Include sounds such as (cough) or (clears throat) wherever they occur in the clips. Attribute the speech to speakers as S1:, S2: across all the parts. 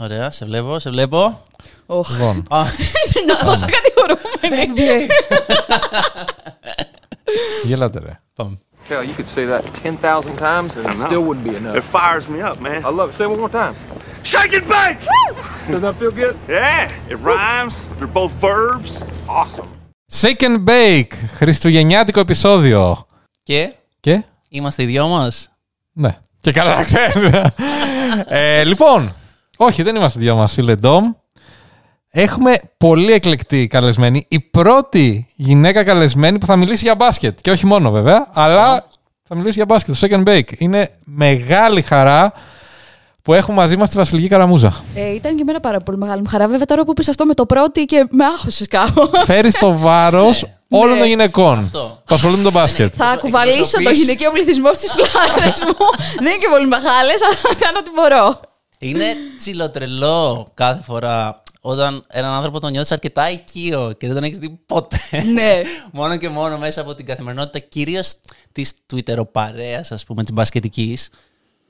S1: Ωραία, σε βλέπω, σε βλέπω.
S2: Οχ.
S3: Λοιπόν,
S2: (laughs) Να πόσο κατηγορούμενη.
S3: γελάτε ρε.
S1: Πάμε.
S4: Hell, you could say that 10,000 times and it still wouldn't be enough.
S5: It fires me up, man.
S4: I love it. Say it one more time.
S5: Shake and bake!
S4: Does that feel good?
S5: Yeah, it rhymes. They're both verbs. It's awesome.
S3: Shake and Bake, Χριστουγεννιάτικο επεισόδιο.
S1: Και
S3: Και,
S1: είμαστε οι δυο μας.
S3: ναι. Και καλά ξέρω. ε, λοιπόν, όχι δεν είμαστε δυο μας φίλε Ντόμ. Έχουμε πολύ εκλεκτή καλεσμένη. Η πρώτη γυναίκα καλεσμένη που θα μιλήσει για μπάσκετ. Και όχι μόνο βέβαια, αλλά θα μιλήσει για μπάσκετ. Το Shake and Bake. Είναι μεγάλη χαρά που έχουμε μαζί μας τη Βασιλική Καραμούζα.
S2: Ε, ήταν και εμένα πάρα πολύ μεγάλη μου χαρά. Βέβαια, τώρα που πεις αυτό με το πρώτο και με άχωσε κάπως.
S3: Φέρεις το βάρος όλων των γυναικών
S1: Αυτό.
S3: που ασχολούνται με τον μπάσκετ.
S2: Θα κουβαλήσω το
S1: εκπροσωπείς-
S2: γυναικείο πληθυσμό στις πλάτες (laughs) μου. Δεν είναι και πολύ μεγάλες, αλλά κάνω ό,τι μπορώ.
S1: Είναι τσιλοτρελό κάθε φορά όταν έναν άνθρωπο τον νιώθεις αρκετά οικείο και δεν τον έχεις δει ποτέ.
S2: Ναι.
S1: (laughs) μόνο και μόνο μέσα από την καθημερινότητα, κυρίως της Twitter παρέα, ας πούμε, της μπασκετικής.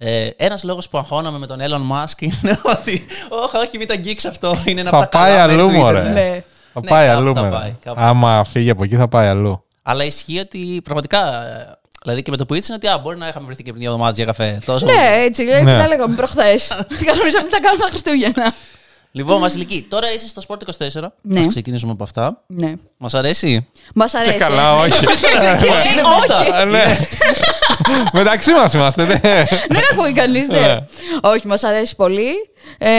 S1: Ε, Ένας λόγος που αγχώναμε με τον Elon Musk είναι (laughs) ότι. Όχι, όχι, μην τα αγγίξει αυτό. Είναι να
S3: Θα πάει αλλού, μωρέ.
S1: ρε.
S2: Ναι.
S3: Θα
S1: Ναι,
S3: πάει
S1: κάπου
S3: αλλού.
S1: θα
S3: μέρα.
S1: πάει, κάπου.
S3: Άμα φύγει από εκεί, θα πάει αλλού.
S1: Αλλά ισχύει ότι πραγματικά. ε, Δηλαδή και με το που είναι ότι α, μπορεί να είχαμε βρεθεί και πριν δύο εβδομάδε για καφέ. Τόσο
S2: Ναι, έτσι, λέει,
S3: Ναι.
S2: τι τα λέγαμε προχθέ. (laughs) Κανονίζαμε τι τα κάνουμε τα Χριστούγεννα.
S1: Λοιπόν, Βασιλική, τώρα είσαι στο Sport 24.
S2: Ναι.
S1: Ας ξεκινήσουμε από αυτά.
S2: Ναι.
S1: Μας αρέσει.
S2: Μας αρέσει. (laughs)
S3: όχι.
S2: Ε, Όχι.
S3: Ναι. Μεταξύ μας είμαστε. ναι.
S2: Δεν ακούει κανείς, ναι.
S3: Ναι.
S2: Όχι, μας αρέσει πολύ. Ε,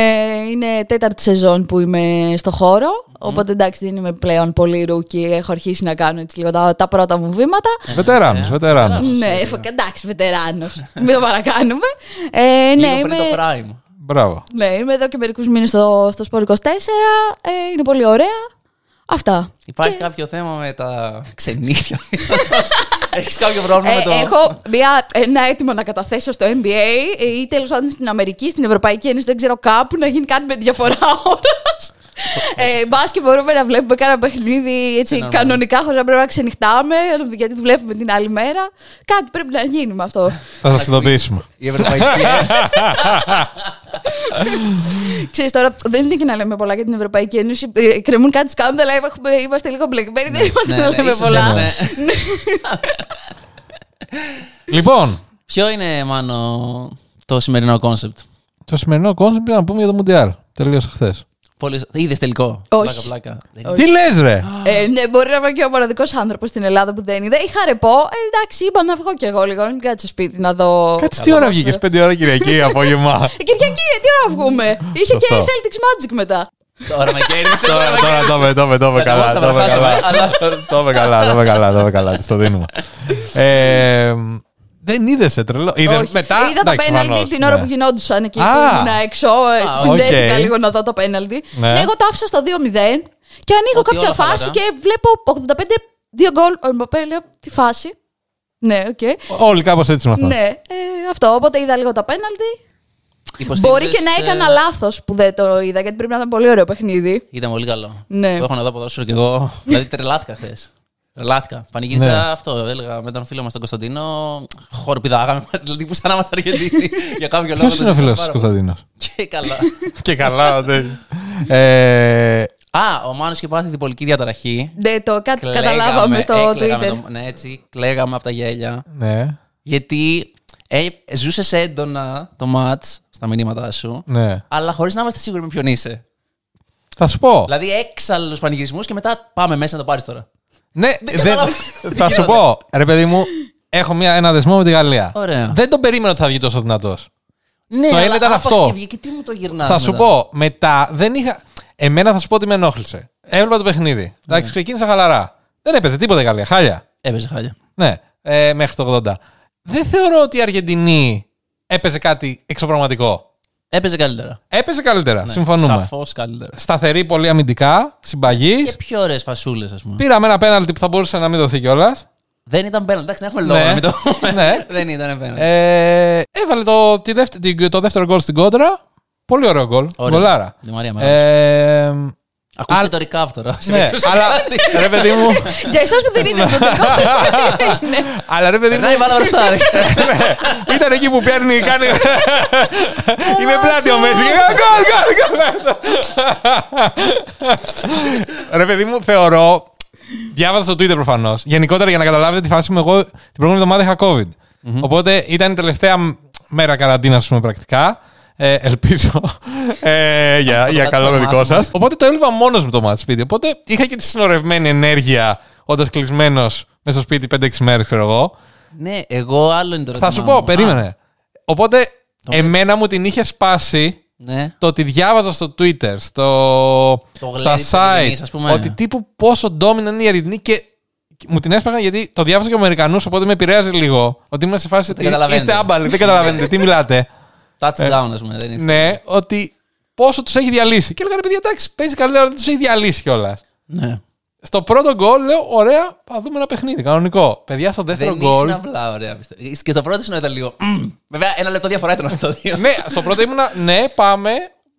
S2: είναι τέταρτη σεζόν που είμαι στο χώρο. Οπότε εντάξει, δεν είμαι πλέον πολύ ρούκι. Έχω αρχίσει να κάνω έτσι λίγο τα, τα πρώτα μου βήματα.
S3: Ε. Βετεράνος, βετεράνος.
S2: ναι, εφ- εντάξει, βετεράνος. Μην το παρακάνουμε. Ε, ναι,
S1: Λίγο
S2: είμαι,
S1: πριν το Prime.
S3: Μπράβο.
S2: ναι, είμαι εδώ και μερικούς μήνες στο, στο Σπορ 24. Ε, είναι πολύ ωραία. Αυτά.
S1: Υπάρχει κάποιο θέμα με τα ξενύχια. (laughs) Έχεις κάποιο πρόβλημα με το.
S2: Ε, έχω μια, ένα αίτημα να καταθέσω στο NBA ε, ή τέλος πάντων στην Αμερική, στην Ευρωπαϊκή Ένωση, δεν ξέρω κάπου να γίνει κάτι με τη διαφορά (laughs) ώρας. Ε, Μπας και μπορούμε να βλέπουμε κάνα παιχνίδι έτσι,
S1: normal.
S2: κανονικά χωρίς να πρέπει να ξενυχτάμε, γιατί το βλέπουμε την άλλη μέρα. Κάτι πρέπει να γίνει με αυτό.
S3: Θα σα ειδοποιήσουμε.
S1: Η Ευρωπαϊκή
S2: Ξέρεις, τώρα δεν είναι και να λέμε πολλά για την Ευρωπαϊκή Ένωση. Ε, Κρεμούν κάτι σκάνδαλα, έχουμε- είμαστε λίγο μπλεγμένοι, δεν (laughs) είμαστε να λέμε
S1: ίσως
S2: πολλά.
S1: ναι.
S3: Λοιπόν,
S1: Ποιο είναι, Μάνο, το σημερινό κόνσεπτ.
S3: το σημερινό κόνσεπτ να πούμε για το Μουντιάλ. Τελείωσε χθες.
S1: Πολύ... Είδες τελικό.
S2: Όχι.
S1: Πλάκα, πλάκα. Δεν-
S3: Τι λες, ρε!
S2: Ε, ναι, μπορεί να είμαι και ο μοναδικός άνθρωπος στην Ελλάδα που δεν είδε. Είχα ρεπό. Ε, εντάξει, είπα να βγω κι εγώ λίγο, να μην κάτσω σπίτι να δω.
S3: Κάτσε τι ώρα βγήκε, 5 ώρα
S1: (laughs)
S3: Κυριακή απόγευμα.
S2: Ε, Κυριακή, ρε, τι ώρα βγούμε. Είχε και
S3: Σωστό.
S2: Celtics Magic μετά.
S1: Τώρα με κέρδισε. τώρα
S3: Τώρα
S1: με
S3: τώρα το με, το με, το με καλά.
S1: θα
S3: Το με
S1: βραχάσαμε,
S3: καλά,
S1: αλλά-
S3: το με καλά, το με καλά, το με καλά. της το
S1: (laughs)
S3: δίνουμε. Ε, Δεν είδε σε τρελό. Είδε
S2: Όχι.
S3: μετά.
S2: Είδα το
S3: εντάξει,
S2: πέναλτι
S3: προφανώς,
S2: την ώρα
S3: ναι.
S2: που γινόντουσαν εκεί
S3: Α.
S2: που ήμουν έξω. ε,
S1: Α,
S2: Συντέθηκα
S3: οκ.
S2: λίγο να δω το πέναλτι.
S3: Ναι.
S2: Ναι, εγώ το άφησα στο 2-0 και ανοίγω
S1: Ότι
S2: κάποια
S1: όλα ε. χαλαρά.
S2: φάση και βλέπω 85 δύο γκολ. Ο Εμπαπέ, λέω, τη φάση. Ναι, οκ.
S3: Όλοι κάπως έτσι ήμασταν.
S2: Ναι, ε, αυτό. Οπότε είδα λίγο τα πέναλτι.
S1: Υποστήριζες,
S2: Μπορεί και να
S1: ε,
S2: έκανα λάθος που δεν το είδα, γιατί πρέπει να ήταν πολύ ωραίο παιχνίδι.
S1: Ήταν πολύ καλό.
S2: Ναι.
S1: Το έχω να δω ποδόσφαιρο κι
S2: (laughs)
S1: εγώ. δηλαδή τρελάθηκα χθες. Τρελάθηκα. Πανηγύρισα
S3: Ναι.
S1: αυτό. Έλεγα με τον φίλο μας τον Κωνσταντίνο. Χοροπηδάγαμε. (laughs) Δηλαδή που σαν να είμαστε Αργεντίνοι. για κάποιο λόγο.
S3: Ποιο είναι ο φίλο τη
S1: του
S3: Κωνσταντίνος.
S1: Και καλά.
S3: Και καλά, ναι. Ε,
S1: Α, ο Μάνος και πάθει την πολική διαταραχή.
S2: Ναι, το κα-
S1: Κλαίγαμε,
S2: καταλάβαμε στο
S1: έκλαιγαμε
S2: Twitter.
S1: το- ναι, έτσι. Κλαίγαμε από τα γέλια.
S3: Ναι.
S1: Γιατί ε, ζούσε έντονα το ματ στα μηνύματά σου.
S3: Ναι.
S1: Αλλά χωρίς να είμαστε σίγουροι με ποιον είσαι.
S3: Θα σου πω.
S1: Δηλαδή, έξαλλους πανηγυρισμούς και μετά πάμε μέσα να το πάρεις τώρα.
S3: Ναι, δεν-
S1: καταλαβαίνω.
S3: θα σου πω. Ρε παιδί μου, έχω μια, ένα δεσμό με τη Γαλλία.
S1: Ωραία.
S3: Δεν τον περίμενα ότι θα βγει τόσο δυνατός.
S1: Ναι,
S3: Το
S1: αλλά
S3: έλεγα
S1: άπαξ
S3: αυτό.
S1: Και βγήκε, τι μου το γυρνάς
S3: Θα σου
S1: μετά.
S3: πω, μετά δεν είχα. Εμένα θα σου πω ότι με ενόχλησε. Έβλεπα το παιχνίδι. Εντάξει, ξεκίνησα χαλαρά. Δεν έπαιζε τίποτα η Γαλλία. Χάλια.
S1: Έπαιζε χάλια.
S3: Ναι, ε, μέχρι το 80. Δεν θεωρώ ότι η Αργεντινή έπαιζε κάτι εξωπραγματικό.
S1: Έπαιζε καλύτερα.
S3: Έπαιζε καλύτερα, συμφωνούμε.
S1: Σαφώς καλύτερα.
S3: Σταθερή πολύ αμυντικά, συμπαγής.
S1: Και πιο ωραίες φασούλες, ας πούμε.
S3: Πήραμε ένα πέναλτι που θα μπορούσε να μην δοθεί κιόλας.
S1: Δεν ήταν πέναλ. Εντάξει, δεν έχουμε λόγο
S3: Ναι.
S1: να μην το πούμε.
S3: Ναι.
S1: Δεν ήταν πέναλ.
S3: Ε, έβαλε το, τη δεύτε- την- το δεύτερο γκολ στην κόντρα. Πολύ ωραίο γκολ.
S1: Ωραίο.
S3: Γκολάρα.
S1: Τη Μαρία
S3: Ε,
S1: Ακούστε
S3: Αλλά-
S1: το recap τώρα.
S3: Ναι, (laughs) αλλά ρε παιδί (laughs) μου.
S2: Για εσάς που δεν
S1: (laughs)
S2: είδε το τελικό. έγινε.
S3: αλλά ρε παιδί μου.
S1: Περνάει η μπάλα Ναι, μπροστά. ρε.
S3: Ναι. Ήταν εκεί που παίρνει, κάνει. Είναι πλάτιο μέσα. Γκολ, γκολ, γκολ. Ρε παιδί μου, θεωρώ. Διάβαζα στο Twitter προφανώς. Γενικότερα για να καταλάβετε τη φάση μου, εγώ την προηγούμενη εβδομάδα είχα COVID. Οπότε ήταν η τελευταία μέρα καραντίνας, ας πούμε, πρακτικά. Ε, ελπίζω ε, για, για
S1: θα
S3: καλό
S1: το
S3: το δικό σα.
S1: μάθουμε.
S3: Οπότε το έβλεπα μόνος μου το μάτι σπίτι. Οπότε είχα και τη συνορευμένη ενέργεια όντας κλεισμένος μέσα στο σπίτι 5-6 μέρες, ξέρω εγώ.
S1: Ναι, εγώ άλλο είναι το
S3: Θα
S1: ερώτημά
S3: σου
S1: μου.
S3: πω,
S1: Α,
S3: περίμενε. Οπότε, εμένα μου την είχε σπάσει
S1: Ναι.
S3: το ότι διάβαζα στο Twitter, στο,
S1: Το
S3: στα
S1: γλέντι της
S3: site,
S1: Ελληνικής, ας πούμε.
S3: ότι τύπου πόσο dominant είναι η Αριθμοί και μου την έσπαγαν γιατί το διάβασα και με Αμερικανού, οπότε με επηρέάζει λίγο. Ότι είμαι σε φάση. ότι
S1: καταλαβαίνετε.
S3: Είστε άμπαλοι, δεν καταλαβαίνετε τι
S1: (laughs)
S3: μιλάτε.
S1: Touchdown, ας πούμε. δεν είναι.
S3: ναι, ότι πόσο τους έχει διαλύσει. Και έλεγα ρε παιδιά, εντάξει, παίζει καλή ώρα, δεν τους έχει διαλύσει κιόλας.
S1: Ναι.
S3: Στο πρώτο γκολ λέω, ωραία, θα δούμε ένα παιχνίδι, κανονικό. Παιδιά, στο δεύτερο
S1: Δεν
S3: γκολ.
S1: ήσουν απλά, ωραία. πιστεύω. Και στο πρώτο σου ήταν λίγο. «Μμμ». Βέβαια, ένα λεπτό διαφορά ήταν αυτό το δύο.
S3: ναι, στο πρώτο ήμουνα, ναι, πάμε.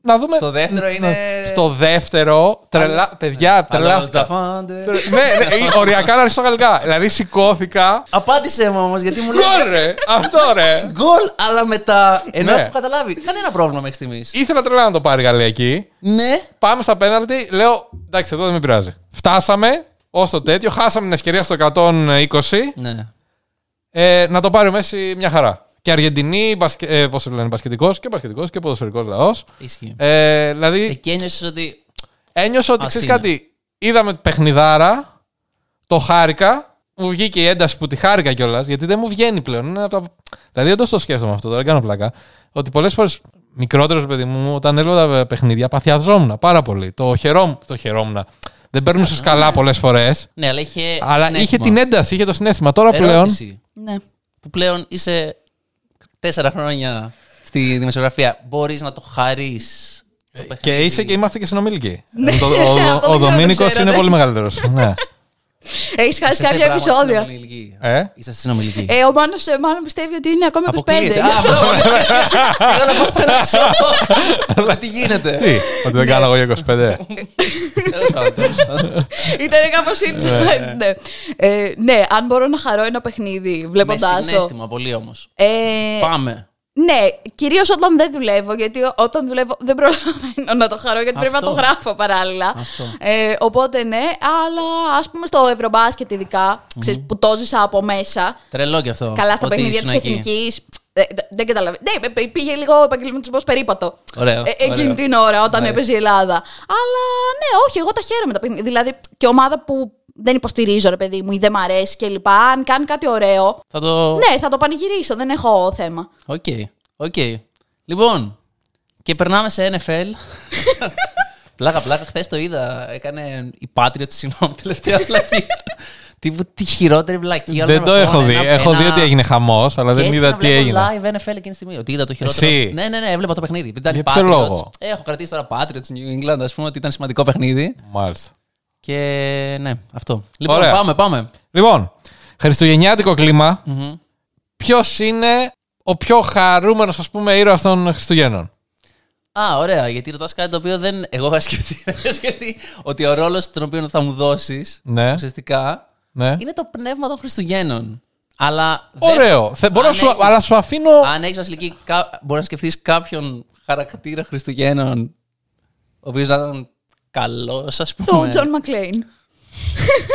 S3: Να δούμε.
S1: Στο δεύτερο
S3: Ναι,
S1: είναι-
S3: ναι. Στο δεύτερο. Τρελά, παιδιά,
S1: Αλλά
S3: τρελάθηκα.
S1: τζαφάντε.
S3: Τρε- ναι, ναι, ή- οριακά να αρχίσω γαλλικά. Δηλαδή σηκώθηκα.
S1: Απάντησε μου όμως, γιατί μου λέει.
S3: Γκολ, ρε! Αυτό ρε!
S1: Γκολ, αλλά μετά. Ενώ
S3: Ναι.
S1: έχω καταλάβει. Κανένα πρόβλημα μέχρι στιγμής.
S3: Ήθελα τρελά να το πάρει η Γαλλία εκεί.
S1: Ναι.
S3: Πάμε στα πέναλτι. Λέω, εντάξει, εδώ δεν με πειράζει. Φτάσαμε ως το τέτοιο. Χάσαμε την ευκαιρία στο 120.
S1: Ναι.
S3: Ε, να το πάρει ο Μέση μια χαρά. Και Αργεντινή, μπασκε, ε, πώς το λένε, μπασκετικός και μπασκετικός και ποδοσφαιρικός λαός.
S1: Ισχύει.
S3: Ε, δηλαδή,
S1: Εκεί ένιωσες ότι.
S3: Ένιωσα ότι
S1: Ας
S3: ξέρει
S1: είναι.
S3: κάτι. Είδαμε παιχνιδάρα, το χάρηκα. Μου βγήκε η ένταση που τη χάρηκα κιόλας, γιατί δεν μου βγαίνει πλέον. Είναι από τα... Δηλαδή, όντως το σκέφτομαι αυτό, τώρα δεν κάνω πλάκα. Ότι πολλές φορές μικρότερος παιδί μου, όταν έλαβα τα παιχνίδια, παθιαζόμουν πάρα πολύ. Το χαιρόμουν. Το χαιρόμουν. Δεν παίρνουσες καλά πολλές φορές.
S1: Ναι, αλλά είχε.
S3: Αλλά
S1: συνέστημα.
S3: είχε την ένταση, είχε το συνέστημα. Τώρα πλέον.
S1: Ερώτηση.
S2: Ναι.
S1: που πλέον είσαι τέσσερα χρόνια στη δημοσιογραφία, μπορείς να το χαρείς.
S3: Ε, Και είσαι και είμαστε και συνομιλικοί. Ο-
S2: αυτό
S3: ο-
S2: δεν
S3: ο- Ο
S2: ξέρω, δεν
S3: Δομήνικος
S2: ξέρω,
S3: είναι
S2: ναι.
S3: πολύ μεγαλύτερος. Ναι.
S2: Έχεις χάσει κάποια επεισόδια.
S3: Ε?
S1: Είσαι στην ομιλική.
S2: Ε, ο Μάνος ε, μάλλον πιστεύει ότι είναι ακόμα 25.
S1: Αποκλείεται. Α,
S3: (laughs)
S1: αυτό. Θέλω να πω, περάσω. Αλλά Τι γίνεται.
S3: Τι, ότι δεν κάνω εγώ για 25.
S1: Τέλος πάντων, τέλος πάντων.
S2: (laughs) Ήταν κάπως έτσι. ναι. Ε, ναι, αν μπορώ να χαρώ ένα παιχνίδι
S1: Με
S2: βλέποντάς το.
S1: συνέστημα πολύ όμως.
S2: Ε,
S1: Πάμε.
S2: ναι, κυρίως όταν δεν δουλεύω, γιατί ό- όταν δουλεύω δεν προλαβαίνω να το χαρώ, γιατί πρέπει
S1: Αυτό.
S2: να το γράφω παράλληλα.
S1: Αυτό.
S2: Ε, οπότε ναι, αλλά ας πούμε στο Ευρωμπάσκετ ειδικά, ξέρεις, που το ζήσα από μέσα,
S1: Τρελό κι αυτό.
S2: καλά στα
S1: Ότι
S2: παιχνίδια
S1: ήσουν
S2: τη
S1: εκεί.
S2: εθνικής. Δεν καταλαβαίνω. Ναι, π- π- πήγε λίγο ο επαγγελματισμός περίπατο.
S1: Ωραίο,
S2: Ε, εκείνη
S1: ωραίο.
S2: την ώρα όταν
S1: Μ' αρέσει.
S2: έπαιζε η Ελλάδα. Αλλά ναι, όχι, εγώ τα χαίρομαι τα παιχνίδια. Δηλαδή και ομάδα που δεν υποστηρίζω, ρε παιδί μου, ή δεν μ' αρέσει κλπ. Αν κάνει κάτι ωραίο.
S1: Θα το.
S2: Ναι, θα το πανηγυρίσω, δεν έχω θέμα.
S1: Οκ. Οκ. Λοιπόν, και περνάμε σε NFL. πλάκα, πλάκα. Χθες το είδα. Έκανε η Patriots, συγγνώμη, τελευταία βλακή. Τύπου τη χειρότερη βλακή. όλων
S3: Δεν
S1: των
S3: το έχω
S1: εποχών.
S3: δει.
S1: Ένα-
S3: Έχω δει
S1: ένα-
S3: ότι έγινε χαμός, αλλά
S1: και
S3: δεν
S1: έτσι
S3: είδα
S1: να
S3: τι
S1: βλέπω
S3: έγινε.
S1: live NFL εκείνη τη στιγμή. Ότι είδα το χειρότερο.
S3: Εσύ.
S1: Ναι, ναι, ναι, έβλεπα το παιχνίδι. Δεν ήταν
S3: Για
S1: οι
S3: ποιο
S1: Patriots. Ε,
S3: λόγο?
S1: Έχω κρατήσει τώρα Patriots New England, ας πούμε, ότι ήταν σημαντικό παιχνίδι.
S3: Μάλιστα.
S1: Και ναι, αυτό. Λοιπόν,
S3: Ωραία.
S1: πάμε, πάμε.
S3: Λοιπόν, χριστουγεννιάτικο κλίμα. Ποιος είναι ο πιο χαρούμενος, ας πούμε, ήρωας των Χριστουγέννων.
S1: Α, ωραία, γιατί ρωτάς κάτι το οποίο δεν. Εγώ είχα σκεφτεί, (laughs) είχα σκεφτεί ότι ο ρόλος τον οποίο θα μου δώσεις
S3: Ναι.
S1: ουσιαστικά
S3: Ναι.
S1: είναι το πνεύμα των Χριστουγέννων. Αλλά. δεν-
S3: Ωραίο. Θε- Μπορώ να
S1: αν
S3: σου,
S1: έχεις-
S3: αλλά σου αφήνω.
S1: Αν έχεις βασιλική, κα... μπορείς να σκεφτείς κάποιον χαρακτήρα Χριστουγέννων ο οποίος να ήταν καλός, ας
S2: Το
S1: πούμε.
S2: John McLean.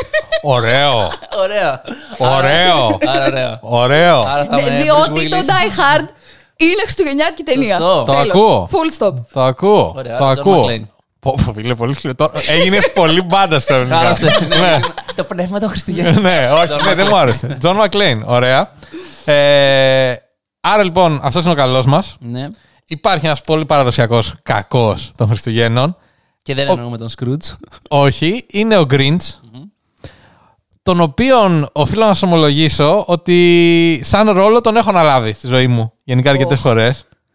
S1: (laughs)
S3: Ωραίο.
S1: Ωραία.
S3: Ωραίο.
S1: Άρα, ωραίο.
S3: Ωραίο.
S1: Άρα θα
S2: Ναι,
S1: με
S2: διότι
S1: ε, Bruce
S2: το
S1: Willis.
S2: Die Hard είναι χριστουγεννιάτικη ταινία.
S1: Σωστό. Το
S2: Τέλος.
S3: ακούω.
S2: Full stop.
S3: Το ακούω.
S1: Ωραία,
S3: το
S1: John
S3: ακούω.
S1: McClane.
S3: Πω, πω, φίλε, πολύ σκληρό. Έγινες πολύ
S1: (laughs)
S3: μπάντας στο
S1: Χάλασε.
S3: ελληνικά. Ναι.
S1: (laughs) Το πνεύμα των Χριστουγέννων.
S3: ναι, όχι,
S1: John
S3: ναι, δεν
S1: McClane.
S3: μου άρεσε. Τζον Μακλέιν, ωραία. Ε, άρα λοιπόν, αυτός είναι ο καλός μας.
S1: Ναι.
S3: Υπάρχει ένας πολύ παραδοσιακός κακός των Χριστουγέννων.
S1: Και δεν εννοούμε τον Σκρούτζ.
S3: Όχι, είναι ο Grinch. Τον οποίον οφείλω να σου ομολογήσω ότι σαν ρόλο τον έχω αναλάβει στη ζωή μου. Γενικά αρκετές φορέ.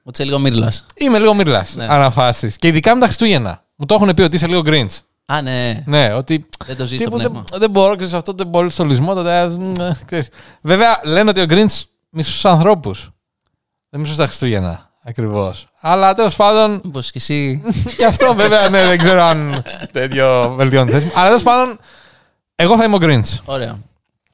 S1: Ότι είσαι λίγο μύρλας.
S3: Είμαι λίγο μύρλας
S1: Ναι.
S3: αναφάσεις. Και ειδικά με τα Χριστούγεννα. Μου το έχουν πει ότι είσαι λίγο Grinch.
S1: Α, ναι.
S3: Ναι, ότι.
S1: Δεν το ζεις
S3: τύπου,
S1: το πνεύμα.
S3: Δεν, δεν μπορώ, ξέρεις αυτό, δεν μπορώ στολισμό. τα- τα- μ, ε, ξέρεις. Βέβαια, λένε ότι ο Grinch μισού ανθρώπους. Δεν μισού τα Χριστούγεννα. Ακριβώς. Αλλά τέλος πάντων.
S1: Μήπως και εσύ.
S3: Και αυτό βέβαια ναι, δεν ξέρω αν τέτοιο βελτιώνει τη θέση μου. Αλλά τέλος πάντων, εγώ θα είμαι ο Grinch.
S1: Ωραία.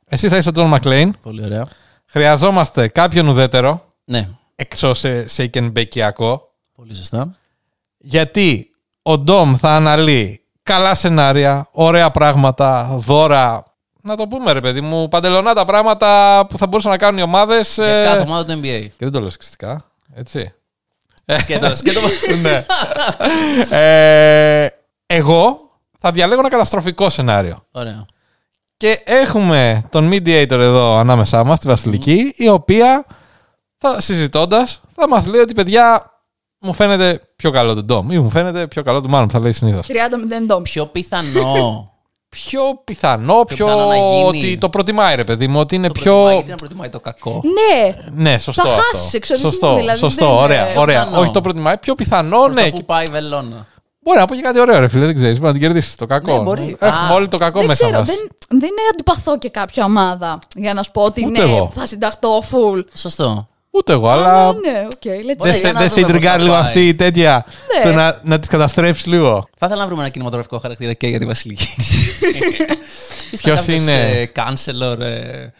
S3: Εσύ θα είσαι ο Τζον Μακλέιν.
S1: Πολύ ωραία.
S3: Χρειαζόμαστε κάποιον ουδέτερο,
S1: Ναι.
S3: εξώ σε σέικενμπεκιακό,
S1: Πολύ σωστά.
S3: γιατί ο Ντόμ θα αναλύει καλά σενάρια, ωραία πράγματα, δώρα. Να το πούμε, ρε παιδί μου, παντελονά τα πράγματα που θα μπορούσαν να κάνουν οι ε, ομάδες.
S1: Για κάθε ομάδα του NBA.
S3: Και δεν το λέω σεξιστικά, έτσι. Ε.
S1: Σκέτο, σκέτο. (laughs)
S3: ναι. Ε, εγώ θα διαλέγω ένα καταστροφικό σενάριο.
S1: Ωραία.
S3: Και έχουμε τον mediator εδώ ανάμεσά μας, τη Βασιλική, η οποία θα, συζητώντας θα μας λέει ότι παιδιά μου φαίνεται πιο καλό του Ντόμ ή μου φαίνεται πιο καλό του Μάνου, που θα λέει συνήθως.
S2: 30-0 ντόμ.
S1: Πιο
S3: Ε.
S1: πιθανό.
S3: Πιο πιθανό, πιο,
S1: πιθανό να γίνει.
S3: ότι το προτιμάει ρε παιδί μου, ότι είναι
S1: Το προτιμάει,
S3: πιο...
S1: γιατί να προτιμάει το κακό.
S2: Ναι,
S1: Ε,
S3: Ναι, σωστό
S2: Θα
S3: αυτό.
S2: χάσεις εξορισμό,
S3: σωστό,
S2: δηλαδή, δεν
S3: σωστό,
S2: είναι-
S3: ωραία, ωραία.
S1: πιθανό.
S3: Όχι το προτιμάει, πιο πιθανό,
S1: Προς
S3: ναι.
S1: τα που πάει η βελόνα.
S3: Μπορεί να πω και κάτι ωραίο ρε φίλε, δεν ξέρεις, μπορεί να την κερδίσεις το κακό.
S1: Ναι, μπορεί.
S3: Έχουμε
S1: Α,
S3: όλοι το κακό
S2: δεν
S3: μέσα
S2: ξέρω.
S3: μας.
S2: Δεν, δεν αντιπαθώ και κάποια ομάδα για να σου πω ότι
S3: Ούτε
S2: ναι,
S3: εγώ.
S2: θα συνταχτώ full.
S1: Σωστό.
S3: Ούτε εγώ, αλλά
S2: Ναι, οκ, let's
S1: Ωραία, για
S3: Δεν
S2: see.
S3: σε,
S1: να δούμε
S3: δεν σε
S1: πώς
S3: ιντριγκάρει
S1: θα
S3: λίγο
S1: πάει.
S3: αυτή η τέτοια.
S2: Ναι.
S3: Το να, να τη καταστρέψει λίγο.
S1: Θα ήθελα να βρούμε ένα κινηματογραφικό χαρακτήρα και για τη
S3: (laughs)
S1: Βασιλική.
S3: Ποιος είναι?
S1: Κάνσελορ. Ε,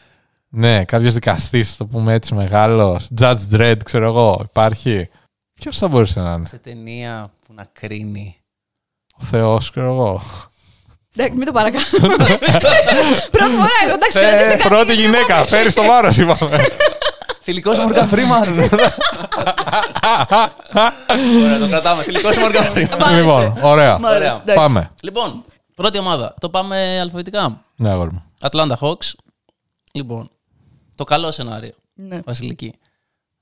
S3: Ναι, κάποιος δικαστής, το πούμε έτσι μεγάλος. Judge Dredd, ξέρω εγώ, υπάρχει. Ποιος θα μπορούσε να είναι.
S1: σε ταινία που να κρίνει.
S3: Ο Θεός, ξέρω εγώ.
S2: Εντάξει, Ναι, μην το
S3: (laughs)
S2: παρακάνω. Πρώτη φορά εδώ, εντάξει, κρατήστε
S3: Ναι. Ε,
S2: κάτι.
S3: πρώτη γυναίκα, φέρεις το βάρος, είπαμε.
S1: Θηλυκό Μόργαν Φρήμαν. Ωραία, το κρατάμε. Θηλυκό Μόργαν Φρήμαν.
S2: άρεσε.
S3: λοιπόν, ωραία.
S2: Μ' άρεσε,
S1: Ωραία.
S2: εντάξει.
S3: Πάμε.
S1: Λοιπόν, πρώτη ομάδα. Το πάμε αλφαβητικά.
S3: Ναι, αγόρι μου.
S1: Atlanta Hawks. Λοιπόν, το καλό σενάριο.
S2: Ναι.
S1: Βασιλική.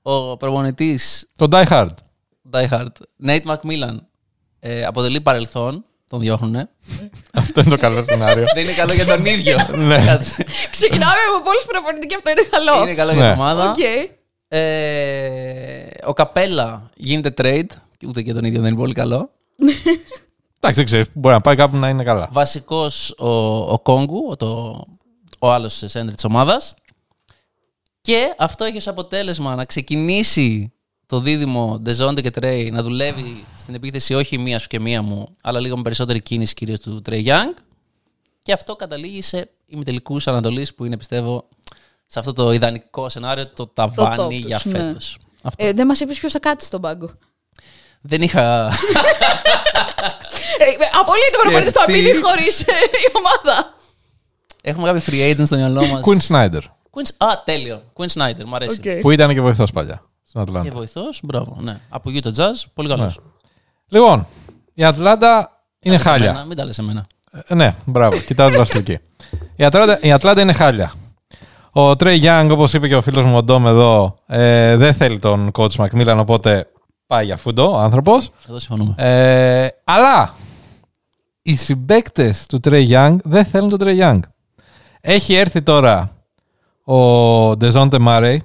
S1: Ο προπονητής
S3: Το Die Hard.
S1: Die Hard, Nate McMillan, ε, αποτελεί παρελθόν. Τον διώχνουνε.
S3: Αυτό είναι το καλό σενάριο.
S1: Δεν είναι καλό για τον (laughs) ίδιο.
S3: Ναι.
S1: Κάτσε.
S2: Ξεκινάμε από πολλού προπονητικοί, αυτό είναι καλό.
S1: είναι καλό για
S3: Ναι.
S1: την ομάδα.
S2: Οκ.
S1: Ε, ο Καπέλα γίνεται trade. και Ούτε και τον ίδιο δεν είναι πολύ καλό.
S3: Εντάξει, ξέρεις, μπορεί να πάει κάπου να είναι καλά.
S1: Βασικός ο, ο Κόγκου, ο, το, ο άλλος σέντρι της ομάδας. Και αυτό έχει ως αποτέλεσμα να ξεκινήσει το δίδυμο Ντεζόντε και Τρέι να δουλεύει στην επίθεση όχι μία σου και μία μου, αλλά λίγο με περισσότερη κίνηση κυρίως του Τρέι Young. Και αυτό καταλήγει σε ημιτελικούς Ανατολής που είναι πιστεύω σε αυτό το ιδανικό σενάριο το ταβάνι
S2: top τους,
S1: για
S2: ναι.
S1: φέτος. Αυτό.
S2: Ε, δεν μας είπες ποιος θα κάτσει στον πάγκο.
S1: Δεν
S2: (laughs)
S1: είχα.
S2: Ε, Απολύτω προπονητή θα
S1: Σκεφτεί.
S2: μείνει χωρί η ομάδα.
S1: Έχουμε κάποιο free agent στο μυαλό μας.
S3: Queen Snyder.
S1: Queen... Α, τέλειο. Queen Snyder, μου αρέσει.
S2: Οκ.
S3: Που ήταν και βοηθός παλιά στην Ατλάντα.
S1: Και βοηθός, μπράβο. Ναι. Από Utah Jazz, πολύ καλός.
S3: Λοιπόν, η Ατλάντα είναι χάλια.
S1: Μην τα λες εμένα.
S3: Ε, Ναι, μπράβο. Κοιτάω τη Βασιλική. η, Ατλάντα, η Ατλάντα είναι χάλια. Ο Τρέι Γιάνγκ, όπως είπε και ο φίλος μου ο Ντόμ εδώ, ε, δεν θέλει τον coach Μακμίλαν, οπότε πάει για φούντο ο άνθρωπος.
S1: Εδώ συμφωνούμε.
S3: Ε, αλλά οι συμπαίκτες του Τρέι Γιάνγκ δεν θέλουν τον Τρέι Γιάνγκ. Έχει έρθει τώρα ο Ντεζόντε Μάρεϊ,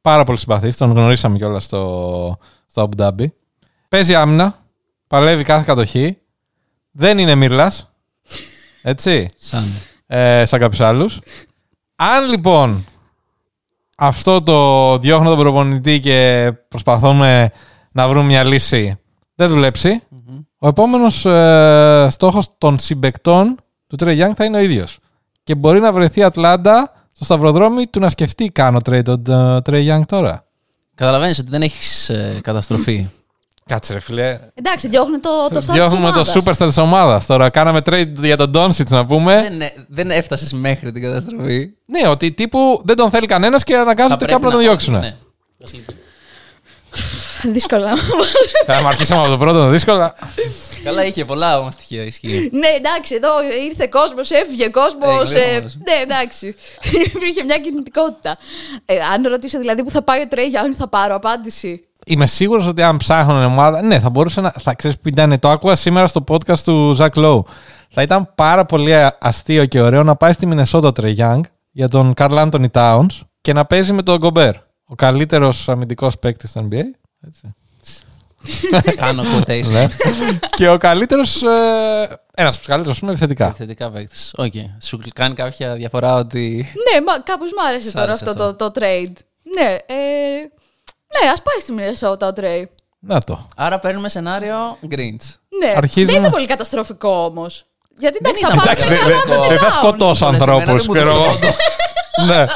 S3: πάρα πολύ συμπαθής, τον γνωρίσαμε κιόλας στο, στο Abu Dhabi. Παίζει άμυνα, παλεύει κάθε κατοχή, δεν είναι μύρλας. Έτσι
S1: Σαν.
S3: ε, σαν κάποιους άλλους. Αν λοιπόν αυτό το διώχνω τον προπονητή και προσπαθούμε να βρούμε μια λύση δεν δουλεψει ο επόμενος ε, στόχος των συμπεκτών του Τρέι Γιάνγκ θα είναι ο ίδιος. Και μπορεί να βρεθεί η Ατλάντα στο σταυροδρόμι του να σκεφτεί κάνω trade τον ε, Τρέι Γιάνγκ τώρα.
S1: Καταλαβαίνεις ότι δεν έχεις καταστροφή.
S3: Κάτσε ρε φίλε.
S2: Εντάξει, διώχνει το, το στάδιο.
S3: Διώχνουμε το superstar της ομάδας τώρα. Κάναμε trade για τον Doncic να πούμε.
S1: δεν ε, δεν έφτασες μέχρι την καταστροφή.
S3: Ναι, ότι τύπου δεν τον θέλει κανένας και αναγκάζονται
S1: πρέπει
S3: κάπου να τον διώξουν.
S1: Ναι.
S2: Δύσκολα.
S3: Θα μου αρχίσαμε από το πρώτο δύσκολα.
S1: Καλά, είχε πολλά όμως στοιχεία ισχύει.
S2: ναι, εντάξει, εδώ ήρθε κόσμος, έφυγε κόσμος.
S1: Ε,
S2: Ε,
S1: γρήγορα.
S2: ναι, εντάξει. (laughs) Υπήρχε μια κινητικότητα. Ε, αν ρωτήσω δηλαδή που θα πάει ο Τρέι Γιάνγκ, θα πάρω απάντηση.
S3: Είμαι σίγουρος ότι αν ψάχνουν ομάδα. Ναι, θα μπορούσε να. Θα ξέρεις που ήταν. Το άκουγα σήμερα στο podcast του Ζακ Λόου. Θα ήταν πάρα πολύ αστείο και ωραίο να πάει στη Μινεσότα Τρεγιάνγκ για τον Καρλ Άντωνι Τάουν και να παίζει με τον Γκομπέρ. Ο καλύτερος αμυντικός παίκτης στο
S1: (laughs)
S3: NBA. Έτσι.
S1: (laughs) Κάνω quotation.
S3: Ναι. και ο καλύτερος. Ε, Ένας από τους καλύτερους, ας πούμε, επιθετικά.
S1: Επιθετικά παίκτης. Οκ. Σου κάνει κάποια διαφορά ότι.
S2: Ναι, μα κάπως μου άρεσε
S1: Σ'
S2: τώρα
S1: άρεσε
S2: αυτό,
S1: αυτό.
S2: Το, το trade. Ναι, ε, ναι, ας πάει στη Μινεσότα ο Τρέι.
S3: Να το.
S1: Άρα παίρνουμε σενάριο Grinch.
S2: Ναι,
S3: Αρχίζουμε.
S2: δεν ήταν πολύ καταστροφικό όμως. Γιατί εντάξει,
S1: ήταν
S2: θα πάμε
S1: Εντάξει,
S2: ένα
S1: δεν-
S2: round
S1: δεν-
S2: and
S1: δεν
S3: θα
S2: round.
S3: σκοτώσω
S1: Όλες οι μέρες
S3: ανθρώπου,
S1: μου
S3: ξέρω
S1: το
S3: εγώ. Ναι.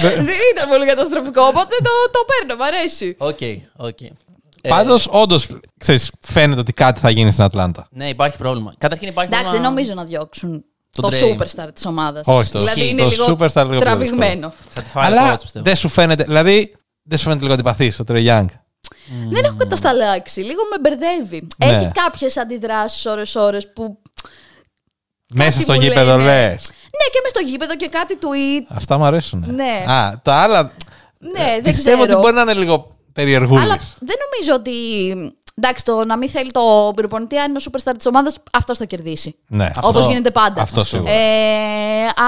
S2: Δεν ήταν πολύ καταστροφικό, οπότε το, το παίρνω, μ' αρέσει.
S1: Οκ, οκ. Ε,
S3: Πάντως, όντως, φαίνεται ότι κάτι θα γίνει στην Ατλάντα.
S1: Ναι, υπάρχει πρόβλημα. Καταρχήν υπάρχει
S2: Εντάξει, δεν
S1: πρόβλημα.
S2: νομίζω να διώξουν
S1: Το
S2: το
S1: Dray.
S2: superstar της ομάδας.
S3: Όχι, το-
S2: Δηλαδή
S1: το
S2: είναι λίγο
S3: superstar λίγο πιο
S2: τραβηγμένο.
S1: Θα τη φάει
S3: Αλλά
S1: το πιστεύω.
S3: δεν σου φαίνεται. Δηλαδή, δεν σου φαίνεται λίγο αντιπαθής ο Τρέι Young.
S2: Δεν έχω κατασταλάξει. Λίγο με μπερδεύει.
S3: Ναι.
S2: Έχει κάποιες αντιδράσεις ώρε-ώρε που.
S3: Μέσα στο
S2: μου
S3: γήπεδο
S2: λένε.
S3: λες.
S2: Ναι, και με στο γήπεδο και κάτι tweet.
S3: Αυτά μου αρέσουν.
S2: Ναι.
S3: Α, τα άλλα.
S2: Ναι, δεν
S3: Ε, Πιστεύω
S2: ξέρω.
S3: ότι μπορεί να είναι λίγο
S2: Αλλά
S3: περιεργούλη.
S2: δεν νομίζω ότι. Εντάξει, το να μην θέλει το προπονητή, αν είναι ο superstar της ομάδας, αυτό θα κερδίσει.
S3: Ναι.
S2: Όπως
S3: Αυτό-
S2: γίνεται πάντα.
S3: Αυτό σίγουρα.
S2: Ε,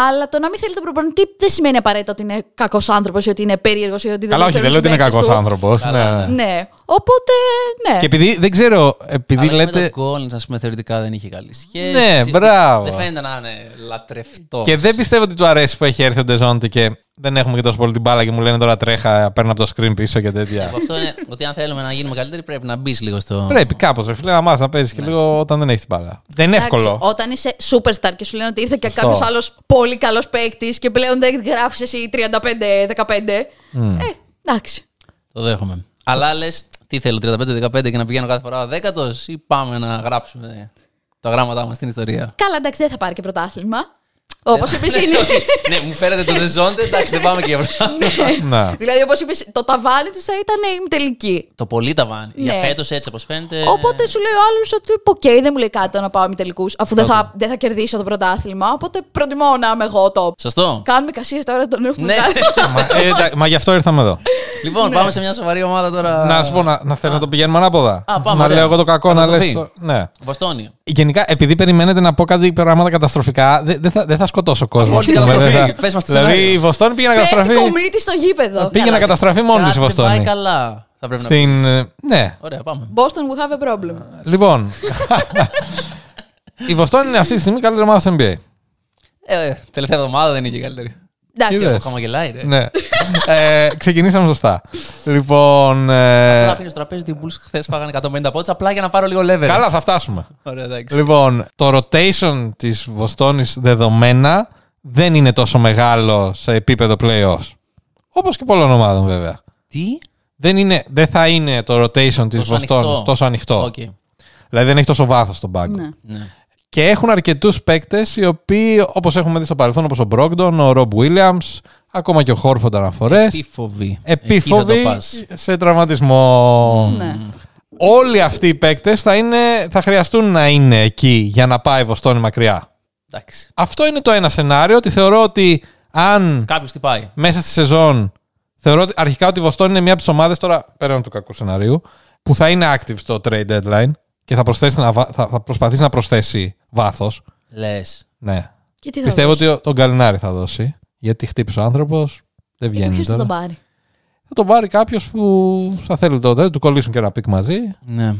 S2: αλλά το να μην θέλει τον προπονητή δεν σημαίνει απαραίτητα ότι είναι κακός άνθρωπος ή ότι είναι περίεργος ή ότι δεν
S3: Καλά,
S2: τον
S3: όχι, δεν
S2: θέλουν
S3: λέω ότι είναι
S2: συμπαίκτες
S3: κακός
S2: του.
S3: άνθρωπος.
S2: Ναι. Οπότε, ναι.
S3: Και επειδή δεν ξέρω, επειδή
S1: Αλλά και με
S3: λέτε.
S1: τον Collins, ας πούμε, θεωρητικά δεν είχε καλή σχέση.
S3: Ναι, μπράβο.
S1: Δεν φαίνεται να είναι λατρευτός.
S3: Και δεν πιστεύω ότι του αρέσει που έχει έρθει ο Ντεζόντι και δεν έχουμε και τόσο πολύ την μπάλα και μου λένε τώρα τρέχα, παίρνω από το screen πίσω και τέτοια.
S1: Αυτό είναι ότι αν θέλουμε να γίνουμε καλύτεροι πρέπει να μπεις λίγο στο.
S3: Πρέπει κάπως, ρε φίλε, να μάθεις να παίζεις και λίγο όταν δεν έχεις την μπάλα. Δεν είναι
S2: Εντάξει,
S3: εύκολο.
S2: Όταν είσαι superstar και σου λένε ότι ήρθε και
S3: Σωστό.
S2: κάποιος άλλος πολύ καλός παίκτης και πλέον δεν γράφεις εσύ 35-15. Ε, εντάξει.
S1: Το δέχομαι. Αλλά λες, τι θέλω, 35-15 και να πηγαίνω κάθε φορά δέκατος ή πάμε να γράψουμε τα γράμματά μας στην ιστορία. Ε,
S2: Καλά, εντάξει, δεν θα πάρει και
S3: Ναι.
S2: πρωτάθλημα. Όπως είπες,
S1: (laughs)
S2: είναι. (laughs)
S1: ναι, μου φέρετε το δεζόντε, εντάξει, δεν πάμε και για αυτά.
S2: (laughs)
S3: Να.
S2: δηλαδή, όπως είπες, το ταβάνι τους θα ήταν η τελική.
S1: (laughs) Το πολύ ταβάνι. Για
S2: Ναι.
S1: φέτος έτσι, όπως φαίνεται.
S2: Οπότε σου λέει ο άλλος ότι οκ, δεν μου λέει κάτι το να πάω με τελικούς, αφού δεν θα, δεν θα κερδίσω το πρωτάθλημα. Οπότε προτιμώ να είμαι εγώ το.
S1: Σωστό.
S2: Κάνουμε κασίες τώρα, τον έχουμε
S1: Ναι.
S2: κάνει.
S3: (laughs) Μα, ε, εντάξει, μα γι' αυτό ήρθαμε εδώ.
S1: Λοιπόν,
S2: Ναι.
S1: πάμε σε μια σοβαρή ομάδα τώρα.
S3: να σου πω, να, να θε να το πηγαίνουμε ανάποδα.
S1: Α, πάμε,
S3: να
S1: ωραία.
S3: λέω εγώ το κακό, να λε.
S1: Καταστροφή.
S3: Ναι.
S1: Βοστόνη.
S3: Γενικά, επειδή περιμένετε να πω κάτι πράγματα καταστροφικά, δεν δεν θα, δεν θα σκοτώσω κόσμο.
S1: Απόλυτη
S3: ας πούμε,
S1: καταστροφή.
S3: δεν θα-
S1: Πες μας το
S3: Δηλαδή,
S1: σενάριο.
S3: η Βοστόνη πήγε να
S2: Πέφτει
S3: καταστραφεί.
S2: κομίτη Ναι, στο γήπεδο.
S3: Πήγε να καταστραφεί μόνο τη η
S1: Κάτι δεν Πάει
S3: Βοστόνη.
S1: καλά. Θα πρέπει να πει.
S3: Στην. ε, Ναι,
S1: Ωραία, πάμε.
S2: Boston, we have a problem.
S3: λοιπόν. (laughs) Η Βοστόνη είναι αυτή τη στιγμή η καλύτερη ομάδα στο NBA.
S1: Ε, ε, τελευταία εβδομάδα δεν είναι και καλύτερη.
S3: Είδες.
S2: Εντάξει.
S1: Το χαμογελάει, ρε.
S3: Ναι. Ε, ξεκινήσαμε σωστά. Λοιπόν. ε,
S1: Απλά αφήνει στο τραπέζι ότι οι Bulls χθες φάγανε 150 πόντους απλά για να πάρω λίγο leverage.
S3: Καλά, θα φτάσουμε.
S1: Ωραία, εντάξει.
S3: Λοιπόν, το rotation της Βοστόνης δεδομένα δεν είναι τόσο μεγάλο σε επίπεδο playoffs. Όπως και πολλών ομάδων, βέβαια.
S1: Τι.
S3: Δεν, είναι, δεν θα είναι το rotation της Βοστόνη τόσο ανοιχτό.
S1: Οκ.
S3: Δηλαδή δεν έχει τόσο βάθος στον πάγκο.
S2: Ναι.
S1: Ναι.
S3: Και έχουν αρκετούς παίκτες οι οποίοι, όπως έχουμε δει στο παρελθόν, όπως ο Μπρόγκτον, ο Ρομπ Williams, ακόμα και ο Χόρφορντ αναφορέ.
S1: Επίφοβη. Εκεί
S3: Επίφοβοι
S1: θα το πας.
S3: σε τραυματισμό.
S2: Ναι.
S3: Όλοι αυτοί οι παίκτες θα, είναι- θα χρειαστούν να είναι εκεί για να πάει η Βοστόνη μακριά.
S1: Εντάξει.
S3: Αυτό είναι το ένα σενάριο ότι θεωρώ ότι αν
S1: Κάποιος τι πάει.
S3: μέσα στη σεζόν. Θεωρώ ότι αρχικά ότι η Βοστόνη είναι μια από τις ομάδες τώρα πέραν του κακού σενάριου που θα είναι active στο trade deadline και θα, προσθέσει να, βα- θα, θα προσπαθήσει να προσθέσει βάθος.
S1: Λες.
S3: Ναι.
S2: Και τι θα
S3: Πιστεύω
S2: δώσει.
S3: ότι ο- τον Καλινάρη θα δώσει. Γιατί χτύπησε ο άνθρωπος. Δεν
S2: Ε, Και
S3: βγαίνει.
S2: ποιος θα
S3: τώρα.
S2: τον πάρει.
S3: Θα τον πάρει κάποιος που θα θέλει τότε. Του κολλήσουν και ένα πικ μαζί.
S1: Ναι.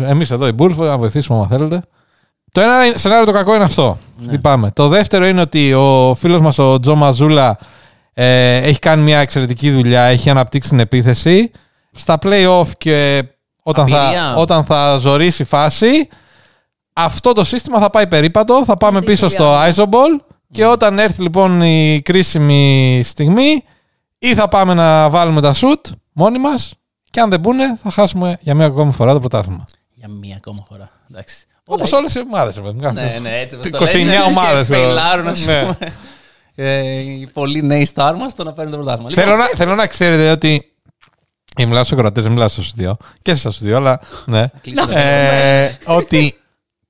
S3: Εμείς εδώ οι Bulls να βοηθήσουμε αν θέλετε. Το ένα είναι- σενάριο το κακό είναι αυτό. Λυπάμαι. Το δεύτερο είναι ότι ο φίλος μας ο Τζο Μαζούλα ε, έχει κάνει μια εξαιρετική δουλειά, έχει αναπτύξει την επίθεση. Στα playoff και όταν, θα,
S1: Απειρία.
S3: όταν θα ζωρίσει η φάση, αυτό το σύστημα θα πάει περίπατο, θα πάμε
S2: Γιατί Ναι.
S3: πίσω στο Isoball και όταν έρθει λοιπόν η κρίσιμη στιγμή, ή θα πάμε να βάλουμε τα shoot μόνοι μας, και αν δεν μπουνε, θα χάσουμε για μια ακόμη φορά το πρωτάθλημα.
S1: Για μία ακόμα φορά. Εντάξει.
S3: Όπως όλες οι ομάδε, βέβαια.
S1: Ναι, ναι, έτσι. όπως το
S3: 29
S1: λες, και
S3: ομάδες,
S1: Φεϊλάρουν, ας
S3: ναι.
S1: πούμε. Ε, οι πολλοί νέοι στάρ μας το να παίρνουν το πρωτάθλημα. Λοιπόν,
S3: Θέλω, να, θέλω να ξέρετε ότι. Ε, μιλάω στους κρατέ, δεν μιλάω στους δύο. Και σε εσά δύο, αλλά. Ναι.
S1: Κλείσουμε.
S3: ε, ότι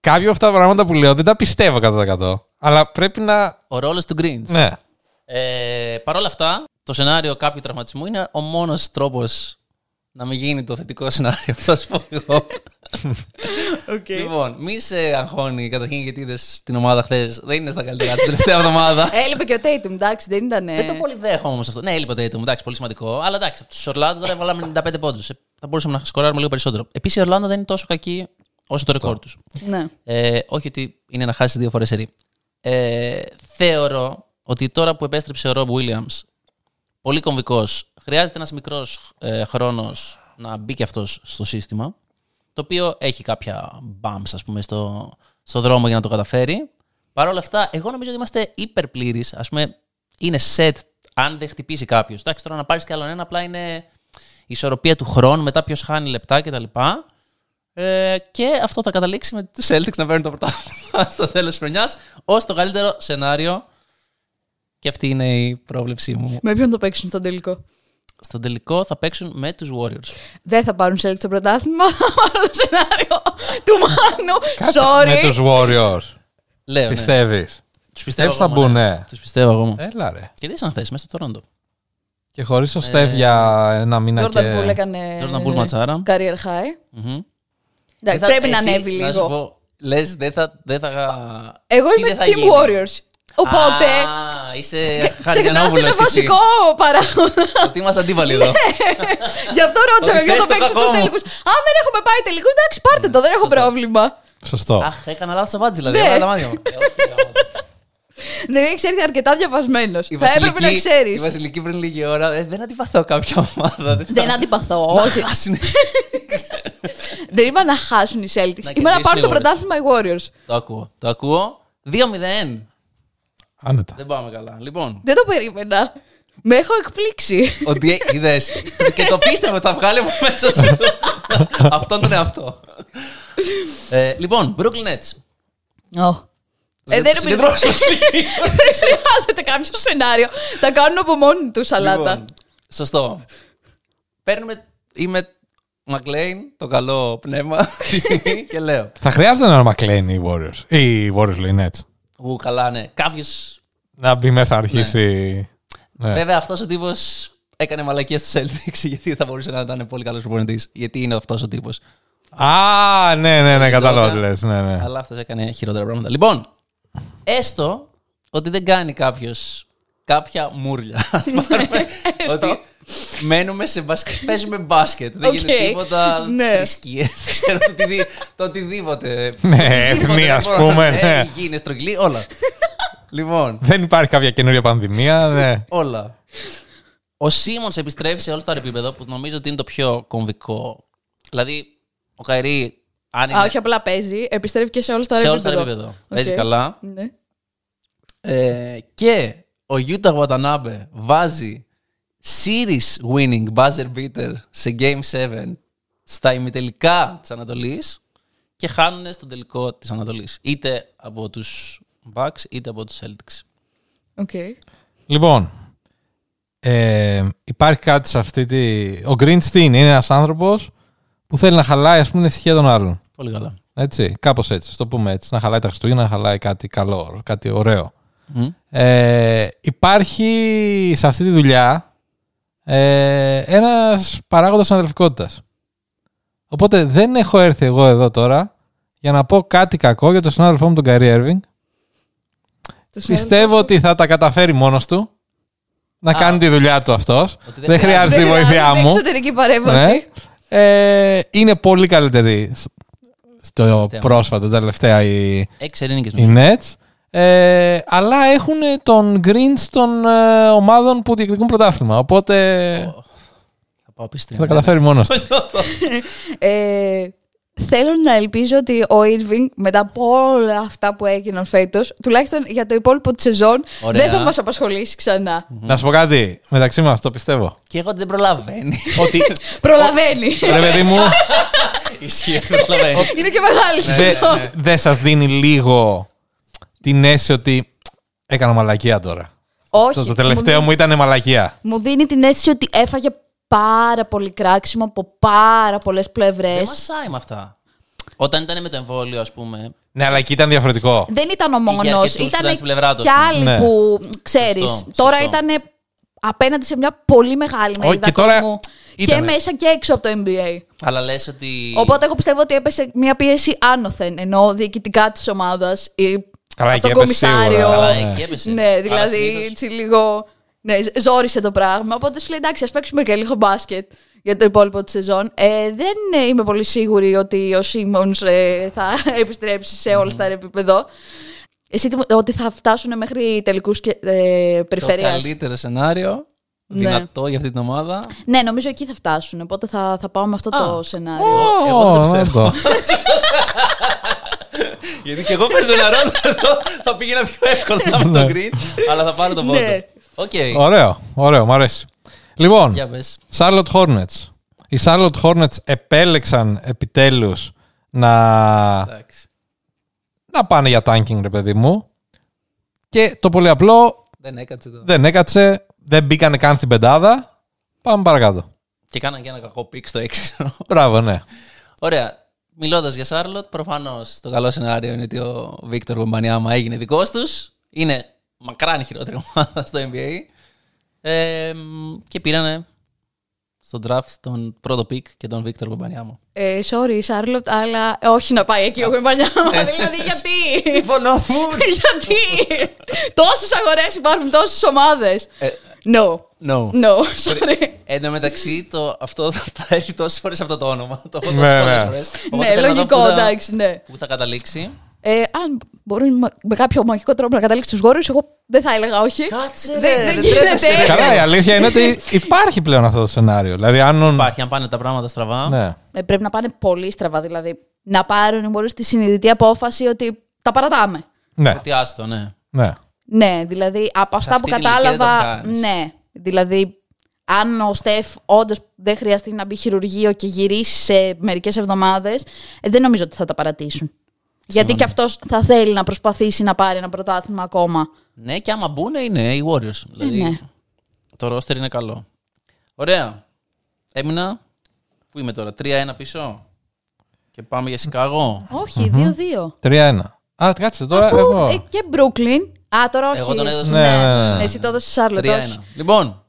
S3: κάποια από αυτά τα πράγματα που λέω δεν τα πιστεύω 100%. Αλλά πρέπει να.
S1: Ο ρόλος του Greens.
S3: Ναι.
S1: Ε, Παρ' όλα αυτά, το σενάριο κάποιου τραυματισμού είναι ο μόνος τρόπος να μην γίνει το θετικό σενάριο. Θα σου πω εγώ. Λοιπόν, μη σε αγχώνει καταρχήν γιατί είδες την ομάδα χθες. Δεν είναι στα καλύτερα την τελευταία εβδομάδα.
S2: Έλειπε και ο Tatum, εντάξει, δεν ήταν.
S1: Ε, Δεν το πολύ δέχομαι όμως αυτό. Ναι, έλειπε το Tatum, εντάξει, πολύ σημαντικό. Αλλά εντάξει, από τους Ορλάντο τώρα βάλαμε 95 πόντους. Ε, Θα μπορούσαμε να σκοράρουμε λίγο περισσότερο. Επίσης, η Ορλάντο δεν είναι τόσο κακή όσο το ρεκόρ τους.
S2: Ναι.
S1: Ε, όχι ότι είναι να χάσει δύο φορές σερή. Ε, θεωρώ ότι τώρα που επέστρεψε ο Ρομπ Williams, πολύ κομβικός, χρειάζεται ένας μικρός ε, χρόνος να μπει και αυτός στο σύστημα. Το οποίο έχει κάποια bumps, ας πούμε, στο, στο δρόμο για να το καταφέρει. Παρ' όλα αυτά, εγώ νομίζω ότι είμαστε υπερπλήρεις. Ας πούμε, είναι set αν δεν χτυπήσει κάποιος. Εντάξει, τώρα να πάρεις κι άλλον ένα, απλά είναι η ισορροπία του χρόνου, μετά ποιος χάνει λεπτά κτλ. Ε, και αυτό θα καταλήξει με τους Celtics να παίρνουν το πρωτάθλημα στο τέλος της χρονιάς ως το καλύτερο σενάριο. Και αυτή είναι η πρόβλεψή μου.
S2: Με ποιον το παίξουν στον τελικό.
S1: Στον τελικό θα παίξουν με τους Warriors.
S2: Δεν θα πάρουν σε στο πρωτάθλημα. (laughs) Πάρω το σενάριο του Μάνου.
S3: Κάτσε με
S2: Sorry.
S3: τους Warriors.
S1: Λέω. Ναι.
S3: Πιστεύεις.
S1: Τους πιστεύω.
S3: Στεφ θα
S1: ακόμα,
S3: μπουν,
S1: ναι.
S3: ναι.
S1: Τους πιστεύω ακόμα.
S3: Έλα ρε.
S1: Και δεις αν θες, μέσα στο Τωρόντο.
S3: Και χωρίς
S1: Ε,
S3: ο Στεφ για ένα μήνα
S2: Jordan Poole
S3: και...
S2: έκανε.
S1: Jordan Poole ματσάρα.
S2: Career high.
S1: Μμμ. Δεν
S2: Εντάξει,
S1: θα-
S2: Ναι, πρέπει να
S1: εσύ,
S2: ανέβει
S1: Να σου
S2: λίγο.
S1: πω, λες, δεν θα... Δεν θα...
S2: Εγώ
S1: τι
S2: είμαι
S1: δεν θα
S2: Team
S1: γίνει.
S2: Warriors. Οπότε.
S1: Α, είσαι
S2: Ξεχνά
S1: χαριτιανόβουλος κι
S2: ένα
S1: εσύ.
S2: βασικό
S1: (laughs)
S2: παράγοντα.
S1: Ότι είμαστε αντίβαλοι
S2: Ναι.
S1: εδώ.
S2: Γι' αυτό ρώτησα
S1: Ότι
S2: με ποιον
S1: θες
S2: το
S1: το
S2: παίξω
S1: κακό
S2: στου
S1: μου.
S2: τελικού. Αν δεν έχουμε πάει τελικούς, εντάξει, πάρτε το, δεν έχω πρόβλημα.
S3: Σωστό.
S1: Αχ, έκανα λάθος το μάτζι, δηλαδή.
S2: Ναι.
S1: έβαλα τα μάτια
S2: (laughs)
S1: μου. Ε, όχι, γράμματα.
S2: Δεν έχει έρθει αρκετά διαβασμένος.
S1: Η
S2: Θα έπρεπε να
S1: Βασιλική-
S2: ξέρεις.
S1: Η Βασιλική πριν λίγη ώρα. «Ε, δεν αντιπαθώ κάποια ομάδα. Δεν
S2: Δεν
S1: θα-
S2: αντιπαθώ.
S1: να
S2: Όχι.
S1: (laughs) χάσουν.
S2: Δεν είπα να χάσουν οι Celtics. Είπα να
S1: κερδίσουν
S2: πάρουν
S1: οι
S2: το
S1: Warriors.
S2: πρωτάθλημα οι Warriors.
S1: Το ακούω. Το ακούω. 2-0.
S3: Άνετα.
S1: Δεν πάμε καλά. Λοιπόν,
S2: Δεν το περίμενα. Με έχω εκπλήξει.
S1: ότι είδες. και το πίστευα, τα βγάλε από μέσα σου. Αυτόν τον εαυτό. ε, λοιπόν, Brooklyn Nets.
S2: Ω. Ε, δεν είναι-
S1: Συγκεντρώσου.
S2: (laughs) Δεν χρειάζεται κάποιο σενάριο. Τα κάνουν από μόνοι τους σαλάτα.
S1: Λοιπόν, Σωστό. Παίρνουμε. Είμαι Μακλέιν, το καλό πνεύμα αυτή τη στιγμή και λέω.
S3: Θα χρειάζεται ένα Μακλέιν οι Warriors. Ή οι Warriors λέει Nets.
S1: Ου, καλά, ναι. Κάποιος
S3: Να μπει μέσα αρχίσει... Ναι.
S1: Βέβαια, αυτός ο τύπος έκανε μαλακίες στους Celtics γιατί θα μπορούσε να ήταν πολύ καλός προπονητής. Γιατί είναι αυτός ο τύπος.
S3: Α, ναι, ναι, ναι, κατάλαβα
S1: Τώρα.
S3: τι λες. Ναι,
S2: Ε.
S3: ναι.
S1: Αλλά αυτός έκανε χειρότερα πράγματα. Λοιπόν, έστω ότι δεν κάνει κάποιος κάποια
S2: (laughs)
S1: μούρλια. Αν πάρουμε
S2: Ε, Έστω.
S1: ότι μένουμε σε μπάσκετ. Παίζουμε μπάσκετ. Δεν γίνεται
S2: Οκ.
S1: τίποτα.
S2: Ναι.
S1: Θρησκείες. Δεν (laughs) ξέρω το οτι- το οτιδήποτε.
S3: Ναι,
S1: Οτιδήποτε,
S3: εθνία,
S1: δεν
S3: ας
S1: μπορώ να-
S3: πούμε,
S1: Ε,
S3: ναι.
S1: Υγιεινή, στρογγυλή, όλα. Λοιπόν,
S3: Δεν υπάρχει κάποια καινούρια πανδημία. ναι.
S1: όλα. Ο Σίμον επιστρέφει σε όλο το άλλο επίπεδο που νομίζω ότι είναι το πιο κομβικό. Δηλαδή, ο Καϊρή, αν είναι
S2: Α, όχι απλά παίζει. Επιστρέφει και σε όλο το
S1: σε
S2: άλλο
S1: όλο το άλλο
S2: επίπεδο.
S1: επίπεδο,
S2: Οκ.
S1: παίζει καλά.
S2: Ναι.
S1: Ε, και ο Γιούτα Γουατανάμπε βάζει series winning buzzer beater σε Game 7 στα ημιτελικά της Ανατολής και χάνουν στον τελικό της Ανατολής. Είτε από τους Bucks είτε από τους Celtics.
S2: Οκ.
S3: Λοιπόν, ε, υπάρχει κάτι σε αυτή τη... Ο Greenstein είναι ένας άνθρωπος που θέλει να χαλάει, ας πούμε, την ευτυχία των άλλων.
S1: Πολύ καλά.
S3: Έτσι, κάπως έτσι, ας το πούμε έτσι. Να χαλάει τα Χριστούγεννα, να χαλάει κάτι καλό, κάτι ωραίο. Ε, υπάρχει σε αυτή τη δουλειά ε, ένας παράγοντας αδελφικότητας. Οπότε δεν έχω έρθει εγώ εδώ τώρα για να πω κάτι κακό για τον συνάδελφό μου τον Καρι Έρβινγκ.
S2: Το σενάριο-
S3: Πιστεύω ότι θα τα καταφέρει μόνος του να κάνει τη δουλειά του αυτός.
S1: δεν
S3: Δεν, χρειάζεται η
S2: Δεν
S3: βοήθειά
S2: χρειάζεται
S3: μου.
S2: εξωτερική παρέμβαση.
S3: Ναι. Ε, είναι πολύ καλύτερη σ- στο
S1: Τελευταία.
S3: πρόσφατο τελευταία η,
S1: Έξι ερήνικες
S3: οι Nets. Ε, αλλά έχουν τον Greens των ε, ομάδων που διεκδικούν πρωτάθλημα. Οπότε
S1: Θα πάω πίσω
S3: θα τα
S1: τρία.
S3: καταφέρει μόνος του.
S2: Ε, θέλω να ελπίζω ότι ο Irving μετά από όλα αυτά που έγιναν φέτος, τουλάχιστον για το υπόλοιπο της σεζόν,
S1: Ωραία.
S2: δεν θα μας απασχολήσει ξανά.
S3: Να σου πω κάτι μεταξύ μας, το πιστεύω.
S1: Και εγώ ότι δεν (laughs) προλαβαίνει. Ότι
S2: Προλαβαίνει.
S3: Ρε παιδί μου,
S1: ισχύει, δεν προλαβαίνει.
S2: Είναι και
S1: Ναι,
S2: μεγάλη
S3: δεν
S2: σεζόν.
S3: δε σας δίνει λίγο την αίσθηση ότι έκανα μαλακία τώρα.
S2: Όχι.
S3: Το, το
S2: μου
S3: τελευταίο μου ήταν μαλακία.
S2: Μου δίνει την αίσθηση ότι έφαγε πάρα πολύ κράξιμο από πάρα πολλές πλευρές.
S1: Δεν μασάει με αυτά. Όταν ήταν με το εμβόλιο, ας πούμε.
S3: Ναι, αλλά εκεί ήταν διαφορετικό.
S2: Δεν ήταν ο
S1: αρκετούς,
S2: μόνο.
S1: τουλάχιστον
S2: Ήταν
S1: στην πλευρά τους,
S2: και
S1: ας πούμε.
S2: άλλοι
S3: Ναι.
S2: που ξέρεις.
S1: Σωστό,
S2: Τώρα
S1: σωστό.
S2: ήταν απέναντι σε μια πολύ μεγάλη
S3: Όχι,
S2: μερίδα
S3: και τώρα
S2: κόσμου. Και
S3: ήτανε.
S2: μέσα και έξω από το NBA.
S1: Αλλά λες ότι.
S2: Οπότε εγώ πιστεύω ότι έπεσε μια πίεση άνωθεν. Ενώ διοικητικά της ομάδας ή
S3: Καλά,
S2: από
S3: εκεί
S2: τον
S3: έπεσε σίγουρα.
S2: κομισάριο.
S1: Καλά, εκεί έπεσε.
S2: Ναι,
S1: Αλλά
S2: δηλαδή
S1: συνήθως-
S2: έτσι λίγο. Ναι, ζόρισε το πράγμα. Οπότε σου λέει εντάξει, ας παίξουμε και λίγο μπάσκετ για το υπόλοιπο της σεζόν. Ε, δεν ε, είμαι πολύ σίγουρη ότι ο Σίμον θα (laughs) επιστρέψει σε όλα τα επίπεδο. Εσύ τι μου- ότι θα φτάσουν μέχρι τελικούς ε,
S1: Το
S2: περιφερειακού.
S1: καλύτερο σενάριο
S3: Ναι.
S1: δυνατό για αυτή την ομάδα.
S2: Ναι, νομίζω εκεί θα φτάσουν. Οπότε θα, θα πάω με αυτό το σενάριο.
S1: Εγώ- εγώ δεν το
S3: Ω,
S1: πιστεύω. (laughs) Γιατί και εγώ παίζω ένα ρόλο εδώ. Θα πήγαινα πιο εύκολα με
S3: Ναι.
S1: το Green, αλλά θα πάρω τον πόντο.
S2: Ναι.
S1: Οκ.
S3: Ωραίο, ωραίο, μου αρέσει. Λοιπόν,
S1: Για πες.
S3: Charlotte Hornets. Οι Charlotte Hornets επέλεξαν επιτέλους να,
S1: Εντάξει.
S3: να πάνε για tanking, ρε παιδί μου. Και το πολύ απλό
S1: Δεν έκατσε εδώ.
S3: δεν έκατσε, δεν μπήκανε καν στην πεντάδα. Πάμε παρακάτω.
S1: Και κάναν και ένα κακό πικ στο 6.
S3: Μπράβο, ναι.
S1: Ωραία. Μιλώντας για Σάρλοτ, προφανώς το καλό σενάριο είναι ότι ο Βίκτορ Γομπανιάμα έγινε δικός τους. Είναι μακράν η χειρότερη ομάδα στο NBA. Ε, μ, και πήρανε στο draft τον πρώτο πικ και τον Βίκτορ Γομπανιάμα.
S2: Ε, sorry, Σάρλοτ, αλλά ε, όχι να πάει εκεί ο Κουμπανιάμα. δηλαδή, γιατί.
S1: Ναι. Συμφωνώ,
S2: γιατί. Τόσες αγορές υπάρχουν, τόσες ομάδες.
S1: Ε.
S2: No.
S1: No.
S2: No, sorry.
S1: Εν τω μεταξύ, το, αυτό θα έχει τόσες φορές αυτό το όνομα. Το έχω τόσες
S3: Ναι,
S1: πολλές
S3: ναι.
S1: φορές. Οπότε
S2: Ναι,
S1: θέλω να δω
S2: λογικό,
S1: πού θα-
S2: εντάξει, ναι.
S1: Πού θα καταλήξει.
S2: Ε, αν μπορούν μα- με κάποιο μαγικό τρόπο να καταλήξει τους γόρους, εγώ δεν θα έλεγα όχι.
S1: Κάτσε,
S2: Δεν-
S1: ρε,
S2: δεν
S1: δεν
S2: γίνεται.
S1: τρέπεσαι, ρε.
S3: Καλά, η αλήθεια είναι ότι υπάρχει πλέον αυτό το σενάριο. Δηλαδή, αν.
S1: Υπάρχει, αν πάνε τα πράγματα στραβά.
S3: Ναι.
S2: Ε, πρέπει να πάνε πολύ στραβά, δηλαδή. Να πάρουν μπορεί τη συνειδητή απόφαση ότι τα παρατάμε.
S3: Ναι.
S1: Τι άστο, ναι.
S3: ναι.
S2: Ναι, δηλαδή από αυτά
S1: αυτή την
S2: που
S1: ηλικία δεν το
S2: κατάλαβα.
S1: κάνεις.
S2: Ναι, δηλαδή αν ο Στεφ όντως δεν χρειαστεί να μπει χειρουργείο και γυρίσει σε μερικές εβδομάδες, δεν νομίζω ότι θα τα παρατήσουν. Γιατί και αυτός θα θέλει να προσπαθήσει να πάρει ένα πρωτάθλημα ακόμα.
S1: Ναι, και άμα μπουν είναι οι Warriors. Δηλαδή,
S2: ναι.
S1: Το roster είναι καλό. Ωραία. Έμεινα. Πού είμαι τώρα, 3-1 πίσω. Και πάμε για Σικάγο.
S2: Όχι, 2-2.
S3: 3-1. Α, κάτσε τώρα.
S2: Αφού
S3: εγώ.
S2: ε, και Brooklyn. Α, τώρα όχι.
S1: Εγώ τον έδωσα
S3: Ναι,
S1: στο
S3: ναι, ναι, ναι.
S2: Εσύ το έδωσες Σάρλοτ.
S1: 3-1. Λοιπόν,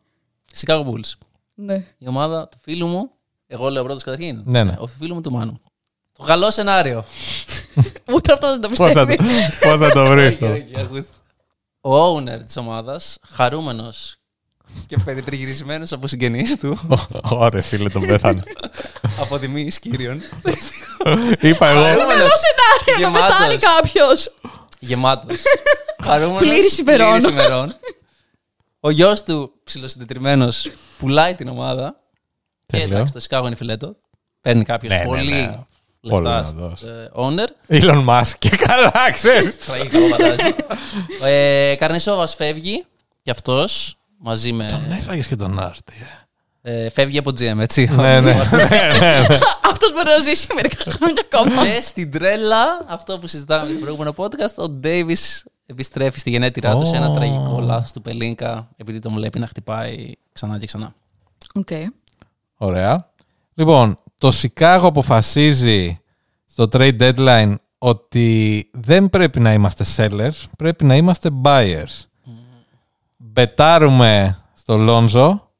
S1: Chicago Bulls.
S2: Ναι.
S1: Η ομάδα του φίλου μου. Εγώ λέω πρώτος καταρχήν.
S3: Ναι, ναι.
S1: Ο φίλου μου του Μάνου. Το καλό σενάριο.
S2: Ούτε αυτός δεν το
S3: Πώς θα,
S2: πιστεύει.
S3: το- πώς θα το βρεις.
S1: Ο owner της ομάδας, χαρούμενος και περιτριγυρισμένος από συγγενείς
S3: (laughs)
S1: του,
S3: Ωραία, φίλε, τον πέθανε.
S1: από τιμή κύριων.
S3: Είπα εγώ.
S2: Καλό σενάριο να
S1: Γεμάτος.
S2: πεθάνει κάποιος.
S1: Γεμάτος.
S2: (laughs)
S1: Χαρούμενος.
S2: Πλήρης ημερών.
S1: Ο γιος του, ψηλοσυντετριμένος, πουλάει την ομάδα. Και
S3: Τέλειο.
S1: εντάξει, το Σικάγο είναι φιλέτο. Παίρνει κάποιος
S3: Ναι, ναι,
S1: πολύ
S3: ναι.
S1: λεφτά
S3: Πολύ να δώσει.
S1: ε, owner.
S3: Elon Musk (laughs) και καλά, ξέρεις.
S1: Τραγικό,
S3: (laughs)
S1: φαντάζομαι. ε, Καρνισόβας φεύγει και αυτός μαζί με.
S3: Έφαγε Ναι, και τον Άρτη.
S1: Ε, φεύγει από GM, έτσι.
S3: Ναι, ναι.
S2: Αυτός μπορεί να ζήσει μερικά χρόνια ακόμα.
S1: (laughs) Και στην τρέλα, αυτό που συζητάμε στο προηγούμενο podcast, ο Ντέιβις επιστρέφει στη γενέτειρά του σε ένα
S3: Ω.
S1: τραγικό λάθος του Πελίνκα, επειδή τον βλέπει να χτυπάει ξανά και ξανά.
S2: Okay.
S3: (laughs) Ωραία. Λοιπόν, το Σικάγο αποφασίζει στο trade deadline ότι δεν πρέπει να είμαστε sellers, πρέπει να είμαστε buyers. Μπετάρουμε στο Λόνζο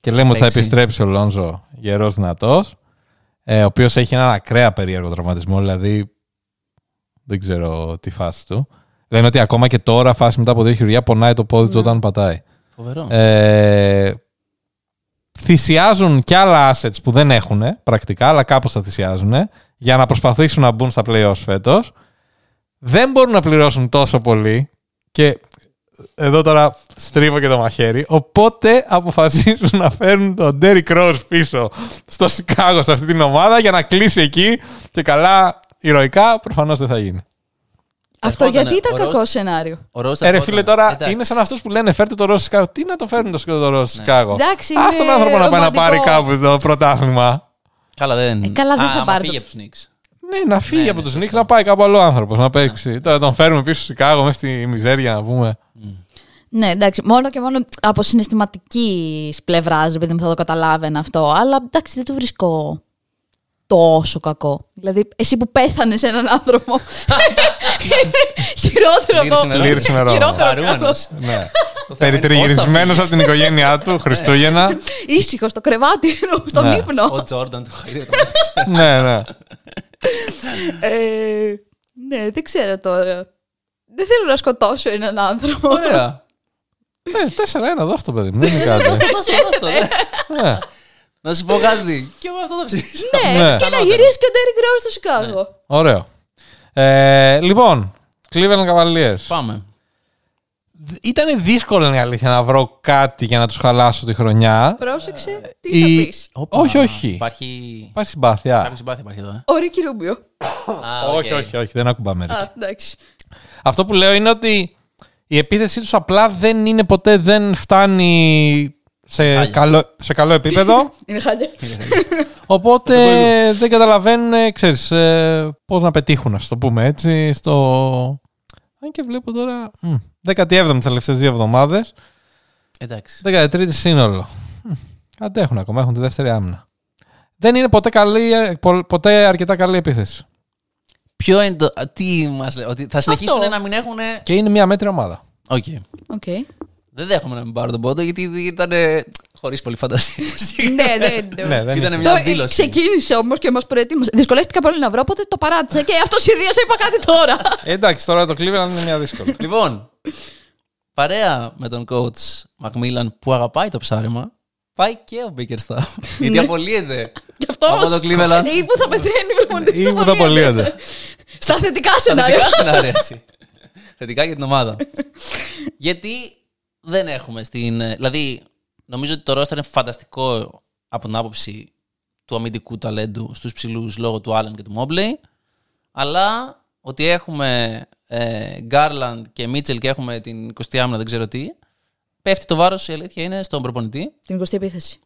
S3: και λέμε ότι θα
S1: Παίξει.
S3: επιστρέψει ο Λόνζο γερός δυνατός, ε, ο οποίος έχει έναν ακραία περίεργο τραυματισμό, δηλαδή δεν ξέρω τη φάση του. Λένε ότι ακόμα και τώρα, φάση μετά από δύο χειρουργία, πονάει το πόδι του όταν πατάει.
S1: Φοβερό.
S3: Ε, θυσιάζουν και άλλα assets που δεν έχουν πρακτικά, αλλά κάπως τα θυσιάζουν για να προσπαθήσουν να μπουν στα playoffs φέτος. Δεν μπορούν να πληρώσουν τόσο πολύ και ε, εδώ τώρα στρίβω και το μαχαίρι. Οπότε αποφασίζουν να φέρουν τον Derrick Rose πίσω στο Σικάγο σε αυτή την ομάδα για να κλείσει εκεί και καλά ηρωικά προφανώς δεν θα γίνει.
S2: Αυτό
S1: Ερχότανε
S2: γιατί ήταν
S1: ε, ο
S2: κακό
S1: Ρος.
S2: σενάριο.
S1: Ο Ρος
S3: Ε, ρε
S1: ερχόταν.
S3: φίλε, τώρα
S1: Εντάξει.
S3: είναι σαν αυτούς που λένε φέρτε το Ρώσο Σικάγο. Τι να το φέρουν το σκύλο το Ρώσο Σικάγο.
S2: Εντάξει,
S3: Ας τον
S2: είναι
S3: άνθρωπο να πάει να
S2: ρομαντικό.
S3: πάρει κάπου το πρωτάθλημα.
S1: Καλά, δεν.
S2: Ε, καλά, δεν
S1: Α,
S2: θα
S1: άμα
S2: πάρει
S1: φύγει
S2: το-
S1: από τους Νίξ.
S2: (laughs)
S3: Ναι, να φύγει
S1: Ναι,
S3: από
S1: ναι,
S3: τους
S1: σωστό.
S3: Νίξ να πάει κάπου άλλο άνθρωπος να παίξει. Τώρα τον φέρουμε πίσω στο Σικάγο μέσα στη μιζέρια να πούμε.
S2: Ναι, εντάξει. Μόνο και μόνο από συναισθηματικής πλευράς, επειδή μου θα το καταλάβαινα αυτό. Αλλά εντάξει, δεν του βρίσκω τόσο κακό. Δηλαδή, εσύ που πέθανες έναν άνθρωπο. (laughs) χειρότερο
S1: Πλήρης
S2: από.
S1: ημερών.
S3: Πλήρης ημερών.
S2: Χειρότερο
S1: Χαρούμενος.
S2: κακό. (laughs)
S3: ναι.
S1: Το θέμα είναι
S3: Περιτριγυρισμένο
S1: πώς θα
S3: από την οικογένειά (laughs) του Χριστούγεννα.
S2: Ήσυχος στο κρεβάτι, στον
S3: Ναι.
S2: ύπνο.
S1: φύγει. Ο Τζόρνταν του Χαϊδέ.
S3: (laughs) ναι, ναι.
S2: Ε, ναι, δεν ξέρω τώρα. Δεν θέλω να σκοτώσω έναν άνθρωπο.
S1: Ωραία.
S3: Ναι, 4-1, Ε, δώσ' το παιδί μου. Δεν είναι κάτι.
S1: Δώσ' το, δώσ' το,
S2: (laughs)
S1: ε.
S3: Ναι.
S1: Να σου πω κάτι. Και εγώ αυτό θα ψηφίσω.
S2: (laughs) Ναι,
S3: Ναι.
S2: και να γυρίσει και ο Ντέρι Γκράου στο Σικάγο.
S3: Ωραίο. Ε, Λοιπόν, Cleveland Cavaliers.
S1: Πάμε.
S3: Ήταν δύσκολο είναι η αλήθεια να βρω κάτι για να τους χαλάσω τη χρονιά.
S2: Πρόσεξε, τι
S3: Η-
S2: θα πεις.
S1: Όπα,
S3: όχι, όχι.
S1: Υπάρχει.
S3: Υπάρχει συμπάθεια.
S1: Κάποια συμπάθεια υπάρχει εδώ. Ε.
S2: Ο Ρίκη Ρούμπιο.
S1: Α,
S3: Όχι,
S1: οκ.
S3: όχι, όχι, δεν ακουμπάμε. ρε.
S2: Α, εντάξει.
S3: Αυτό που λέω είναι ότι η επίθεσή τους απλά δεν είναι ποτέ, δεν φτάνει σε,
S1: Χάλια.
S3: καλό, σε καλό
S2: (laughs)
S3: επίπεδο.
S2: Είναι χάλια.
S3: Οπότε δεν καταλαβαίνουν, ε, ξέρεις, ε, πώς να πετύχουν, ας το πούμε έτσι, στο... Αν και βλέπω τώρα... μ, 17η τις τελευταίες δύο εβδομάδες,
S1: Εντάξει.
S3: 13η σύνολο. Μ, Αντέχουν ακόμα, έχουν τη δεύτερη άμυνα. Δεν είναι ποτέ, καλή, ε, πο- ποτέ αρκετά καλή επίθεση.
S1: Ποιο είναι το. α, Τι μας λέει, Ότι θα συνεχίσουν
S2: Αυτό.
S1: να μην έχουν.
S3: Και είναι μια μέτρια ομάδα.
S1: Οκ.
S2: Οκ.
S1: Δεν δέχομαι να μην πάρω τον πόντο γιατί ήταν. χωρίς πολύ φαντασία.
S2: Ναι, ναι,
S3: Ναι, δεν
S1: Ήταν
S3: είναι.
S1: μια
S2: Το-
S1: δήλωση.
S2: Ξεκίνησε όμως και μας προετοίμασε. Δυσκολεύτηκα πολύ να βρω, οπότε το παράτησα και αυτό σχεδίασα. Είπα κάτι τώρα.
S3: Ε, Εντάξει, τώρα το Cleveland είναι μια δύσκολη.
S1: Λοιπόν, παρέα με τον coach Μακμίλαν που αγαπάει το ψάρεμα, πάει και ο Μπίκερσταφ. γιατί απολύεται.
S2: Γι' αυτό. Ε,
S1: Από το Cleveland.
S2: Ή που θα πεθαίνει η προπονητή.
S3: Ή
S2: στο
S3: που θα
S2: βολείο.
S3: απολύεται.
S2: Στα θετικά
S1: Τα
S2: σενάρια.
S1: Θετικά σενάρια, έτσι. Θετικά για την ομάδα. Γιατί δεν έχουμε στην. Δηλαδή, νομίζω ότι το ρόστερ είναι φανταστικό από την άποψη του αμυντικού ταλέντου στους ψηλούς λόγω του Άλεν και του Μόμπλεϊ. Αλλά ότι έχουμε ε, Γκάρλαντ και Μίτσελ και έχουμε την 20η άμυνα, δεν ξέρω τι. Πέφτει το βάρος, η αλήθεια είναι, στον προπονητή.
S2: Την 20η επίθεση.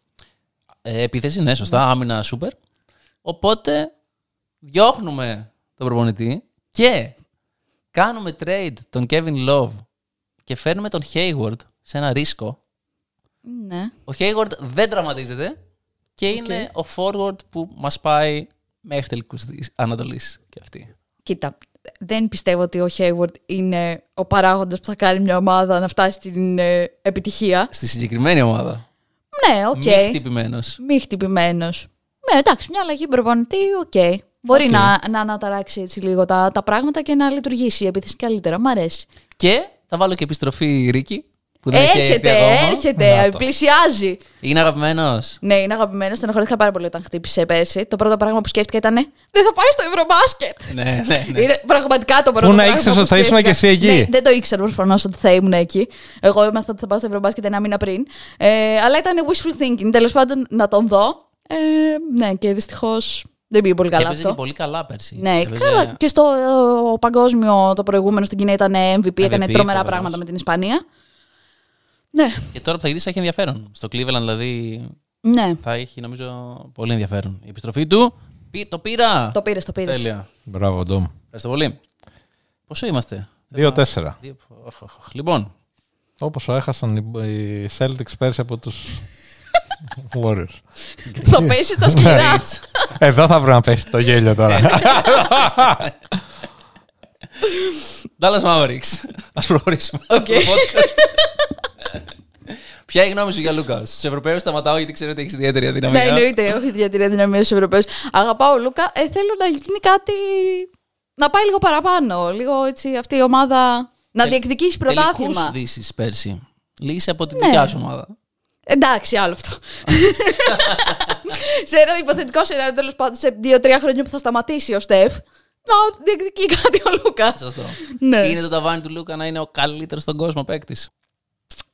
S1: Ε, επίθεση, ναι, σωστά. Άμυνα, σούπερ. Οπότε διώχνουμε τον προπονητή και κάνουμε trade τον Kevin Love και φέρνουμε τον Hayward σε ένα ρίσκο.
S2: Ναι.
S1: Ο Hayward δεν τραυματίζεται και είναι ο forward που μας πάει μέχρι τελικούς της Ανατολής και αυτή.
S2: Κοίτα, δεν πιστεύω ότι ο Hayward είναι ο παράγοντας που θα κάνει μια ομάδα να φτάσει στην ε, επιτυχία.
S1: Στη συγκεκριμένη ομάδα.
S2: Ναι, οκ.
S1: Μη χτυπημένος.
S2: Μη χτυπημένος. Ναι, εντάξει, μια αλλαγή προπονητή, οκ. Μπορεί να, να αναταράξει έτσι λίγο τα, τα πράγματα και να λειτουργήσει η επίθεση καλύτερα. Μ' αρέσει.
S1: Και θα βάλω και επιστροφή Ρίκη. Που δεν έχει έρθει
S2: Έρχεται,
S1: ακόμα.
S2: έρχεται, πλησιάζει.
S1: Είναι αγαπημένος.
S2: Ναι, είναι αγαπημένος. Στενοχωρήθηκα πάρα πολύ όταν χτύπησε πέρσι. Το πρώτο πράγμα που σκέφτηκα ήταν Δεν θα πάει στο Ευρωμπάσκετ.
S1: ναι, ναι, ναι.
S2: Είναι πραγματικά το πρώτο
S3: να
S2: πράγμα
S3: ήξερες
S2: που
S3: ότι θα ήσουν
S2: σκέφτηκα.
S3: και εσύ εκεί.
S2: Ναι, δεν το ήξερα προφανώς ότι θα ήμουν εκεί. Εγώ έμαθα ότι θα πάω στο Ευρωμπάσκετ ένα μήνα πριν. Ε, αλλά ήταν wishful thinking. Τέλος πάντων, να τον δω. Ε, ναι, και δυστυχώς δεν πήγε πολύ καλά
S1: και έπαιζε
S2: αυτό.
S1: και πολύ καλά πέρσι.
S2: Ναι,
S1: Έπαιζε-
S2: καλά. Και στο ε, ο παγκόσμιο το προηγούμενο στην Κίνα ήταν MVP, έκανε
S1: MVP,
S2: τρομερά
S1: φοβερός.
S2: πράγματα με την Ισπανία. Ναι,
S1: Και τώρα που θα γυρίσει θα έχει ενδιαφέρον. Στο Cleveland δηλαδή
S2: ναι.
S1: θα έχει νομίζω πολύ ενδιαφέρον. Η επιστροφή του πι- το πήρα.
S2: Το πήρες, το πήρες.
S1: Τέλεια.
S3: (laughs) Μπράβο, Ντόμ.
S1: Ευχαριστώ πολύ. Πόσο είμαστε.
S3: 2-4.
S1: Δύο- οχ, οχ, οχ. Λοιπόν,
S3: Όπως έχασαν οι- οι Celtics πέρσι από τους Warriors. Ε,
S2: Θα πέσει στα σκληρά.
S3: Εδώ θα πρέπει να πέσει το γέλιο τώρα.
S1: Dallas Mavericks. (laughs) Ας προχωρήσουμε. από το podcast. (laughs) Ποια είναι η γνώμη σου για Λούκας. Στους Ευρωπαίους σταματάω γιατί ξέρω ότι έχεις ιδιαίτερη
S2: Ναι,
S1: αδυναμία.
S2: εννοείται. Όχι για την αδυναμία στους Ευρωπαίους. Αγαπάω ο Λούκα. Ε, θέλω να γίνει κάτι. να πάει λίγο παραπάνω. Λίγο έτσι αυτή η ομάδα να διεκδικήσει
S1: Ε, Τελικούς
S2: πρωτάθλημα.
S1: δύσεις πέρσι. Λύγησε από τη
S2: Ναι.
S1: δικιά σου ομάδα.
S2: Εντάξει, άλλο
S1: (laughs)
S2: αυτό. σε ένα υποθετικό σενάριο τέλος πάντων σε δύο-τρία χρόνια που θα σταματήσει ο Στεφ. Να διεκδικεί κάτι ο Λούκας.
S1: Σωστό.
S2: Ναι.
S1: Είναι το ταβάνι του Λούκα να είναι ο καλύτερος στον κόσμο παίκτης.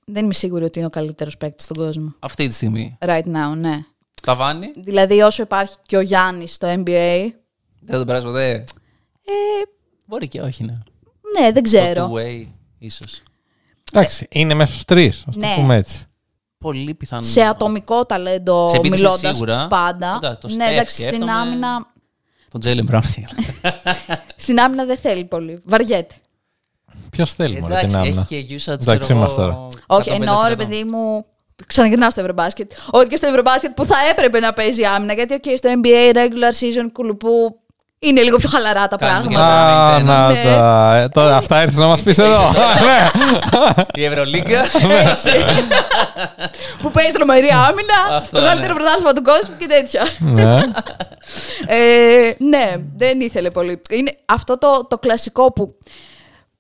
S2: Δεν είμαι σίγουρη ότι είναι ο καλύτερος παίκτης στον κόσμο.
S1: Αυτή τη στιγμή.
S2: Right now, ναι.
S1: Ταβάνι.
S2: Δηλαδή, όσο υπάρχει και ο Γιάννης στο NBA.
S1: Δεν θα τον περάσει ποτέ.
S2: Ε,
S1: Μπορεί και όχι, ναι.
S2: ναι, δεν
S1: Το
S2: ξέρω.
S1: two-way, ίσως.
S3: Εντάξει, είναι μέσα στους τρεις, ας το
S2: Ναι.
S3: πούμε έτσι.
S1: Πολύ πιθανό.
S2: σε ατομικό ταλέντο
S1: Σε επίθεση
S2: μιλώντας
S1: σίγουρα.
S2: πάντα.
S1: Εντάξει, το
S2: ναι,
S1: Steph
S2: εντάξει, στην
S1: σκέφτομαι.
S2: άμυνα,
S1: Τον Τζέιλεν Μπράουν.
S2: στην άμυνα δεν θέλει πολύ. Βαριέται.
S3: Ποιος θέλει μόνο την
S1: Εντάξει, έχει
S3: άμυνα.
S1: και usage.
S3: Εντάξει,
S1: ξέρω εγώ,
S3: είμαστε τώρα.
S2: Όχι,
S1: 105%.
S2: εννοώ ρε παιδί μου. Ξαναγυρνάω στο Ευρωμπάσκετ. Ότι και στο Ευρωμπάσκετ που θα έπρεπε να παίζει άμυνα. Γιατί okay, στο NBA regular season κουλουπού είναι λίγο πιο χαλαρά τα
S1: Κάνουμε και
S2: πράγματα.
S3: Α,
S1: Ναι.
S3: να
S2: Ναι.
S3: τα. ε, τώρα Αυτά ήρθε να μας πεις εδώ. Ναι.
S1: (laughs) Η
S3: (laughs)
S2: (laughs)
S1: Ευρωλίγκα.
S2: που παίζει τρομερή άμυνα,
S1: Αυτό,
S2: το καλύτερο
S1: ναι.
S2: πρωτάθλημα του κόσμου και τέτοια.
S3: Ναι.
S2: Ε, ναι, δεν ήθελε πολύ. Είναι αυτό το, το κλασικό που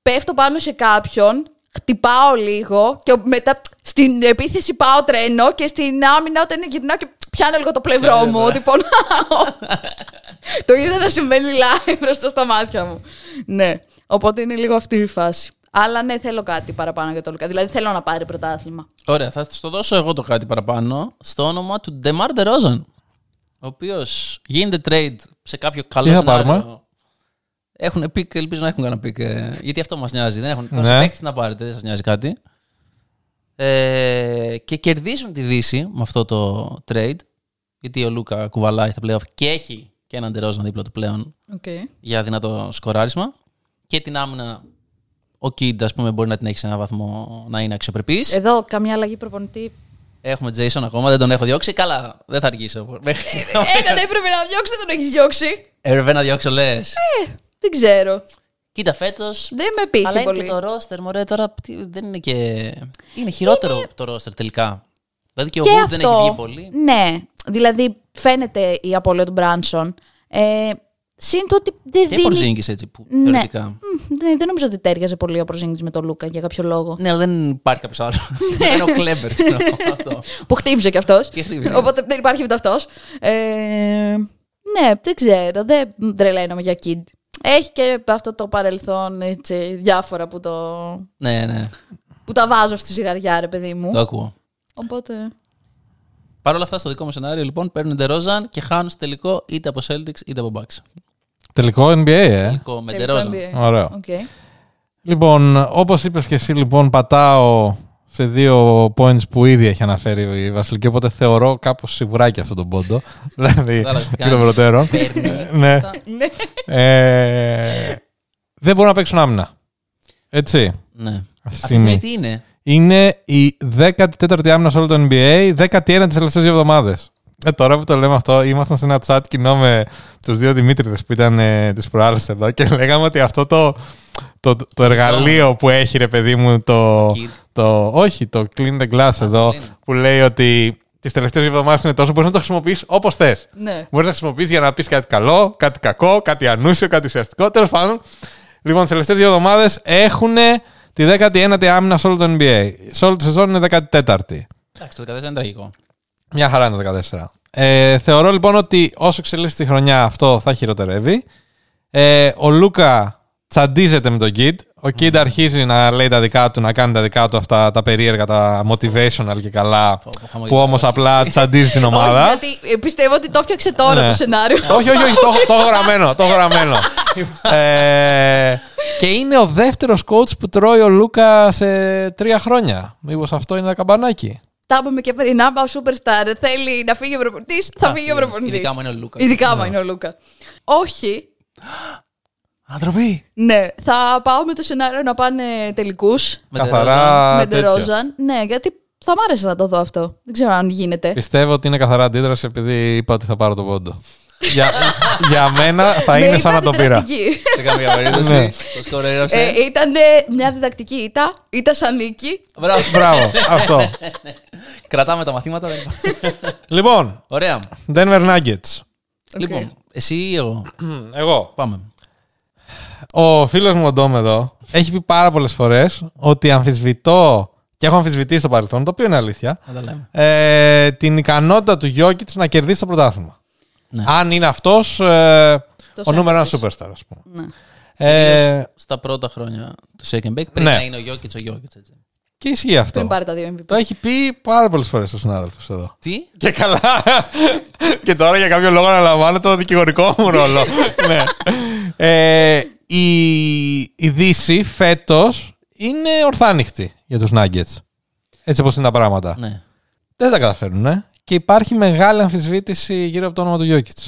S2: πέφτω πάνω σε κάποιον, χτυπάω λίγο και μετά στην επίθεση πάω τρένο και στην άμυνα όταν γυρνάω και πιάνω λίγο το πλευρό μου, ότι πονάω. το είδα να συμβαίνει live μπροστά στα μάτια μου. Ναι, οπότε είναι λίγο αυτή η φάση. Αλλά ναι, θέλω κάτι παραπάνω για το Λουκά. Δηλαδή θέλω να πάρει πρωτάθλημα.
S1: Ωραία, θα σου το δώσω εγώ το κάτι παραπάνω στο όνομα του Ντεμάρ Ντερόζαν. Ο οποίος γίνεται trade σε κάποιο καλό
S3: Τι θα
S1: σενάριο.
S3: πάρουμε?
S1: Έχουν πικ, ελπίζω να έχουν κανένα πικ. ε, Γιατί αυτό μας νοιάζει. Δεν έχουν τόσο
S3: Ναι.
S1: παίκτη να πάρετε, δεν σας νοιάζει κάτι. Ε, και κερδίζουν τη Δύση με αυτό το trade. Γιατί ο Λούκα κουβαλάει στα playoff και έχει και έναν Ντερόζαν δίπλα του πλέον
S2: Okay.
S1: για δυνατό σκοράρισμα. Και την άμυνα ο Κιντ, ας πούμε, μπορεί να την έχει σε έναν βαθμό να είναι αξιοπρεπής.
S2: Εδώ καμιά αλλαγή προπονητή.
S1: Έχουμε Jason ακόμα, δεν τον έχω διώξει. Καλά, δεν θα αργήσω.
S2: Ε,
S1: Μέχρι-
S2: Έναν έπρεπε να διώξει, δεν τον έχει διώξει.
S1: Έπρεπε να διώξω, λε.
S2: Δεν ξέρω.
S1: Κοίτα, φέτος.
S2: Ε. Δεν με πείθει
S1: Αλλά είναι
S2: πολύ.
S1: και το ρόστερ, μωρέ, τώρα τι- δεν είναι και. Είναι χειρότερο το ρόστερ τελικά. Δηλαδή και ο Wood δεν έχει βγει πολύ.
S2: Ναι. Δηλαδή φαίνεται η απώλεια του Μπράνσον. Ε, Συν το ότι δεν
S1: Και
S2: δίνει.
S1: Porzingis έτσι, που,
S2: Ναι.
S1: θεωρητικά.
S2: Μμ, ναι, δεν νομίζω ότι τέριαζε πολύ ο Πορζίνγκης με τον Λούκα για κάποιο λόγο.
S1: Ναι, αλλά δεν υπάρχει κάποιος άλλος. (laughs)
S2: Ναι.
S1: Δεν είναι ο Κλέμπερ. ξέρω,
S2: (laughs)
S1: αυτό.
S2: Που χτύπησε κι αυτός.
S1: Ναι. Και χτύπησε.
S2: Οπότε δεν υπάρχει ούτε αυτός. Ε, ναι, δεν ξέρω. Δεν τρελαίνομαι για Kid. Έχει και αυτό το παρελθόν έτσι, διάφορα που, το,
S1: Ναι, ναι,
S2: που τα βάζω στη ζυγαριά, ρε παιδί μου.
S1: το ακούω.
S2: Οπότε.
S1: Παρ' όλα αυτά, στο δικό μου σενάριο, λοιπόν, παίρνουν Ντερόζαν και χάνουν στο τελικό είτε από Celtics είτε από Bucks.
S3: Τελικό NBA, ε.
S1: Τελικό με
S2: τελικά
S1: Ντερόζαν.
S2: NBA.
S3: Ωραίο.
S2: Οκ.
S3: Λοιπόν, όπως είπες και εσύ, λοιπόν, πατάω σε δύο points που ήδη έχει αναφέρει η Βασιλική. Οπότε θεωρώ κάπως σιγουράκι αυτόν
S1: (laughs)
S3: τον πόντο. δηλαδή,
S1: Κατάλαβες τι
S3: εκ των
S1: κάνεις.
S3: προτέρων. (laughs) ναι. Ε, δεν μπορούν να παίξουν άμυνα. Έτσι.
S1: Ναι. Αυτή τη
S3: στιγμή.
S1: στιγμή τι είναι.
S3: Είναι η 14η άμυνα σε όλο το NBA, 19η τις τελευταίες δύο εβδομάδες. Ε, τώρα που το λέμε αυτό, ήμασταν σε ένα chat κοινό με τους δύο Δημήτριδες που ήταν ε, τι προάλλε εδώ και (laughs) λέγαμε ότι αυτό το, το, το εργαλείο που έχει ρε παιδί μου το.
S1: Kid.
S3: το όχι, το clean the glass εδώ
S1: clean.
S3: που λέει ότι τις τελευταίες δύο εβδομάδες είναι τόσο μπορείς να το χρησιμοποιήσει όπως θες.
S2: Ναι.
S3: Μπορείς να χρησιμοποιήσει για να πεις κάτι καλό, κάτι κακό, κάτι ανούσιο, κάτι ουσιαστικό. Τέλος πάντων, λοιπόν, τις τελευταίες δύο εβδομάδες έχουν τη 19η άμυνα σε όλο το NBA. Σε όλη τη σεζόν είναι 14η.
S1: Εντάξει, το 14 είναι τραγικό.
S3: Μια χαρά είναι το 14. Ε, θεωρώ λοιπόν ότι όσο εξελίσσεται η χρονιά αυτό θα χειροτερεύει. Ε, ο Λούκα τσαντίζεται με τον Κιντ. Ο Κιντ αρχίζει να λέει τα δικά του, να κάνει τα δικά του αυτά τα περίεργα, τα motivational και καλά.
S1: πω, χαμογελάει.
S3: Που όμως απλά τσαντίζει την
S1: (laughs)
S3: ομάδα.
S2: Όχι, γιατί ε, πιστεύω ότι το έφτιαξε τώρα
S3: Ναι.
S2: το σενάριο.
S3: όχι, όχι, όχι, το, έχω- το έχω γραμμένο. Το έχω γραμμένο.
S2: (laughs)
S3: ε, και είναι ο δεύτερος coach που τρώει ο Λούκα σε τρία χρόνια. Μήπως αυτό είναι ένα καμπανάκι.
S2: Τα είπαμε και πριν. Άμα ο Superstar θέλει να φύγει ο προπονητής, θα φύγει ο προπονητής.
S1: Ειδικά μου είναι ο Λούκας.
S2: Ειδικά
S3: Ναι.
S2: άμα είναι ο Λούκας.
S3: (gasps)
S2: Όχι.
S1: Ανατροπή!
S2: Ναι, θα πάω με το σενάριο να πάνε τελικούς
S3: καθαρά.
S2: με
S3: τέτοιο.
S2: Ντερόζαν. Ναι, γιατί θα μ' άρεσε να το δω αυτό. Δεν ξέρω αν γίνεται.
S3: Πιστεύω ότι είναι καθαρά αντίδραση επειδή είπα ότι θα πάρω τον πόντο.
S2: (laughs)
S3: για, για μένα θα
S2: Ναι,
S3: είναι
S2: ήταν
S3: σαν να το πήρα.
S2: αντιδραστική.
S1: Σε κάποια
S3: Ναι.
S1: περίπτωση. Το σκορ έγραψε.
S2: Ε, ήταν μια διδακτική ήττα, ήττα σαν νίκη.
S1: Μπράβο.
S2: (laughs)
S3: Μπράβο, αυτό.
S1: Κρατάμε τα μαθήματα. δεν υπάρχει.
S3: λοιπόν,
S1: Ωραία.
S3: Denver Nuggets.
S1: Λοιπόν, εσύ ή εγώ.
S3: Εγώ.
S1: Πάμε.
S3: Ο φίλος μου ο Ντόμ εδώ έχει πει πάρα πολλές φορές ότι αμφισβητώ και έχω αμφισβητήσει στο παρελθόν, το οποίο είναι αλήθεια,
S1: Να τα λέμε.
S3: ε, την ικανότητα του Γιώκητ να κερδίσει το πρωτάθλημα.
S1: Ναι.
S3: Αν είναι αυτός ε, ο
S2: σέντερ
S3: νούμερο ένα
S2: της.
S3: superstar, α
S2: Ναι.
S3: πούμε. Ε,
S1: Στα πρώτα χρόνια του Shake and Bake πρέπει
S3: Ναι.
S1: να είναι ο Γιώκητ ο Γιώκητ.
S3: και ισχύει αυτό.
S2: Πριν πάρει τα δύο MVP.
S3: Το έχει πει πάρα πολλές φορές ο συνάδελφος εδώ.
S1: Τι?
S3: Και καλά. (laughs) και τώρα για κάποιο λόγο αναλαμβάνω το δικηγορικό μου
S2: (laughs)
S3: ρόλο. ναι. Ε, η, η Δύση φέτος είναι ορθάνυχτη για τους Nuggets. Έτσι όπως είναι τα πράγματα.
S1: Ναι.
S3: Δεν τα καταφέρνουν. ε. Και υπάρχει μεγάλη αμφισβήτηση γύρω από το όνομα του Γιώκητ.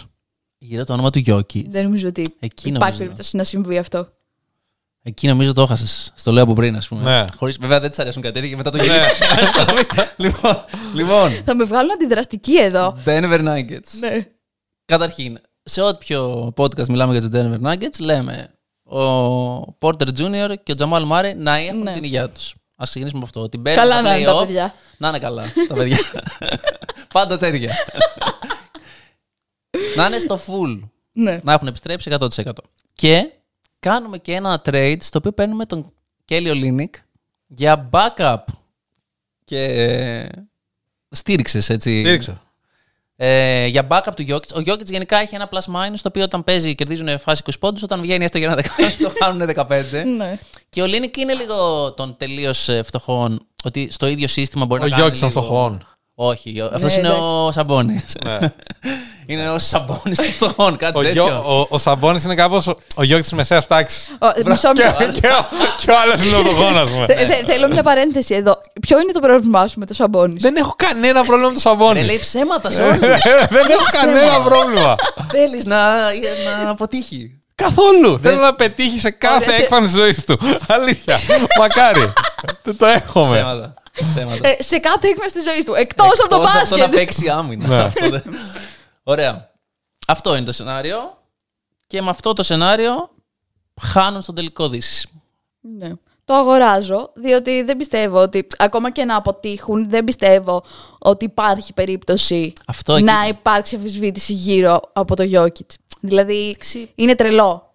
S1: Γύρω το όνομα του Γιώκητ.
S2: Δεν νομίζω ότι
S1: Εκεί
S2: υπάρχει
S1: νομίζω.
S2: περίπτωση να συμβεί αυτό.
S1: Εκεί νομίζω το έχασες. Στο λέω από πριν, ας πούμε.
S3: Ναι.
S1: Χωρίς, βέβαια δεν της αρέσουν κάτι τέτοια και μετά το γυρίζει.
S3: (laughs)
S1: λοιπόν, λοιπόν.
S2: Θα με βγάλουν αντιδραστική εδώ.
S1: Denver Nuggets.
S2: Ναι.
S1: Καταρχήν, σε όποιο podcast μιλάμε για τους Denver Nuggets, λέμε ο Porter Jr. και ο Τζαμάλ Μάρε να έχουν
S2: Ναι.
S1: την υγεία τους. Ας ξεκινήσουμε από αυτό. Την παίρνουν
S2: Καλά
S1: στα
S2: να είναι τα
S1: play-off.
S2: παιδιά.
S1: Να είναι καλά τα
S2: (laughs)
S1: παιδιά. Πάντα τέτοια. να είναι στο full.
S2: ναι.
S1: να έχουν επιστρέψει 100%. Και κάνουμε και ένα trade στο οποίο παίρνουμε τον Κέλιο Λίνικ για backup και στήριξες έτσι.
S3: Στήριξα.
S1: Ε, για backup του Jokic. Ο Jokic γενικά έχει ένα plus minus το οποίο όταν παίζει κερδίζουν φάση 20 πόντους, όταν βγαίνει έστω για ένα 10
S3: (laughs)
S1: το χάνουν 15.
S2: Ναι.
S1: Και ο Λίνικ είναι λίγο των τελείω φτωχών. Ότι στο ίδιο σύστημα μπορεί
S3: Ο
S1: να κάνει.
S3: Γιώκη των
S1: λίγο-
S3: φτωχών.
S1: Όχι, αυτό
S2: Ναι,
S1: είναι ο
S2: εντάξει.
S1: Σαμπόνι. (laughs) είναι ο Σαμπόνι των φτωχών, κάτι
S3: Ναι. Ο,
S1: τέτοιο.
S3: Γιώ, ο, ο Σαμπόνι είναι κάπως ο Γιώκη της μεσαίας
S2: (laughs)
S3: τάξης.
S2: Ο- μισό,
S3: Και,
S2: μισό.
S3: και, ο- και ο άλλος είναι ο δογόνα μου.
S2: Θε- θε- Θέλω μια παρένθεση εδώ. Ποιο είναι το πρόβλημά σου με το σαμπόνι.
S3: Δεν έχω κανένα πρόβλημα με το
S1: Ε,
S3: Σαμπόνι.
S1: λέει ψέματα σε όλου.
S3: (laughs) Δεν έχω κανένα πρόβλημα.
S1: Θέλεις να, να
S3: Ναι.
S1: αποτύχει.
S3: Καθόλου. Θέλω να πετύχει σε κάθε
S2: Ωραία, τε-
S3: έκφανση ζωής του. Αλήθεια. Μακάρι. Το- Το έχουμε.
S1: Ψέματα. Ψέματα.
S2: Ε, σε κάθε έκφραση της ζωής του. Εκτός από το
S1: Εκτός να
S2: μπάσκετ.
S1: παίξει άμυνα.
S3: Ναι.
S1: Αυτό δεν- Ωραία. Αυτό είναι το σενάριο. Και με αυτό το σενάριο χάνουν στον τελικό Δύσης.
S2: Ναι. Το αγοράζω, διότι δεν πιστεύω ότι ακόμα και να αποτύχουν, δεν πιστεύω ότι υπάρχει περίπτωση
S1: Αυτό εκεί.
S2: να υπάρξει αμφισβήτηση γύρω από το Γιώκητ. Δηλαδή, είναι τρελό.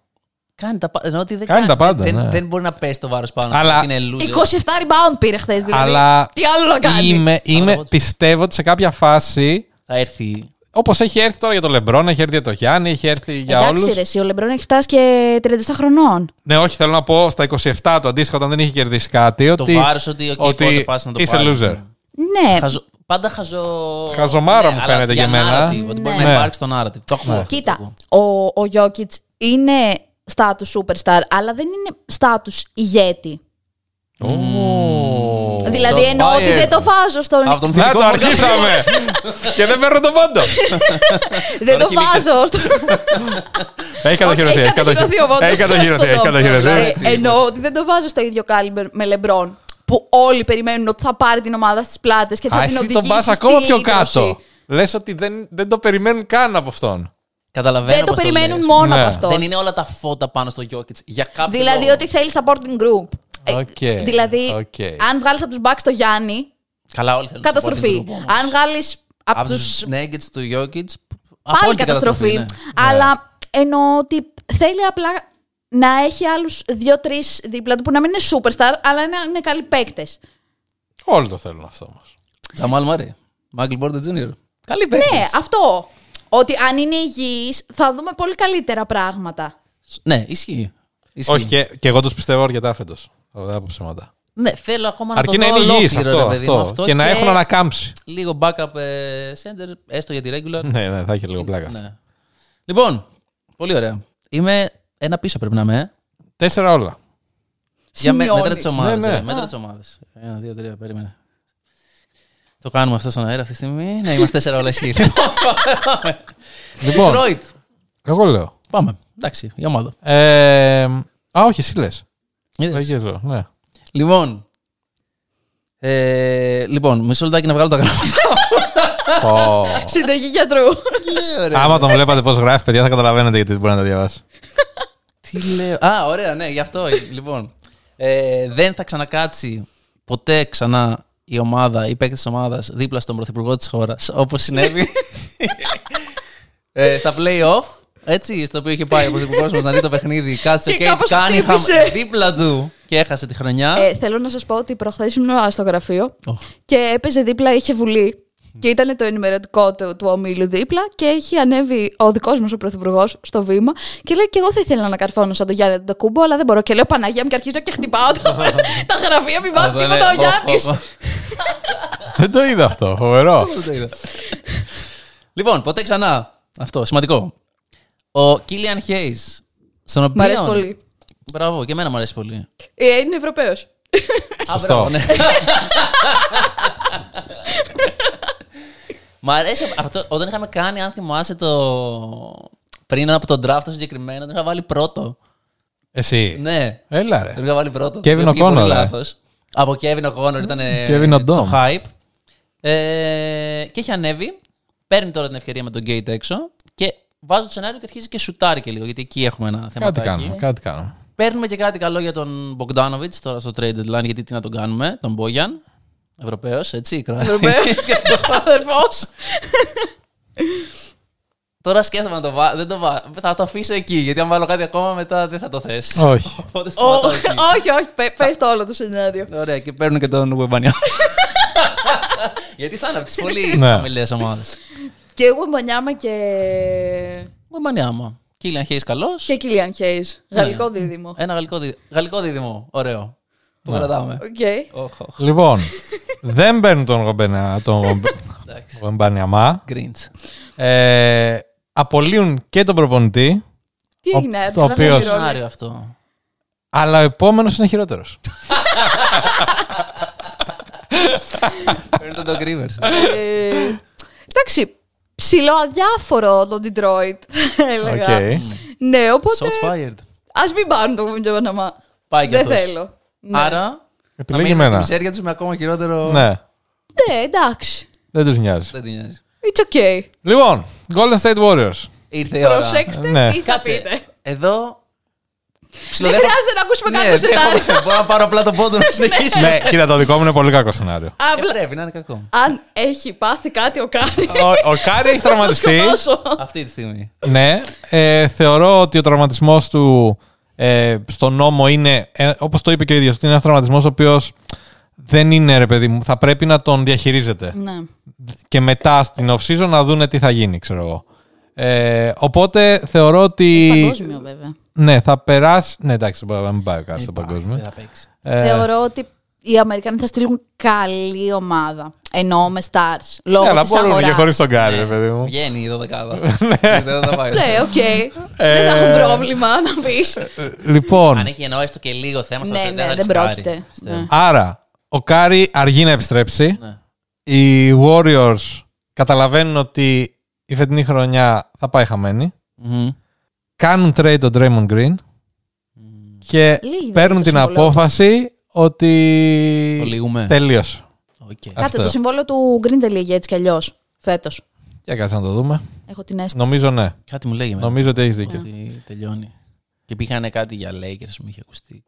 S1: Κάνει τα, πα- ενώ ότι δεν,
S3: Κάνει τα πάντα,
S1: δεν,
S3: ναι.
S1: δεν μπορεί να πέσει το βάρος πάνω.
S3: Αλλά-
S1: του, Είναι loser.
S2: 27 rebound πήρε χθες, δηλαδή.
S3: Αλλά
S2: Τι άλλο να κάνει.
S3: είμαι, είμαι,
S1: Σαμπόνι.
S3: πιστεύω ότι σε κάποια φάση,
S1: Θα έρθει.
S3: όπως έχει έρθει τώρα για τον Λεμπρόν, έχει έρθει για τον Γιάννη, έχει έρθει για
S2: Εντάξει,
S3: όλους.
S2: ρε, εσύ, ο Λεμπρόν έχει φτάσει και 37 χρονών.
S3: Ναι, όχι, θέλω να πω στα 27 του αντίστοιχα όταν δεν είχε κερδίσει κάτι.
S1: Το
S3: Ότι,
S1: βάρος ότι, οκ, πότε πας να το
S3: είσαι
S1: πάρεις.
S3: loser.
S2: Ναι.
S1: Χαζο- Πάντα χαζο... Ναι,
S3: Χαζομάρα μου
S1: αλλά
S3: φαίνεται
S1: για
S3: για μένα.
S1: narrative, ότι μπορεί
S3: Ναι.
S1: να υπάρξει το narrative. Το έχουμε. αυτό, το
S2: Κοίτα,
S1: ακούω.
S2: ο, ο Γιώκητ είναι στάτου superstar, αλλά δεν είναι στάτου ηγέτη. Δηλαδή
S1: Shots
S2: εννοώ ότι
S1: fired.
S2: δεν το βάζω στον.
S1: Από τον
S3: Να
S1: φιλικό
S3: το αρχίσαμε! και δεν παίρνω τον πόντο.
S2: Δεν το
S1: Τώρα κυλήσε.
S2: βάζω στον.
S3: έχει κατοχυρωθεί.
S2: Έχει
S3: έχει
S2: κατοχυρωθεί ο Βόντος
S3: Έχει κατοχυρωθεί.
S2: στον
S3: Έχει
S2: τόπο.
S3: κατοχυρωθεί.
S2: Ε, Εννοώ ότι δεν το βάζω στο ίδιο κάλυμπερ με Λεμπρόν. Που όλοι περιμένουν ότι θα πάρει την ομάδα στις πλάτες και θα
S3: Α, εσύ
S2: την
S3: τον
S2: οδηγήσει.
S3: πας
S2: στη
S3: ακόμα πιο
S2: ίδρυση.
S3: κάτω. Λες ότι δεν, δεν το περιμένουν καν από αυτόν.
S1: Καταλαβαίνω
S2: Δεν το
S1: πώς
S2: περιμένουν
S1: λες.
S2: μόνο
S3: Ναι.
S2: από αυτό.
S1: Δεν είναι όλα τα φώτα πάνω στο Jokic. Για κάποιο
S2: Δηλαδή
S1: λόγο.
S2: ότι θέλεις supporting group. Ε,
S3: Οκ,
S2: Δηλαδή,
S3: οκ.
S2: αν βγάλεις από τους μπακ το Γιάννη,
S1: Καλά, όλοι θέλουν supporting
S2: καταστροφή.
S1: group όμως.
S2: Αν βγάλεις από
S1: από
S2: τους.
S1: τους Nuggets του Jokic.
S2: Πάλι
S1: απόλυτη
S2: καταστροφή.
S1: ναι.
S2: Αλλά εννοώ ότι θέλει απλά να έχει άλλους δύο-τρει δίπλα του που να μην είναι superstar, αλλά να είναι καλοί παίκτες.
S3: Όλοι το θέλουν αυτό όμως.
S1: Τζαμάλ Μάρι. Μάικλ Μπόρντε Τζούνιορ. Καλή παίκτη.
S2: Ναι, αυτό. Ότι αν είναι υγιή, θα δούμε πολύ καλύτερα πράγματα.
S1: Ναι, ισχύει. Ισχύει.
S3: Όχι, και, και εγώ τους πιστεύω αρκετά φέτος. Δεν πω ψέματα.
S1: Ναι, θέλω ακόμα να
S3: Αρκεί
S1: το
S3: να
S1: δω
S3: είναι υγιής
S1: ολόκληρο,
S3: αυτό,
S1: ρε παιδί μου,
S3: αυτό. Και να έχουν ανακάμψει.
S1: Λίγο backup ε, center, έστω για τη regular.
S3: Ναι, ναι, θα έχει λίγο πλάκα. αυτό.
S1: Ναι. Λοιπόν, πολύ ωραία. Είμαι ένα πίσω πρέπει να είμαι. ε.
S3: Τέσσερα όλα.
S1: Για με,
S2: Σημειώνεις.
S1: μέτρα τι ομάδε.
S3: Ναι, ναι.
S1: Μέτρα τι ομάδε. Ένα, δύο, τρία, περίμενε. Το κάνουμε αυτό στον αέρα αυτή τη στιγμή. Ναι, είμαστε τέσσερα όλα ισχύει.
S3: Λοιπόν,
S1: Detroit.
S3: εγώ λέω.
S1: Πάμε. Εντάξει, η ομάδα.
S3: Ε, α, όχι, εσύ λες.
S1: Είδες.
S3: λέω, ναι.
S1: Λοιπόν. Ε, λοιπόν, μισό λεπτάκι να βγάλω τα γράμματα.
S3: Πω.
S2: Συνταγή γιατρού. (laughs)
S3: Άμα τον βλέπατε πώς γράφει, παιδιά, θα καταλαβαίνετε γιατί δεν μπορεί να τα διαβάσει.
S1: Τι λέω. Α, ωραία, ναι, γι' αυτό. λοιπόν. Ε, δεν θα ξανακάτσει ποτέ ξανά η ομάδα, η παίκτης της ομάδας δίπλα στον πρωθυπουργό της χώρας, όπως συνέβη ε, στα playoff. Έτσι, στο οποίο είχε πάει ο πρωθυπουργός μας να δει το παιχνίδι. Κάτσε
S2: Και
S1: και,
S2: κάπως
S1: κάνει
S2: χτύπησε.
S1: δίπλα του και έχασε τη χρονιά.
S2: ε, θέλω να σας πω ότι προχθές ήμουν στο γραφείο
S1: Οχ.
S2: και έπαιζε δίπλα, είχε βουλή. Και ήταν το ενημερωτικό του, του ομίλου δίπλα και έχει ανέβει ο δικός μας ο πρωθυπουργός στο βήμα και λέει: Και εγώ θα ήθελα να καρφώνω σαν τον Γιάννη τον Κούμπο, αλλά δεν μπορώ. Και λέω: Παναγία μου και αρχίζω και χτυπάω το- τα γραφεία, μη μάθεις
S1: Αυτό είναι-
S2: τίποτα ο
S1: Ω, ω,
S2: Γιάννη.
S1: ω.
S3: δεν το είδα αυτό. Φοβερό.
S1: Δεν το είδα. λοιπόν, ποτέ ξανά. Αυτό, σημαντικό. Ο Κίλιαν Χέις. Στον οποίο.
S2: Μ' αρέσει πολύ.
S1: Μπράβο, και εμένα μου αρέσει πολύ.
S2: Ε, είναι Ευρωπαίος.
S1: Α,
S2: (laughs)
S3: Σωστό.
S1: μπράβο, ναι. Μ' αρέσει αυτό. Όταν είχαμε κάνει, αν θυμάσαι το. Πριν από τον draft το συγκεκριμένο, τον είχα βάλει πρώτο.
S3: Εσύ.
S1: Ναι,
S3: Έλα ρε.
S1: τον είχα βάλει πρώτο.
S3: Kevin
S1: Πήγε πολύ
S3: O'Connor, ε.
S1: λάθος. Από Kevin O'Connor ήταν ε,
S3: Kevin
S1: το
S3: O'Donnell.
S1: hype. Ε, και έχει ανέβει. Παίρνει τώρα την ευκαιρία με τον Gate έξω και βάζω το σενάριο ότι αρχίζει και σουτάρει και λίγο. Γιατί εκεί έχουμε ένα θέμα.
S3: Κάτι κάνουμε, κάτι κάνουμε.
S1: Παίρνουμε και κάτι καλό για τον Μπογκδάνοβιτ τώρα στο trade deadline, γιατί τι να τον κάνουμε, τον Μπόγιαν. Ευρωπαίος, έτσι, Κροατία. (laughs)
S2: Αδερφός.
S1: Τώρα σκέφτομαι να το βάλω. Δεν το βά... Θα το αφήσω εκεί, γιατί αν βάλω κάτι ακόμα μετά δεν θα το θες.
S3: Όχι.
S1: Οπότε σταματάω εκεί.
S2: Όχι, όχι, πε το όλο το σενάριο.
S1: Ωραία, και παίρνουν και τον Γουεμπανιά. (laughs) γιατί θα είναι από τις πολύ
S3: Ναι.
S1: χαμηλές ομάδες.
S2: Και εγώ Μπανιάμα και.
S1: Μου μανιάμα. Κίλιαν Χέις καλός.
S2: και Κίλιαν Χέις. Γαλλικό δίδυμο.
S1: Ένα γαλλικό, δι... γαλλικό δίδυμο. Ωραίο. Το
S3: Ναι.
S1: κρατάμε.
S2: Οκ.
S1: Οχ, οχ. (laughs)
S3: Λοιπόν, δεν παίρνουν τον Γομπένα, τον Γομπε-
S1: Εντάξει.
S3: Γομπανιαμά.
S1: Γκριντς.
S3: Ε, απολύουν και τον προπονητή,
S2: Τι
S3: Ο-
S2: έγινε,
S3: το
S2: επιστρέφω
S3: οποίος-
S2: στη Ρώμη.
S1: Σενάριο αυτό.
S3: αλλά ο επόμενος είναι χειρότερος.
S1: Παίρνει τον Doc Rivers.
S2: Ε, Εντάξει, ψηλό αδιάφορο το Detroit, θα έλεγα.
S3: Okay.
S2: Ναι, οπότε
S1: Shots fired.
S2: ας μην πάρουν το Γιώργαμα.
S1: Πάει κι
S2: Δεν
S1: αυτός.
S2: θέλω. Ναι.
S1: Άρα. Να
S3: Επιλέγει
S1: μείνουν στη
S3: εμένα.
S1: μισέρια του με ακόμα χειρότερο.
S3: Ναι,
S2: Ναι, εντάξει.
S3: δεν τους νοιάζει.
S1: Δεν την νοιάζει.
S2: It's okay.
S3: Λοιπόν, Golden State Warriors.
S1: Ήρθε η ώρα.
S2: Προσέξτε
S3: Ναι.
S2: τι θα πείτε.
S1: Εδώ.
S2: Δεν
S1: ψιλοδέχομαι-
S2: χρειάζεται να ακούσουμε
S1: Ναι,
S2: κάποιο
S1: δέχομαι.
S2: σενάριο.
S1: Μπορώ να πάρω απλά τον πόντο να συνεχίσω.
S3: ναι, κοίτα, το δικό μου είναι πολύ κακό σενάριο.
S1: Ε,
S2: Απλά-
S1: Πρέπει να είναι κακό.
S2: Αν έχει πάθει κάτι ο Κάρι,
S3: Ο, ο Κάρι έχει τραυματιστεί.
S1: Αυτή τη στιγμή.
S3: ναι. Ε, θεωρώ ότι ο τραυματισμός του ε, στον νόμο είναι, ε, όπως το είπε και ο ίδιος, ότι είναι ένας τραυματισμός ο οποίος δεν είναι ρε παιδί μου. Θα πρέπει να τον διαχειρίζεται.
S2: Ναι.
S3: Και μετά στην off season να δούνε τι θα γίνει, ξέρω εγώ. Ε, οπότε θεωρώ ότι.
S2: Παγκόσμιο βέβαια.
S3: Ναι, θα περάσει. Ναι, εντάξει, μπορεί να μην πάει ο Κάρι στο παγκόσμιο.
S1: Δεν θα παίξει.
S3: Ε.
S2: Θεωρώ ότι οι Αμερικανοί θα στείλουν καλή ομάδα. Εννοώ με stars.
S3: Ναι,
S2: Λόγω
S3: αλλά
S2: της
S3: μπορούν και
S2: αγοράς.
S3: χωρί τον Κάρι, ρε παιδί μου.
S1: Βγαίνει η δωδεκάδα. Δεν θα πάει.
S2: Ναι, οκ.
S1: Ε,
S2: Δεν θα έχουν πρόβλημα να πεις.
S3: Λοιπόν.
S1: Αν έχει εννοώ έστω και λίγο θέμα στο
S2: Ναι,
S1: σενάριο,
S2: ναι,
S1: θα
S2: δεν
S1: ρισκάρει,
S2: πρόκειται.
S1: πιστεύω.
S2: Ναι.
S3: Άρα, ο Κάρι αργεί να επιστρέψει. Οι Warriors καταλαβαίνουν ότι η φετινή χρονιά θα πάει χαμένη.
S1: Μμμ.
S3: Κάνουν trade τον Draymond Green και
S2: Λίγοι δεν
S3: παίρνουν
S2: είναι το
S3: την
S2: συμβολό.
S3: απόφαση ότι
S1: Το λύγουμε.
S3: τελείωσε.
S1: Οκ.
S2: Κάτσε,
S3: Αυτό.
S2: το συμβόλαιο του Green δεν λύγει έτσι κι αλλιώς φέτος.
S3: Για κάτσε να το δούμε.
S2: Έχω την αίσθηση.
S3: Νομίζω ναι.
S1: Κάτι μου λέει εμένα.
S3: Νομίζω ότι έχεις δίκιο.
S1: Ότι τελειώνει. Και πήγανε κάτι για Lakers, μου είχε ακουστεί.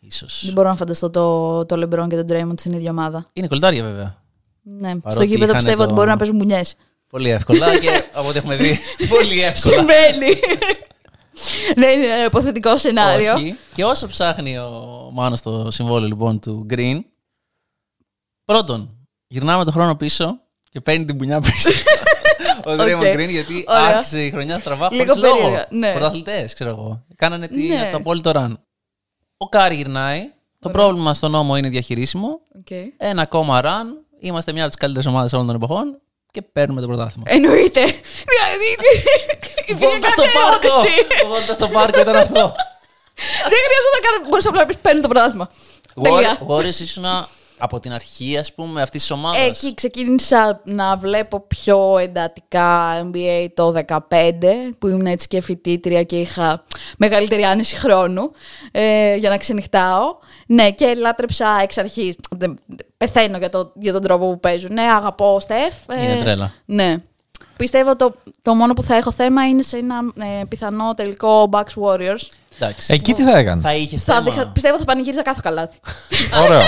S1: Ίσως.
S2: Δεν μπορώ να φανταστώ το, το LeBron και τον Draymond στην ίδια ομάδα.
S1: Είναι κολτάρια βέβαια.
S2: Ναι.
S1: Παρότι
S2: Στο γήπεδο
S1: είχανε
S2: πιστεύω
S1: το-
S2: ότι μπορούν να παίζουν μπουνιές.
S1: Πολύ εύκολα και από ό,τι έχουμε
S2: (laughs)
S1: δει. Πολύ εύκολα.
S2: Συμβαίνει. (laughs) Δεν είναι ένα υποθετικό σενάριο.
S1: Όχι. Και όσο ψάχνει ο Μάνος το συμβόλαιο λοιπόν του Green, πρώτον, γυρνάμε τον χρόνο πίσω και παίρνει την μπουνιά
S2: (laughs)
S1: πίσω. Ο Draymond
S2: Οκ.
S1: Green, γιατί
S2: Ωραία.
S1: άρχισε η χρονιά στραβά
S2: Λίγο
S1: χωρίς λόγο.
S2: περίεργα, ναι.
S1: Πρωταθλητές, ξέρω εγώ. Κάνανε τι,
S2: Ναι.
S1: το απόλυτο run. Ο Κάρι γυρνάει. Το πρόβλημα στον νόμο είναι διαχειρίσιμο.
S2: Οκ.
S1: Ένα ακόμα run. Είμαστε μια από τις καλύτερες ομάδες όλων των εποχών και παίρνουμε το πρωτάθλημα.
S2: Εννοείται. Δηλαδή, Υπήρχε
S1: (laughs) Βόλτα στο
S2: κάποια
S1: πάρκο!
S2: Ε, ερώτηση.
S1: Βόλτα στο πάρκο ήταν αυτό.
S2: Δεν χρειάζεται να κάνω. Μπορούσα απλά να πεις παίρνει το πρωτάθλημα. (laughs) Τελεία.
S1: Warriors ήσουν από την αρχή, ας πούμε, αυτής της ομάδας.
S2: Εκεί ξεκίνησα να βλέπω πιο εντατικά NBA το 15 που ήμουν έτσι και φοιτήτρια και είχα μεγαλύτερη άνεση χρόνου ε, για να ξενυχτάω. Ναι, και λάτρεψα εξ αρχής. Δεν- Πεθαίνω για, το, για τον τρόπο που παίζουν. Ναι, αγαπώ Στεφ. ε,
S1: Είναι τρέλα.
S2: Ναι. Πιστεύω το, το μόνο που θα έχω θέμα είναι σε ένα ε, πιθανό τελικό Bucks Warriors.
S1: Εντάξει.
S3: Εκεί τι θα έκανες.
S1: Θα είχες
S2: Θα,
S1: θέμα.
S2: διχα- πιστεύω θα πανηγύριζα κάθε καλάθι.
S3: Ωραίο.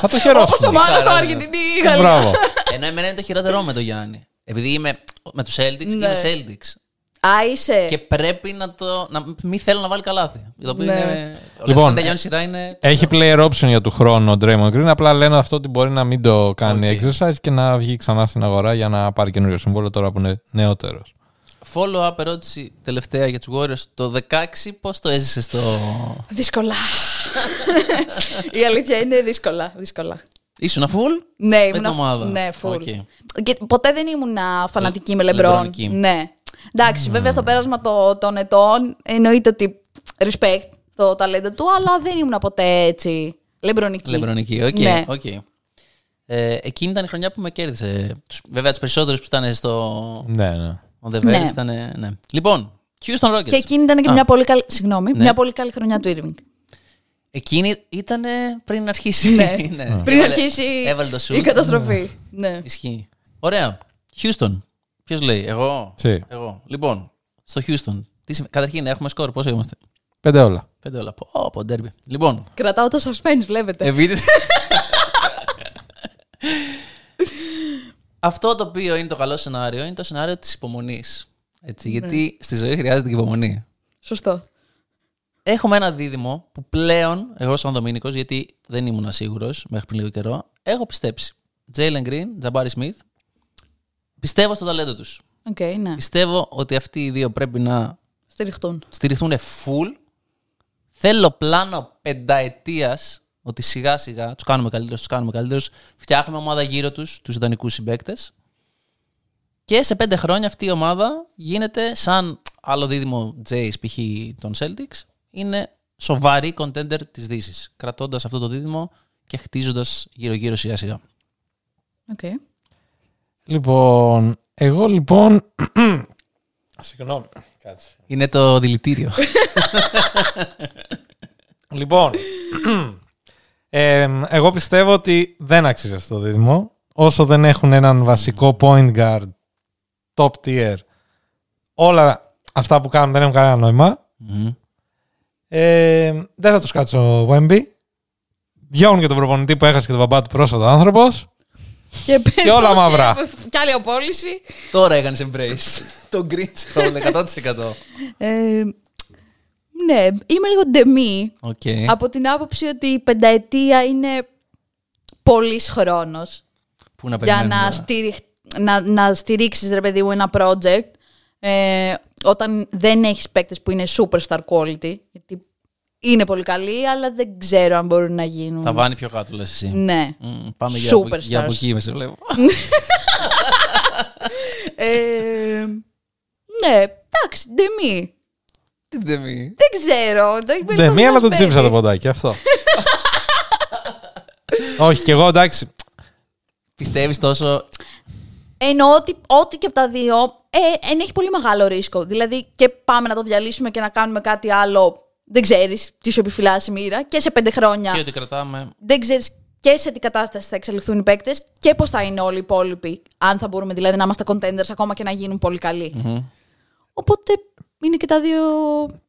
S3: θα το
S2: Όπως ο
S3: χαιρόσουν.
S2: Μάνος στο
S1: Χαρά, ναι.
S2: Αργεντινή Γαλλία.
S3: Μπράβο.
S1: Ενώ εμένα είναι το χειρότερό με το Γιάννη. Επειδή είμαι με τους Celtics,
S2: Ναι.
S1: είμαι Celtics.
S2: Α, είσαι.
S1: Και πρέπει να το. Να, μη θέλω να βάλει καλάθι. Το οποίο
S2: Ναι.
S1: είναι.
S3: Λοιπόν,
S1: όταν τελειώνει η σειρά είναι.
S3: Έχει player option για του χρόνου ο Draymond Green. Απλά λένε αυτό ότι μπορεί να μην το κάνει exercise και να βγει ξανά στην αγορά για να πάρει καινούριο συμβόλαιο τώρα που είναι νεότερος.
S1: Follow-up ερώτηση τελευταία για τους Warriors. Το 16, πώς το έζησες το.
S2: Δύσκολα. Η αλήθεια είναι δύσκολα. δύσκολα.
S1: Ήσουν full.
S2: Ναι,
S1: την
S2: ήμουν.
S1: ομάδα.
S2: Ναι, full.
S1: Οκ.
S2: Και ποτέ δεν ήμουν φανατική με
S1: Λε-
S2: λεμπρόν.
S1: Λεμπρονική.
S2: Ναι. Εντάξει, βέβαια στο πέρασμα το- των ετών εννοείται ότι respect το ταλέντο του, αλλά δεν ήμουν ποτέ έτσι. Λεμπρονική.
S1: Λεμπρονική, οκ.
S2: Ναι.
S1: οκ. Ε, εκείνη ήταν η χρονιά που με κέρδισε. Τους- Βέβαια, τους περισσότερους που ήταν στο.
S3: Ναι, ναι.
S1: Ο The Verge ήταν. Ναι. Λοιπόν, Houston Rockets.
S2: Και εκείνη ήταν και
S1: Α. Ναι.
S2: μια πολύ καλή. Συγγνώμη, μια πολύ καλή χρονιά του Irving.
S1: Εκείνη ήταν πριν αρχίσει. (laughs)
S2: Ναι. Πριν
S1: Έβαλε-
S2: αρχίσει
S1: Έβαλε το σου.
S2: η καταστροφή. Ναι.
S1: Ισχύει. Ωραία. Houston. Ποιος λέει, εγώ.
S3: Εσύ.
S1: Εγώ. Λοιπόν, στο Houston. Τι συμβα- Καταρχήν, έχουμε σκορ. Πόσο είμαστε.
S3: Πέντε όλα.
S1: Πέντε όλα. Πω, Πω, ντέρμπι. Λοιπόν,
S2: Κρατάω το suspense, βλέπετε.
S1: Επειδή... (laughs) Αυτό το οποίο είναι το καλό σενάριο είναι το σενάριο της υπομονής. Έτσι, Γιατί στη ζωή χρειάζεται και υπομονή.
S2: Σωστό.
S1: Έχουμε ένα δίδυμο που πλέον, εγώ σαν Δομήνικος, γιατί δεν ήμουν σίγουρος μέχρι πριν λίγο καιρό, έχω πιστέψει. Τζέιλεν Γκριν, Τζαμπάρι Σμιθ, Πιστεύω στο ταλέντο τους.
S2: Οκ, ναι.
S1: Πιστεύω ότι αυτοί οι δύο πρέπει να
S2: Στηριχτούν.
S1: στηριχθούν full. Θέλω πλάνο πενταετίας ότι σιγά σιγά τους κάνουμε καλύτερους, τους κάνουμε καλύτερους. Φτιάχνουμε ομάδα γύρω τους, τους ιδανικού συμπαίκτες. Και σε πέντε χρόνια αυτή η ομάδα γίνεται σαν άλλο δίδυμο Jays π.χ. των Celtics. Είναι σοβαρή contender της Δύσης. Κρατώντας αυτό το δίδυμο και χτίζοντας γύρω-γύρω σιγά σιγά.
S2: Οκ.
S3: Λοιπόν, εγώ λοιπόν. (clears throat) Συγγνώμη. Κάτσε.
S1: Είναι το δηλητήριο.
S3: Λοιπόν, (clears throat) ε, εγώ πιστεύω ότι δεν αξίζει αυτό το δίδυμο. Όσο δεν έχουν έναν βασικό point guard, top tier, όλα αυτά που κάνουν δεν έχουν κανένα νόημα.
S1: Μμμ.
S3: Ε, δεν θα τους κάτσω Wemby. Διώχνουν και τον προπονητή που έχασε και τον μπαμπά του πρόσφατα ο άνθρωπος.
S2: Και,
S3: Και όλα μαύρα.
S2: Και άλλη απόλυση.
S1: (laughs) Τώρα έκανε embrace. το Grinch το 100%.
S2: Ε, ναι, είμαι λίγο ντεμή
S1: (laughs)
S3: Ναι.
S1: Οκ.
S2: από την άποψη ότι η πενταετία είναι πολύς χρόνος
S1: Πού
S3: Ναι,
S1: να
S2: για
S1: περιμένουμε.
S2: να, στηριχ... να, να στηρίξεις ρε παιδί μου ένα project ε, όταν δεν έχεις παίκτες που είναι superstar quality γιατί είναι πολύ καλοί αλλά δεν ξέρω αν μπορούν να γίνουν
S1: Τα βάνει πιο κάτω, λες εσύ.
S2: ναι.
S3: Mm.
S1: Μμ, πάμε για από,
S2: Superstars.
S1: για από εκεί, με σε βλέπω.
S2: Ε, ναι, εντάξει, ντεμή.
S1: Τι ντεμή.
S2: Δεν ξέρω. εντάξει, με
S3: Ναι,
S2: λίγο
S3: μία αλλά τον
S2: δουλεύει.
S3: τσίπησα το ποντάκι, αυτό. Όχι, και εγώ εντάξει.
S1: Πιστεύεις τόσο.
S2: Εννοώ ότι ό,τι και από τα δύο ε, ε, έχει πολύ μεγάλο ρίσκο. Δηλαδή και πάμε να το διαλύσουμε και να κάνουμε κάτι άλλο. Δεν ξέρεις τι σου επιφυλάσσει η μοίρα και σε πέντε χρόνια.
S1: Και ότι κρατάμε.
S2: Δεν ξέρεις και σε τι κατάσταση θα εξελιχθούν οι παίκτες και πώς θα είναι όλοι οι υπόλοιποι. Αν θα μπορούμε δηλαδή να είμαστε contenders ακόμα και να γίνουν πολύ καλοί. Οπότε είναι και τα δύο.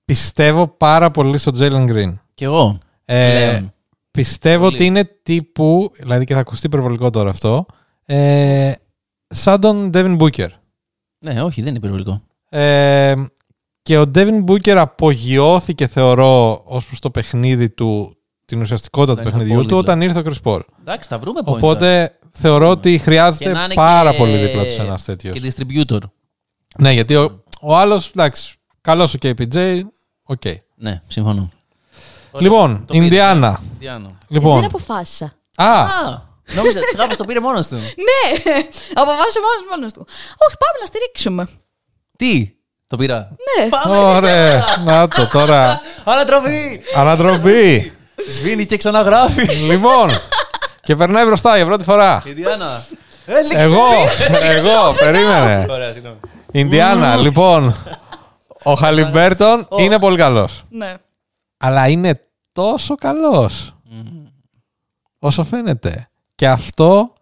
S3: Πιστεύω πάρα πολύ στο Jalen Green.
S1: Κι εγώ.
S3: Ε,
S1: Πλέον.
S3: πιστεύω
S1: Πολύ.
S3: ότι είναι τύπου, δηλαδή και θα ακουστεί υπερβολικό τώρα αυτό, ε, σαν τον Devin Booker.
S1: Ναι, όχι, δεν είναι υπερβολικό.
S3: Ε, και ο Devin Booker απογειώθηκε θεωρώ ως προς το παιχνίδι του, την ουσιαστικότητα του
S1: Δεν είναι
S3: παιχνιδιού του
S1: πολύ
S3: όταν ήρθε ο Chris Paul.
S1: Εντάξει, τα βρούμε point. τώρα.
S3: Οπότε θεωρώ ότι
S1: Ναι. Και να
S3: χρειάζεται
S1: είναι
S3: πάρα
S1: και-
S3: πολύ δίπλα τους ένας τέτοιο.
S1: Και distributor.
S3: Ναι, γιατί ο, ο άλλος, εντάξει, καλό ο KPJ, οκ.
S1: Ναι, συμφωνώ.
S3: Λοιπόν,
S1: το πήρε.
S3: Ινδιάνα.
S1: Διάνο.
S3: Λοιπόν,
S2: Δεν αποφάσισα.
S3: α,
S1: Α, νόμιζα (laughs) κάπως το πήρε μόνος του.
S2: Ναι, (laughs) αποφάσισε μόνος μόνος του. Όχι, πάμε να στηρίξουμε.
S1: Τι, το πήρα.
S2: Ναι.
S1: Πάμε.
S3: ωραία, να το (laughs) τώρα.
S1: Ανατροφή.
S3: Ανατροπή.
S1: Σβήνει και ξαναγράφει.
S3: λοιπόν, και περνάει μπροστά για πρώτη φορά.
S1: Η Διάννα. Έληξε.
S3: εγώ, εγώ, περίμενε.
S1: Ωραία, συγγνώμη.
S3: Ινδιάνα, λοιπόν, ο Χαλιμπέρτον είναι πολύ καλός.
S2: Ναι.
S3: Αλλά είναι τόσο καλός όσο φαίνεται. Και αυτό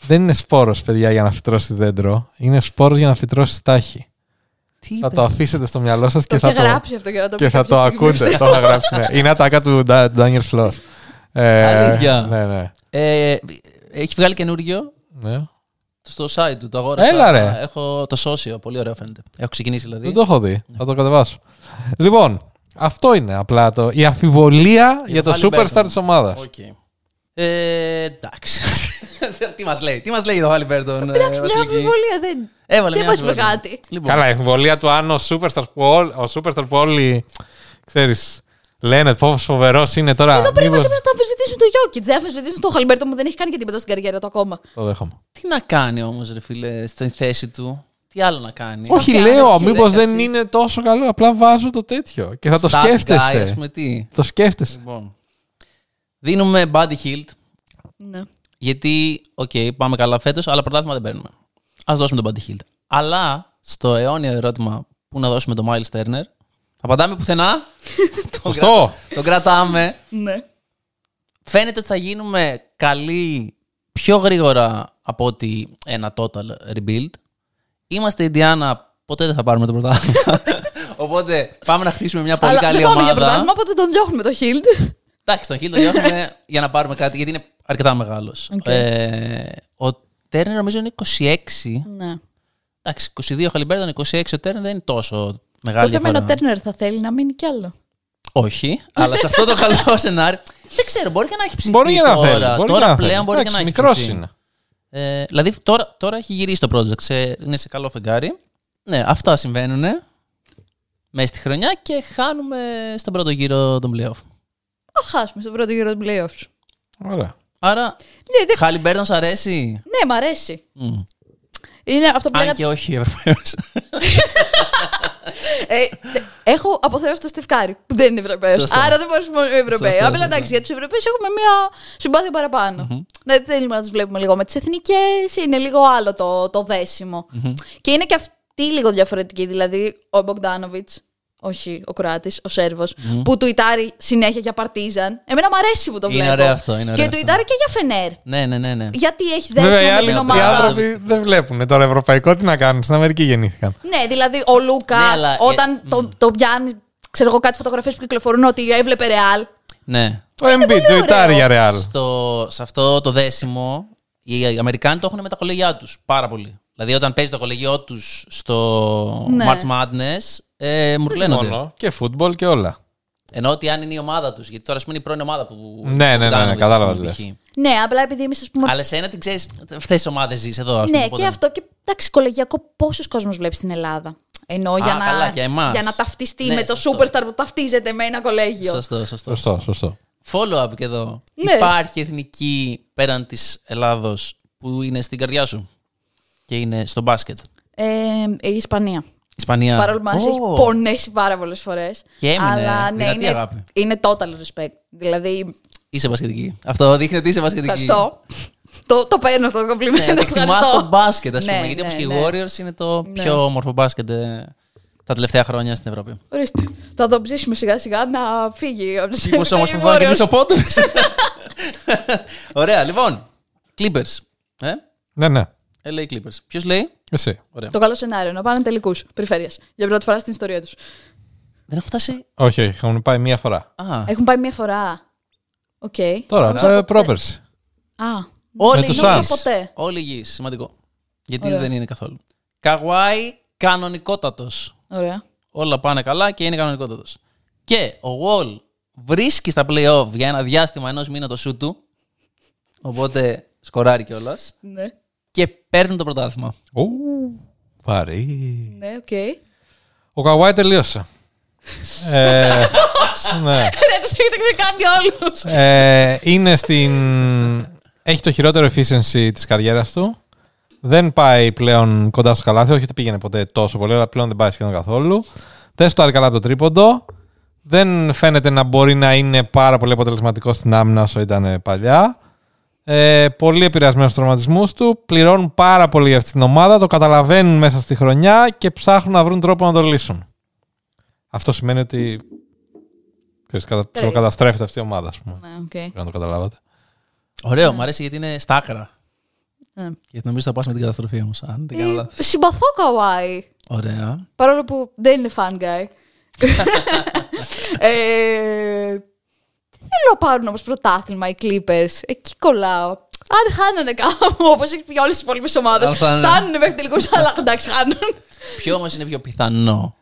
S3: δεν είναι σπόρος, παιδιά, για να φυτρώσει δέντρο. Είναι σπόρος για να φυτρώσει στάχη.
S1: Τι
S3: Θα
S1: είπες?
S3: το αφήσετε στο μυαλό σας και
S2: το
S3: θα
S2: είχε
S3: το,
S2: γράψει αυτό και να το
S3: και
S2: πει
S3: θα
S2: κάποιος
S3: το
S2: στην
S3: ακούτε.
S2: κυβέρνηση.
S3: Το είχα γράψει. ναι. Είναι ατάκα του Ντα- Daniel Sloss. Ε,
S1: Αλήθεια.
S3: Ναι, ναι.
S1: Ε, Έχει βγάλει καινούριο
S3: ναι.
S1: στο site του, το αγόρασα.
S3: Έλα, ρε.
S1: Έχω το σώσιο, πολύ ωραίο φαίνεται. Έχω ξεκινήσει δηλαδή.
S3: Δεν το έχω δει. Θα το κατεβάσω. Λοιπόν, αυτό είναι απλά το, η αφιβολία για το
S1: πάλι
S3: superstar
S1: Μπέρτον.
S3: της ομάδας.
S1: Οκ. Ε, εντάξει. (laughs) τι μας λέει, τι μας λέει το Χαλιμπέρτον. ε,
S2: Εντάξει, μια
S1: Βασιλική.
S2: αμφιβολία δεν.
S1: Έβαλε
S2: δεν
S1: μια
S2: πας με
S1: αμφιβολία.
S2: κάτι.
S1: Λοιπόν,
S3: Καλά, η αφιβολία του αν ο superstar που, όλοι, ο superstar που όλοι, ξέρεις, λένε πόσο φοβερός είναι τώρα.
S2: Εδώ πρέπει
S3: μήπως-
S2: να να το αμφισβητήσουν το Γιώκητ. Δεν αμφισβητήσουν το Χαλμπέρτο μου, δεν έχει κάνει και τίποτα στην καριέρα του ακόμα.
S3: Το δέχομαι.
S1: τι να κάνει όμως ρε φίλε, στην θέση του. Τι άλλο να κάνει.
S3: Όχι,
S2: αν
S3: λέω,
S2: έχει
S3: μήπως δεν
S1: δέκα
S3: είναι τόσο καλό. Απλά βάζω το τέτοιο και θα το
S1: Stat guy, ας
S3: σκέφτεσαι.
S1: πούμε, τι.
S3: Το σκέφτεσαι.
S1: Λοιπόν. Δίνουμε body healed,
S2: Ναι.
S1: γιατί, οκ, πάμε καλά φέτος, αλλά πρωτάθλημα δεν παίρνουμε. Ας δώσουμε τον body healed. Αλλά, στο αιώνιο ερώτημα που να δώσουμε το Miles Turner, απαντάμε πουθενά. τον, κρα-
S3: Σωστό.
S1: τον κρατάμε.
S2: ναι.
S1: φαίνεται ότι θα γίνουμε καλοί πιο γρήγορα από ότι ένα total rebuild. Είμαστε Ιντιάνα, ποτέ δεν θα πάρουμε το
S2: (laughs)
S1: πρωτάθλημα. Οπότε πάμε να χτίσουμε μια πολύ
S2: Αλλά
S1: καλή
S2: δεν πάμε για
S1: ομάδα.
S2: πρωτάθλημα, οπότε τον διώχνουμε το Χιλντ.
S1: Εντάξει, τον Χίλ τον διώχνουμε για να πάρουμε κάτι, γιατί είναι αρκετά μεγάλος. Ε, ο Τέρνερ νομίζω είναι 26.
S2: ναι.
S1: Εντάξει, 22 ο Χαλιμπέρτον, 26 ο Τέρνερ δεν είναι τόσο μεγάλη
S2: Το θέμα είναι ο
S1: διαφορά.
S2: Τέρνερ θα θέλει να μείνει κι άλλο.
S1: Όχι, αλλά σε αυτό το
S2: (laughs)
S1: καλό σενάριο. Δεν ξέρω, μπορεί και να έχει ψηθεί.
S3: Μπορεί και να
S1: τώρα.
S3: θέλει. μπορεί και
S1: τώρα
S3: να
S1: πλέον
S3: θέλει.
S1: μπορεί και
S3: Εντάξει,
S1: να έχει
S3: μικρός
S1: ψηθεί.
S3: είναι.
S1: Ε, δηλαδή τώρα, τώρα έχει γυρίσει το project, σε, είναι σε καλό φεγγάρι. Ναι, αυτά συμβαίνουν μέσα στη χρονιά και χάνουμε στον πρώτο γύρο τον playoff.
S2: Θα χάσουμε στον πρώτο γύρο του playoffs.
S3: Ωραία.
S1: Άρα,
S2: Ναι, δεν-
S1: Χάλι Μπέρτον σ' αρέσει.
S2: ναι, μ' αρέσει. Είναι αυτό που
S1: Αν
S2: λέγατε.
S1: και όχι (laughs) Ευρωπαίος.
S2: Ε, δε- έχω αποθέωση το Στεφκάρη, που δεν είναι Ευρωπαίος.
S1: Σωστά.
S2: Άρα δεν μπορούμε να πούμε Ευρωπαίοι.
S1: Σωστά,
S2: Απλά
S1: σωστά.
S2: εντάξει, για τους Ευρωπαίους έχουμε μία συμπάθεια παραπάνω. Δηλαδή θέλουμε να τους βλέπουμε λίγο με τις εθνικές, είναι λίγο άλλο το, το δεσιμο Και είναι και αυτή λίγο διαφορετική. Δηλαδή ο Μπογκδάνοβιτ, όχι ο Κροάτης, ο σερβο που τουιτάρει συνέχεια για Παρτίζαν. Εμένα μου αρέσει που το
S1: Είναι
S2: βλέπω.
S1: ωραίο αυτό, είναι ωραίο
S2: και
S1: αυτό.
S2: τουιτάρει και για Φενέρ.
S1: ναι, ναι, ναι, ναι.
S2: Γιατί έχει
S3: Βέβαια, οι
S2: δέσιμο με
S3: άλλοι
S2: την
S1: είναι
S3: οι
S1: ομάδα.
S2: ομάδα.
S3: άνθρωποι δεν βλέπουν τώρα ευρωπαϊκό. Τι να κάνουν, στην Αμερική γεννήθηκαν.
S2: Ναι, δηλαδή ο Λούκα,
S1: Ναι, αλλά, ε,
S2: όταν το, το πιάνει, ξέρω εγώ κάτι φωτογραφίες που κυκλοφορούν ότι έβλεπε ρεάλ.
S1: ναι.
S3: Ο Embiid,
S2: πολύ
S3: του Ιτάρι
S2: ωραίο.
S3: για Ρεάλ.
S1: Στο, σε αυτό το δέσιμο, οι Αμερικάνοι το έχουν με τα κολέγια τους πάρα πολύ. Δηλαδή, όταν παίζει το κολέγιο τους στο
S2: Ναι.
S1: March Madness, ε, μου λένε
S3: Μόνο και φούτμπολ και όλα.
S1: Ενώ ότι αν είναι η ομάδα τους. Γιατί τώρα, ας πούμε, είναι η πρώην ομάδα που.
S3: Ναι, ναι, ναι, ναι,
S1: Bogdanovic,
S3: κατάλαβα
S1: ας
S3: τι
S1: πούμε,
S3: λες.
S1: π.χ.
S2: Ναι, απλά επειδή εμείς, ας πούμε.
S1: Αλλά σε ένα την ξέρεις. Αυτές τις ομάδες ζεις εδώ, ας πούμε.
S2: ναι,
S1: οπότε-
S2: και αυτό. Και εντάξει, κολεγιακό, πόσος κόσμος βλέπει στην Ελλάδα. Εννοώ για, να,
S1: καλά, για εμάς.
S2: να ταυτιστεί
S1: Ναι,
S2: με το
S1: σωστό.
S2: superstar που ταυτίζεται με ένα κολέγιο.
S1: Σωστό, σωστό.
S3: Σωστό, σωστό.
S1: Follow-up και εδώ.
S2: Ναι.
S1: Υπάρχει εθνική πέραν της Ελλάδος που είναι στην καρδιά σου και είναι στο μπάσκετ.
S2: Ε, η Ισπανία.
S1: Ισπανία.
S2: Παρόλο που μας
S1: Ω,
S2: έχει πονέσει πάρα πολλές φορές.
S1: Και έμεινε,
S2: Αλλά ναι,
S1: δυνατή
S2: είναι,
S1: αγάπη.
S2: είναι total respect. Δηλαδή,
S1: Είσαι μπασκετική. Αυτό δείχνει ότι είσαι μπασκετική.
S2: ευχαριστώ. το, το παίρνω αυτό το
S1: Ναι,
S2: κομπλιμέντο.
S1: ότι εκτιμάς
S2: ευχαριστώ.
S1: το μπάσκετ, ας πούμε.
S2: Ναι,
S1: γιατί
S2: ναι,
S1: όπως και οι
S2: ναι.
S1: Warriors είναι το
S2: Ναι.
S1: πιο όμορφο μπάσκετ ε, τα τελευταία χρόνια στην Ευρώπη.
S2: Ορίστε. Θα τον ψήσουμε σιγά σιγά να φύγει από τι
S1: Μήπω όμω που φάνε και πίσω (laughs) πόντου. Ωραία, λοιπόν. Clippers. Ε,
S3: Ναι, ναι.
S1: LA Clippers. Ποιος λέει.
S3: Εσύ.
S1: Ωραία.
S2: Το καλό σενάριο να πάνε τελικούς περιφέρεια. Για πρώτη φορά στην ιστορία τους.
S1: Δεν έχω φτάσει.
S3: Όχι, όχι, έχουν πάει μία φορά.
S1: Α,
S2: Έχουν πάει μία φορά. Οκ.
S3: Τώρα, ε, πρόπερση.
S2: Α.
S1: όλοι
S3: τους
S1: γης.
S3: Suns.
S2: Ποτέ.
S1: Όλοι γης, Σημαντικό. Γιατί
S2: Ωραία.
S1: δεν είναι καθόλου. Καουάι κανονικότατος.
S2: Ωραία.
S1: όλα πάνε καλά και είναι κανονικότατος. Και ο Wall βρίσκει στα playoff για ένα διάστημα ενός μήνα το σου του. Οπότε σκοράρει κιόλας.
S2: Ναι.
S1: Και παίρνει το πρωτάθλημα.
S3: Ου, Βαρύ.
S2: Ναι, (laughs) οκ.
S3: Ο Καουάι τελείωσε. ε, ναι.
S2: Ρε, του έχετε ξεκάνει όλους.
S3: Ε, είναι στην... Έχει το χειρότερο efficiency της καριέρας του. Δεν πάει πλέον κοντά στο καλάθι, όχι ότι πήγαινε ποτέ τόσο πολύ, αλλά πλέον δεν πάει σχεδόν καθόλου. Δεν στο καλά από το τρίποντο. Δεν φαίνεται να μπορεί να είναι πάρα πολύ αποτελεσματικός στην άμυνα όσο ήταν παλιά. Ε, πολύ επηρεασμένος στους τραυματισμούς του. Πληρώνουν πάρα πολύ για αυτή την ομάδα. Το καταλαβαίνουν μέσα στη χρονιά και ψάχνουν να βρουν τρόπο να το λύσουν. Αυτό σημαίνει ότι. Ξέρεις, κατα... καταστρέφεται αυτή η ομάδα, ας πούμε.
S2: Ναι, οκ.
S3: Πρέπει να το καταλάβατε.
S1: Ωραίο, μου αρέσει γιατί είναι στα άκρα.
S2: Ναι.
S1: Γιατί νομίζω θα πάσουμε την καταστροφή όμως. Αν δεν κάνω
S2: Ε,
S1: λάθος.
S2: Συμπαθώ Καουάι.
S1: Ωραία.
S2: Παρόλο που δεν είναι fan
S1: (laughs)
S2: guy. ε, τι θέλω να πάρουν όμως πρωτάθλημα οι Clippers. Εκεί κολλάω. Αν χάνανε κάπου, όπως έχει πει για όλε τι υπόλοιπες ομάδες.
S1: Αν χάνανε.
S2: Φτάνουν μέχρι τελικούς, αλλά εντάξει, χάνουν.
S1: Ποιο όμως είναι πιο πιθανό,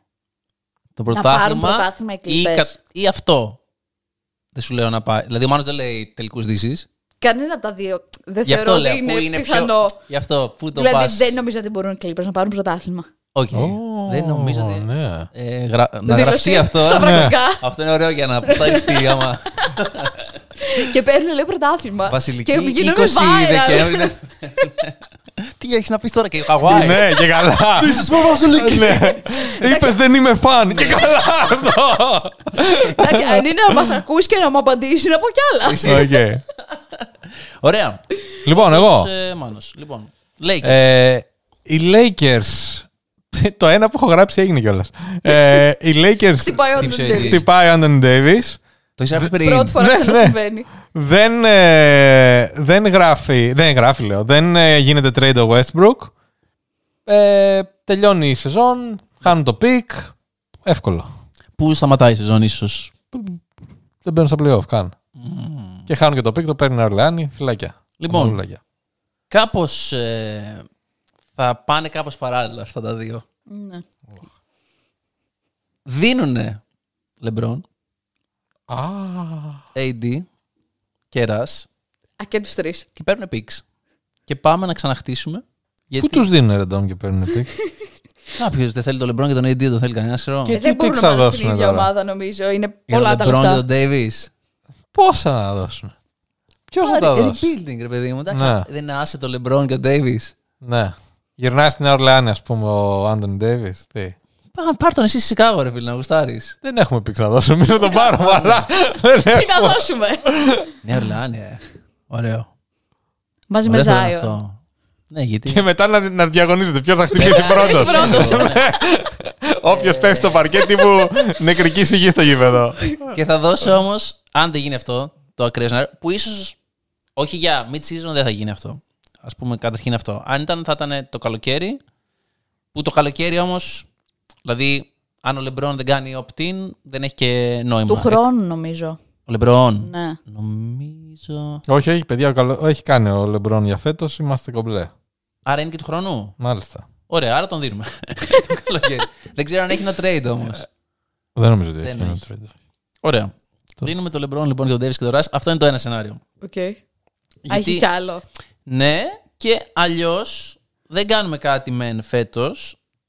S1: το
S2: πάρουν
S1: πρωτάθλημα,
S2: πρωτάθλημα οι
S1: ή,
S2: Clippers.
S1: κα- ή αυτό. Δεν σου λέω να πάει. Δηλαδή, ο Μάνος δεν λέει τελικούς Δύση.
S2: Κανένα από τα δύο δεν
S1: Γι' αυτό
S2: θεωρώ
S1: λέω.
S2: ότι είναι,
S1: πού είναι
S2: πιθανό.
S1: πιο. Γι' αυτό. Πού το
S2: Δηλαδή,
S1: πας.
S2: δεν νομίζω ότι μπορούν οι Clippers να πάρουν πρωτάθλημα.
S1: Οκ.
S3: Ω,
S1: Δεν νομίζω ότι.
S3: Ναι.
S1: Ε, γρα- Να
S2: Δήλωση
S1: γραφτεί αυτό.
S2: Στα
S1: Ναι.
S2: πρακτικά.
S1: Αυτό είναι ωραίο για να αποσταριστεί άμα.
S2: και παίρνουν λέει πρωτάθλημα.
S1: Βασιλική
S2: και
S1: 20
S2: γίνονται viral.
S1: Δεκέμβρη.
S2: (laughs)
S1: Τι έχεις να πεις τώρα και Χαβάη.
S3: Ναι, και καλά. Είσαι πω βασιλική.
S1: Ναι.
S3: Είπες δεν είμαι φαν. Και καλά αυτό.
S2: Εντάξει, Αν είναι να μας ακούσει και να μου απαντήσεις, να πω κι άλλα.
S3: Οκ.
S1: Ωραία.
S3: Λοιπόν, εγώ.
S1: Ε, Μάνος. Λοιπόν. Λέει
S3: Ε, οι Lakers. Το ένα που έχω γράψει έγινε κιόλας. Ε, οι Lakers.
S2: Χτυπάει ο
S1: Χτύπησε ο
S2: Ντένις.
S1: Ντένις.
S3: Χτυπάει ο Άντων Ντέβις.
S1: Το είσαι γράψει πριν.
S2: Πρώτη φορά
S3: Ναι,
S2: που θα
S3: ναι.
S2: συμβαίνει.
S3: Δεν, ε, δεν γράφει. Δεν γράφει, λέω. Δεν ε, γίνεται trade ο Westbrook. Ε, τελειώνει η σεζόν. Χάνουν το πικ. Εύκολο.
S1: Πού σταματάει η σεζόν, ίσως.
S3: Δεν μπαίνουν στα playoff καν.
S2: Mm.
S3: Και χάνουν και το πικ. Το παίρνει η Ορλάνη. Φυλάκια.
S1: Λοιπόν.
S3: Φυλάκια.
S1: Κάπως. ε, Θα πάνε κάπως παράλληλα αυτά τα δύο.
S2: Ναι.
S1: Δίνουνε Λεμπρόν,
S3: Α,
S1: AD και Ρας
S2: Α, και τους τρεις.
S1: και παίρνουν πίξ. και πάμε να ξαναχτίσουμε.
S3: Πού
S1: Γιατί
S3: τους δίνουν ρεντόμ και παίρνουν pick.
S1: κάποιο δεν θέλει τον LeBron και τον AD, δεν θέλει κανένας ξέρω.
S3: Και- τι
S2: δεν μπορούν να πάνε στην
S3: εξαδώσουνε
S2: ίδια
S3: τώρα.
S2: ομάδα, νομίζω. Είναι
S1: Για
S2: πολλά
S1: τον
S2: τα
S1: LeBron και τον
S2: λεφτά.
S1: Davis.
S3: Πόσα να δώσουν. Ποιος θα τα
S1: Άρα,
S3: δώσει.
S1: Rebuilding, ρε παιδί μου. εντάξει,
S3: Ναι.
S1: Δεν είναι άσε το LeBron και ο Davis.
S3: Ναι. Γυρνάει στην Νέα Ορλεάνη, ας πούμε, ο Άντων Ντέβις. Τι.
S1: Πά- Πάρ τον εσύ στη Σικάγο, ρε φίλε, να γουστάρεις.
S3: Δεν έχουμε πικ να δώσουμε. Μην τον πάρουμε, αλλά. δεν έχουμε.
S2: (laughs) Τι να
S1: (laughs)
S2: δώσουμε.
S1: Νέα Ορλεάνη, ε. Ωραίο.
S2: Μαζί με
S1: Ωραίο θα ήταν
S2: Ζάιο.
S1: αυτό. Ναι, γιατί.
S3: Και μετά να, να διαγωνίζεται ποιος θα χτυπήσει πρώτο.
S1: Ε,
S3: Όποιο πέφτει στο παρκέ τύπου νεκρική σιγή στο γήπεδο.
S1: Και θα δώσω όμως, αν δεν γίνει αυτό, το ακραίο σενάριο, που ίσως όχι για mid-season δεν θα γίνει αυτό. Ας πούμε, καταρχήν αυτό. Αν ήταν, θα ήταν το καλοκαίρι, που το καλοκαίρι όμως, δηλαδή, αν ο Λεμπρόν δεν κάνει opt-in, δεν έχει και νόημα.
S2: Του χρόνου, νομίζω.
S1: Ο Λεμπρόν.
S2: Ναι.
S1: Νομίζω.
S3: Όχι, όχι, παιδιά, ο καλό- έχει κάνει ο Λεμπρόν για φέτος. Είμαστε κομπλέ.
S1: Άρα είναι και του χρόνου.
S3: Μάλιστα.
S1: Ωραία, άρα τον δίνουμε. (laughs) το καλοκαίρι. δεν ξέρω αν έχει ένα trade όμως.
S3: Δεν νομίζω ότι
S1: Δεν
S3: έχει. ένα
S1: έχει.
S3: τρίτο.
S1: Ωραία. Δίνουμε το Λεμπρόν λοιπόν και τον Davis και τον Ράσ. Αυτό είναι το ένα σενάριο.
S2: Οκ. Α, Έχει
S1: Γιατί-
S2: κι άλλο.
S1: Ναι, και αλλιώς δεν κάνουμε κάτι μεν φέτος,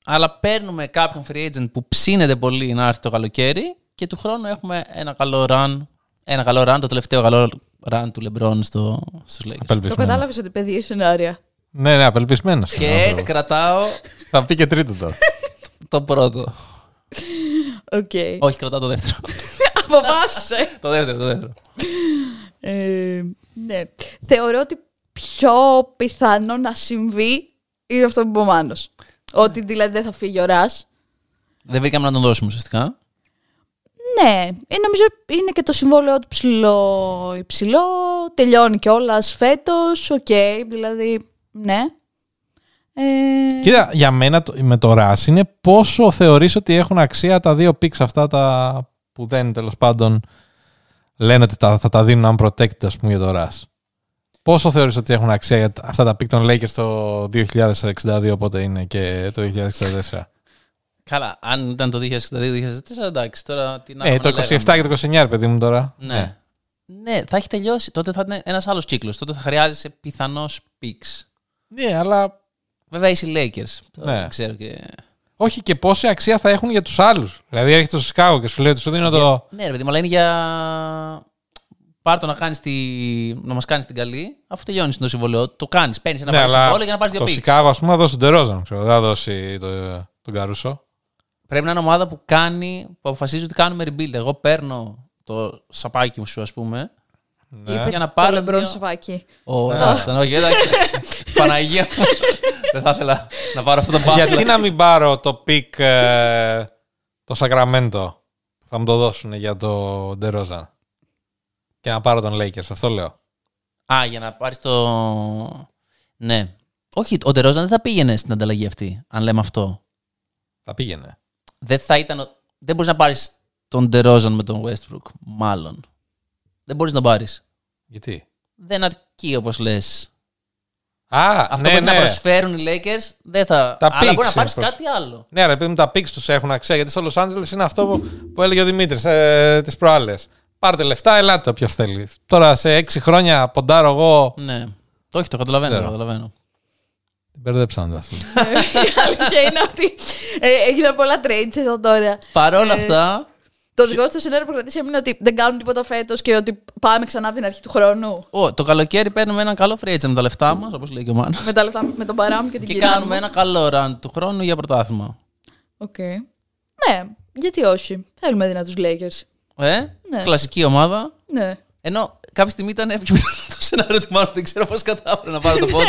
S1: αλλά παίρνουμε κάποιον free agent που ψήνεται πολύ να έρθει το καλοκαίρι και του χρόνου έχουμε ένα καλό run. Ένα καλό run, το τελευταίο καλό run του Λεμπρόν στο, στους Lakers.
S2: Το
S3: Απελπισμένο.
S2: κατάλαβες ότι παιδί σενάρια.
S3: Ναι, ναι, απελπισμένος.
S1: Και κρατάω
S3: Θα πει και τρίτο τώρα.
S1: το πρώτο.
S2: Οκ.
S1: Όχι, κρατάω το δεύτερο.
S2: Αποφάσισε.
S1: το δεύτερο, το δεύτερο.
S2: Ε, ναι. Θεωρώ ότι πιο πιθανό να συμβεί είναι αυτό που είπε ο Μάνος. Ότι δηλαδή δεν θα φύγει ο Ρας.
S1: Δεν βρήκαμε να τον δώσουμε ουσιαστικά.
S2: Ναι, ε, νομίζω είναι και το συμβόλαιό του ψηλό, υψηλό. Τελειώνει κιόλας φέτος. Οκ, δηλαδή. Ναι. Ε,
S3: Κοίτα, για μένα το- με το RAS είναι πόσο θεωρείς ότι έχουν αξία τα δύο picks αυτά τα που δεν τέλος πάντων λένε ότι τα, θα τα δίνουν unprotected ας πούμε για το RAS. Πόσο θεωρείς ότι έχουν αξία για τα- αυτά τα pick των Lakers το 2062 όποτε είναι και το 2064.
S1: Καλά, αν ήταν το 2062-2004, εντάξει, τώρα τι να
S3: ε,
S1: έχουμε
S3: το
S1: να
S3: 27
S1: λέγαμε.
S3: και το 29 ρε παιδί μου τώρα.
S1: Ναι. Ναι, θα έχει τελειώσει. Τότε θα είναι ένας άλλος κύκλος. Τότε θα χρειάζεσαι πιθανώς picks.
S3: Ναι, αλλά
S1: Βέβαια είσαι οι Lakers. Τώρα
S3: Ναι.
S1: δεν ξέρω και.
S3: όχι και πόση αξία θα έχουν για τους άλλους. Δηλαδή έρχεται το Σικάγο και σου λέει ότι σου δίνω το...
S1: Ναι, ρε παιδί μου, αλλά είναι για. Πάρ το να, κάνεις τη... να μας κάνεις την καλή, αφού τελειώνεις το συμβολέο. Το κάνεις. Παίρνεις ένα
S3: Ναι,
S1: ναι,
S3: αλλά
S1: συμβόλαιο για να πάρεις δύο
S3: το
S1: picks.
S3: Σικάγο ας πούμε θα δώσει τον Τερόζαν, ξέρω, δεν θα δώσει το, τον Καρούσο.
S1: Πρέπει να είναι ομάδα που κάνει, που αποφασίζει ότι κάνουμε rebuild. Εγώ παίρνω το σαπάκι μου σου, ας πούμε.
S3: Ε.
S2: είπε
S1: Για να
S2: το
S1: πάρω
S2: Λεμπρόν
S1: δύο-
S2: Σαββάκη.
S1: Ο
S3: Ναι.
S1: ένας ήταν, όχι, εντάξει.
S3: (laughs)
S1: Παναγία μου. Δεν θα ήθελα να πάρω αυτό το πάθο.
S3: Γιατί να μην πάρω το πικ ε, το Σακραμέντο που θα μου το δώσουν για το Ντερόζαν και να πάρω τον Lakers. Αυτό λέω.
S1: Α, για να πάρεις το. Ναι. Όχι, ο Ντερόζαν δεν θα πήγαινε στην ανταλλαγή αυτή, αν λέμε αυτό.
S3: Θα πήγαινε.
S1: Δεν θα ήταν. ο- Δεν μπορείς να πάρεις τον Ντερόζαν με τον Westbrook, μάλλον. Δεν μπορείς να πάρεις.
S3: Γιατί.
S1: Δεν αρκεί, όπως λες.
S3: Α,
S1: Αυτό
S3: ναι,
S1: που έχει
S3: ναι.
S1: να προσφέρουν οι Lakers δεν θα.
S3: Τα
S1: Αλλά μπορεί
S3: picks
S1: να πάρεις
S3: είναι
S1: κάτι άλλο.
S3: Ναι, ρε, επειδή μου τα picks τους έχουν αξία. Γιατί στο Los Angeles είναι αυτό που, που έλεγε ο Δημήτρης ε, τις προάλλες. Πάρτε λεφτά, ελάτε όποιος θέλει. Τώρα σε έξι χρόνια ποντάρω εγώ.
S1: Ναι. Το όχι, το καταλαβαίνω. Το
S3: Ξέρω.
S1: καταλαβαίνω.
S3: Μπερδέψαν το
S2: Ε, Η αλήθεια είναι ότι ε, έγιναν πολλά trades εδώ τώρα.
S1: Παρ' όλα
S2: Ε.
S1: αυτά,
S2: Το δικό στο σενάριο που κρατήσει έμεινε ότι δεν κάνουν τίποτα φέτος και ότι πάμε ξανά από την αρχή του χρόνου.
S1: ο, το καλοκαίρι παίρνουμε έναν καλό free agent με τα λεφτά μας, όπως λέει και ο Μάνος.
S2: Με, τα λεφτά, με τον παράμ και την
S1: Και
S2: κυρία
S1: κάνουμε
S2: μου.
S1: ένα καλό run του χρόνου για πρωτάθλημα.
S2: Οκ. Ναι, γιατί όχι. Θέλουμε δυνατούς Lakers.
S1: Ε,
S2: Ναι.
S1: κλασική ομάδα.
S2: Ναι.
S1: Ενώ κάποια στιγμή ήταν εύκολο το σενάριο του Μάνου. Δεν ξέρω πώς κατάφερα να πάρω το φόντο.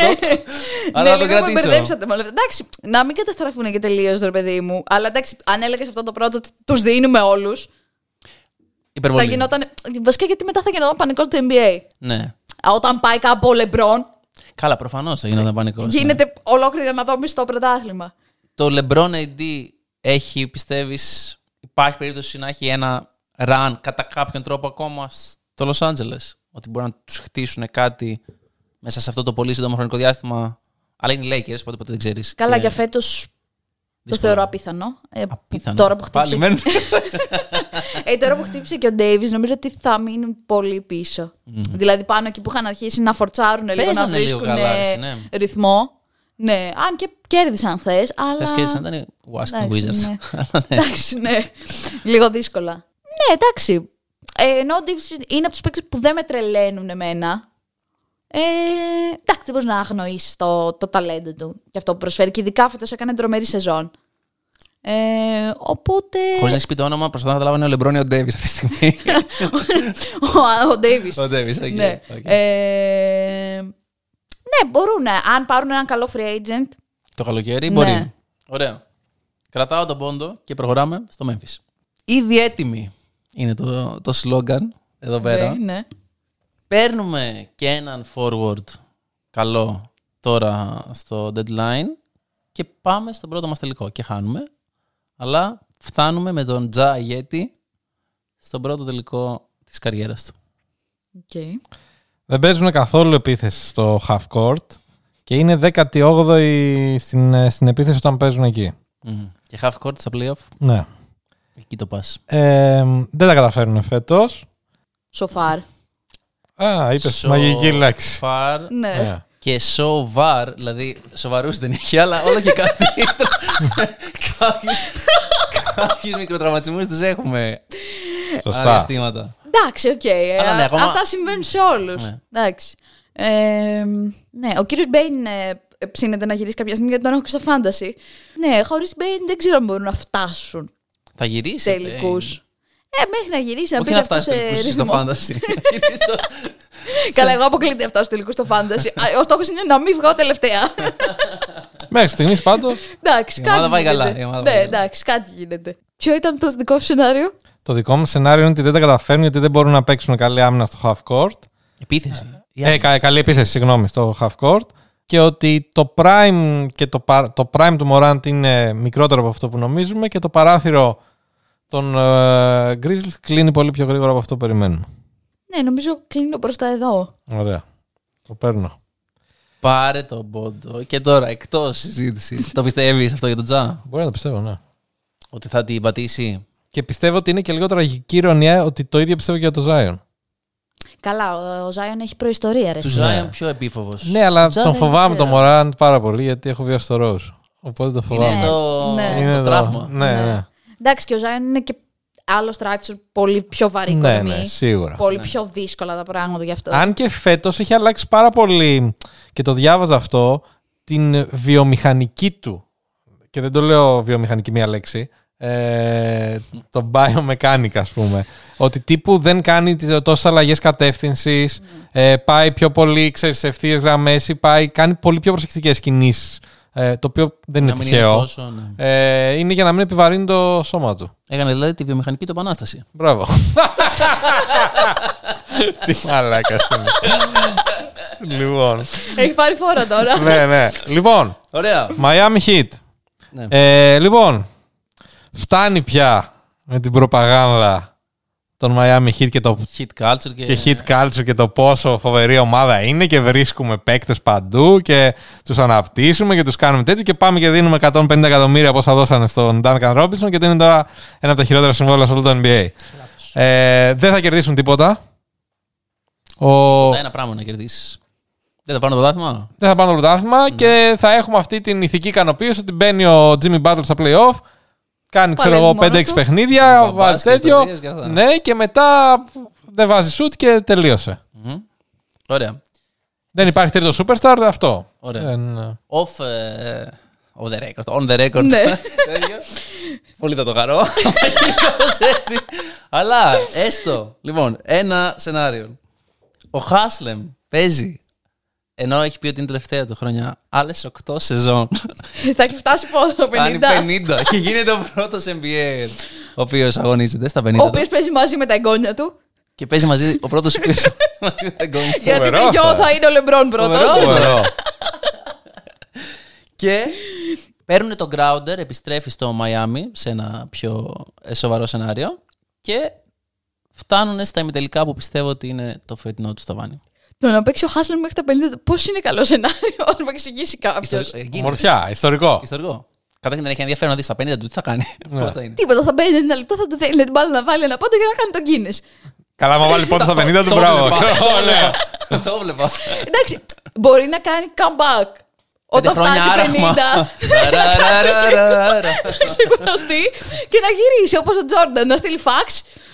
S1: αλλά
S2: ναι,
S1: να το
S2: λίγο με
S1: κρατήσω.
S2: μπερδέψατε μάλλον. Εντάξει, να μην καταστραφούν και τελείως, ρε παιδί μου. Αλλά εντάξει, αν έλεγες αυτό το πρώτο, τους δίνουμε όλους. Θα
S1: Υπερβολή.
S2: γινόταν. Βασικά γιατί μετά θα γινόταν πανικός του NBA.
S1: Ναι.
S2: Α, Όταν πάει κάπου ο Λεμπρόν,
S1: Καλά, προφανώς θα γινόταν πανικός.
S2: Ναι.
S1: ναι.
S2: γίνεται ολόκληρη αναδόμηση στο πρωτάθλημα.
S1: Το LeBron AD έχει, πιστεύεις, υπάρχει περίπτωση να έχει ένα run κατά κάποιον τρόπο ακόμα στο Los Angeles. Ότι μπορεί να τους χτίσουν κάτι μέσα σε αυτό το πολύ σύντομο χρονικό διάστημα. Αλλά είναι οι Lakers, οπότε ποτέ δεν ξέρεις.
S2: Καλά, για φέτος Το θεωρώ απίθανο. Ε,
S1: Απίθανο.
S2: Τώρα που χτύπησε.
S1: Πάλι
S2: (laughs)
S1: μένουν.
S2: Ε, τώρα που χτύπησε και ο Ντέιβι, νομίζω ότι θα μείνουν πολύ πίσω. Δηλαδή πάνω εκεί που είχαν αρχίσει να φορτσάρουν λίγο, να
S1: Παίζανε λίγο
S2: βρίσκουν
S1: καλά,
S2: ε,
S1: έτσι, ναι.
S2: ρυθμό. Ναι, αν και κέρδισαν χθες. Αλλά...
S1: Θες και έτσι να ήταν οι Washington
S2: Εντάξει,
S1: Wizards.
S2: ναι.
S1: Αλλά (laughs) ναι.
S2: Εντάξει, ναι. Λίγο δύσκολα. Ναι, εντάξει. Ε, ενώ ο Davis είναι από τους παίκτες που δεν με τρελαίνουν εμένα. Ε, εντάξει, δεν μπορείς να αγνοήσεις το, το ταλέντο του και αυτό που προσφέρει. Και ειδικά φέτος έκανε τρομερή σεζόν. Ε, οπότε.
S1: Χωρίς να έχεις πει το όνομα, προσπαθώ να καταλάβω είναι ο Λεμπρόνιο Ντέβι αυτή τη στιγμή.
S2: ο, ο Davis.
S1: Ο Ντέβι, οκ.
S2: ναι.
S1: οκ.
S2: Ε, ναι, μπορούν. ε, Αν πάρουν έναν καλό free agent.
S1: Το καλοκαίρι
S2: Ναι.
S1: μπορεί. Ωραία. Κρατάω τον πόντο και προχωράμε στο Memphis. Ήδη έτοιμοι είναι το, το slogan εδώ πέρα.
S2: Ναι, ναι.
S1: Παίρνουμε και έναν forward καλό τώρα στο deadline και πάμε στον πρώτο μας τελικό και χάνουμε. Αλλά φτάνουμε με τον Τζα Αγέτη στον πρώτο τελικό της καριέρας του.
S2: Οκ.
S3: (laughs) Δεν παίζουν καθόλου επίθεση στο half court και είναι 18η στην, ε, στην επίθεση όταν παίζουν εκεί.
S1: Μμμ. Και half court στα playoff,
S3: Ναι.
S1: εκεί το πας.
S3: Ε, δεν τα καταφέρουν φέτος.
S2: So far.
S3: Α, είπες
S1: So
S3: μαγική λέξη.
S1: far
S2: Ναι.
S3: Ναι.
S1: και σοβαρ, δηλαδή σοβαρούς δεν έχει, αλλά όλο και (laughs) κάτι. κάποιους, κάποιους μικροτραυματισμούς τους έχουμε.
S3: Σωστά.
S1: Αδιαστήματα.
S2: Εντάξει, οκ. ε,
S1: Αλλά ναι,
S2: α-
S1: ακόμα-
S2: Αυτά συμβαίνουν σε όλους.
S1: Ναι.
S2: Εντάξει. Ε, ναι, ο κύριος Μπέιν ε, ε, ψήνεται να γυρίσει κάποια στιγμή γιατί τον έχω και στο φάνταση. Ναι, χωρίς Μπέιν δεν ξέρω αν μπορούν να φτάσουν
S1: Θα γυρίσει.
S2: τελικούς. Ε, μέχρι να γυρίσει να
S1: Όχι
S2: πει
S1: να
S2: αυτό σε
S1: φτάσει τελικούς στο
S2: ρυθμό.
S1: φάνταση.
S2: Καλά, εγώ αποκλείται αυτά στου τελικούς στο
S1: (laughs)
S2: φάνταση. Α, ο στόχος είναι να μην βγω τελευταία.
S3: Μέχρι στιγμής πάντως
S2: (laughs) εντάξει,
S1: Ναι. Η
S2: κάτι.
S1: ομάδα πάει
S2: γίνεται.
S1: καλά, η ομάδα πάει
S2: Ναι,
S1: καλά.
S2: εντάξει, κάτι γίνεται. Ποιο ήταν το δικό σου σενάριο.
S3: το δικό μου σενάριο είναι ότι δεν τα καταφέρνουν γιατί δεν μπορούν να παίξουν καλή άμυνα στο half court.
S1: Επίθεση.
S3: Ε, κα- καλή επίθεση, συγγνώμη, στο half court. Και ότι το prime, και το, πα- το prime του Morant είναι μικρότερο από αυτό που νομίζουμε και το παράθυρο των ε, Grizzlies κλείνει πολύ πιο γρήγορα από αυτό που περιμένουμε.
S2: Ναι, νομίζω κλείνω προς τα εδώ.
S3: Ωραία. Το παίρνω.
S1: Πάρε τον πόντο και τώρα εκτός συζήτηση. το πιστεύεις αυτό για τον Τζα,
S3: Μπορεί να το πιστεύω, ναι.
S1: ότι θα την πατήσει.
S3: Και πιστεύω ότι είναι και λίγο τραγική ηρωνία ότι το ίδιο πιστεύω και για τον Zion.
S2: Καλά, ο- ο Ζάιον έχει προϊστορία, ρε.
S1: Του
S2: εσύ.
S1: Ζάιον πιο επίφοβος.
S3: Ναι, αλλά
S1: Τζα
S3: τον
S1: δεν
S3: φοβάμαι τον
S1: ξέρω.
S3: Μωράν πάρα πολύ γιατί έχω βιώσει το Rose. Οπότε το φοβάμαι.
S1: Είναι το,
S2: Ναι.
S1: το
S3: Είναι το-
S1: τραύμα.
S3: Ναι, ναι.
S2: Ναι. Εντάξει, και ο Ζάιον είναι και άλλο structure, πολύ πιο βαρύ
S3: Ναι,
S2: κορμί.
S3: ναι, σίγουρα.
S2: Πολύ πιο δύσκολα τα πράγματα γι' αυτό.
S3: Αν και φέτος έχει αλλάξει πάρα πολύ και το διάβαζα αυτό, την βιομηχανική του. Και δεν το λέω βιομηχανική μία λέξη. Ε, το biomechanic, ας πούμε. ότι τύπου δεν κάνει τόσες αλλαγές κατεύθυνσης, ε, πάει πιο πολύ, ξέρεις, σε ευθείες γραμμές ή πάει, κάνει πολύ πιο προσεκτικές κινήσεις. Ε, το οποίο δεν είναι
S1: Να μην είναι
S3: τυχαίο.
S1: τόσο, ναι.
S3: Ε, είναι για να μην επιβαρύνει το σώμα του.
S1: Έκανε δηλαδή τη βιομηχανική του επανάσταση.
S3: Μπράβο. Τι μαλάκα είναι. Λοιπόν.
S2: Έχει πάρει φόρα τώρα.
S3: Ναι, ναι. Λοιπόν,
S1: Ωραία.
S3: Miami Heat.
S1: Ναι.
S3: Ε, λοιπόν, φτάνει πια με την προπαγάνδα των Miami Heat και, το,
S1: Hit culture και,
S2: Ε,
S3: και Heat
S2: ναι.
S3: Culture και το πόσο φοβερή ομάδα είναι και βρίσκουμε παίκτες παντού και τους αναπτύσσουμε και τους κάνουμε τέτοιο και πάμε και δίνουμε 150 εκατομμύρια όπως θα δώσανε στον Duncan Robinson και είναι τώρα ένα από τα χειρότερα συμβόλαια σε όλο το NBA. Ε, δεν θα κερδίσουν τίποτα. Ο...
S1: Τα
S2: Ναι,
S1: ένα πράγμα να κερδίσεις. Δεν θα πάρουν το δάθμα.
S3: Δεν θα πάνε το πρωτάθλημα
S2: Ναι.
S3: και θα έχουμε αυτή την ηθική ικανοποίηση ότι μπαίνει ο Jimmy Butler στα playoff. Κάνει, ξέρω
S2: Παλεύει
S3: εγώ,
S2: μόνος
S3: 5-6
S2: του.
S3: παιχνίδια,
S1: Μπαμπάς
S3: βάζει
S1: και
S3: τέτοιο.
S1: ιστορίες και αυτά.
S3: Ναι, και μετά δεν βάζει σουτ και τελείωσε.
S1: Ωραία.
S3: Δεν υπάρχει τρίτο superstar, αυτό.
S1: Ωραία.
S3: Δεν, ε,
S1: Off. ε, off the record. On the record.
S2: Ναι.
S1: (laughs) Τέτοιο. Πολύ θα το χαρώ. Κάπως έτσι. Αλλά έστω. Λοιπόν, ένα σενάριο. Ο Χάσλεμ παίζει ενώ έχει πει ότι είναι τελευταία του χρονιά. Άλλες 8 σεζόν.
S2: θα έχει φτάσει πόσο, 50.
S1: Κάνει 50 και γίνεται ο πρώτος NBA ο οποίος αγωνίζεται στα 50.
S2: Ο
S1: του.
S2: οποίος παίζει μαζί με τα εγγόνια του.
S1: Και παίζει μαζί ο πρώτος ο οποίος.
S2: (laughs)
S1: μαζί με τα γκόνια.
S2: Γιατί
S3: Φοβερό
S2: με γιο
S3: αυτό.
S2: θα είναι ο Λεμπρόν πρώτος.
S3: Φοβερό.
S1: Και παίρνουν τον Crowder, επιστρέφει στο Μαϊάμι σε ένα πιο ε, σοβαρό σενάριο και φτάνουν στα ημιτελικά που πιστεύω ότι είναι το φετινό του σταβάνι.
S2: Το να παίξει ο Χάσλερ μέχρι τα 50, πώς είναι καλός σενάριο, να μου εξηγήσει κάποιος.
S1: Ιστορικό.
S3: Ομορφιά, ιστορικό.
S1: Ιστορικό. Καταρχήν δεν έχει ενδιαφέρον να δεις στα 50 του τι θα κάνει. Πώς θα είναι.
S2: Τίποτα, θα μπαίνει ένα λεπτό, θα του δίνει την μπάλα να βάλει ένα πόντο για να κάνει τον κίνηση.
S3: Καλά, μα βάλει πόντο στα 50 του,
S1: Το
S3: μπράβο.
S1: βλέπα.
S3: (laughs) Ωραία.
S1: Το βλέπα.
S2: Εντάξει, μπορεί να κάνει comeback.
S1: Πέντε
S2: Όταν
S1: χρόνια
S2: φτάσει 50,
S1: άραχμα.
S2: να κάτσει
S1: Ραραραραρα.
S2: εκεί, (laughs) να ξεκουραστεί και να γυρίσει όπως ο Τζόρνταν, να στείλει fax.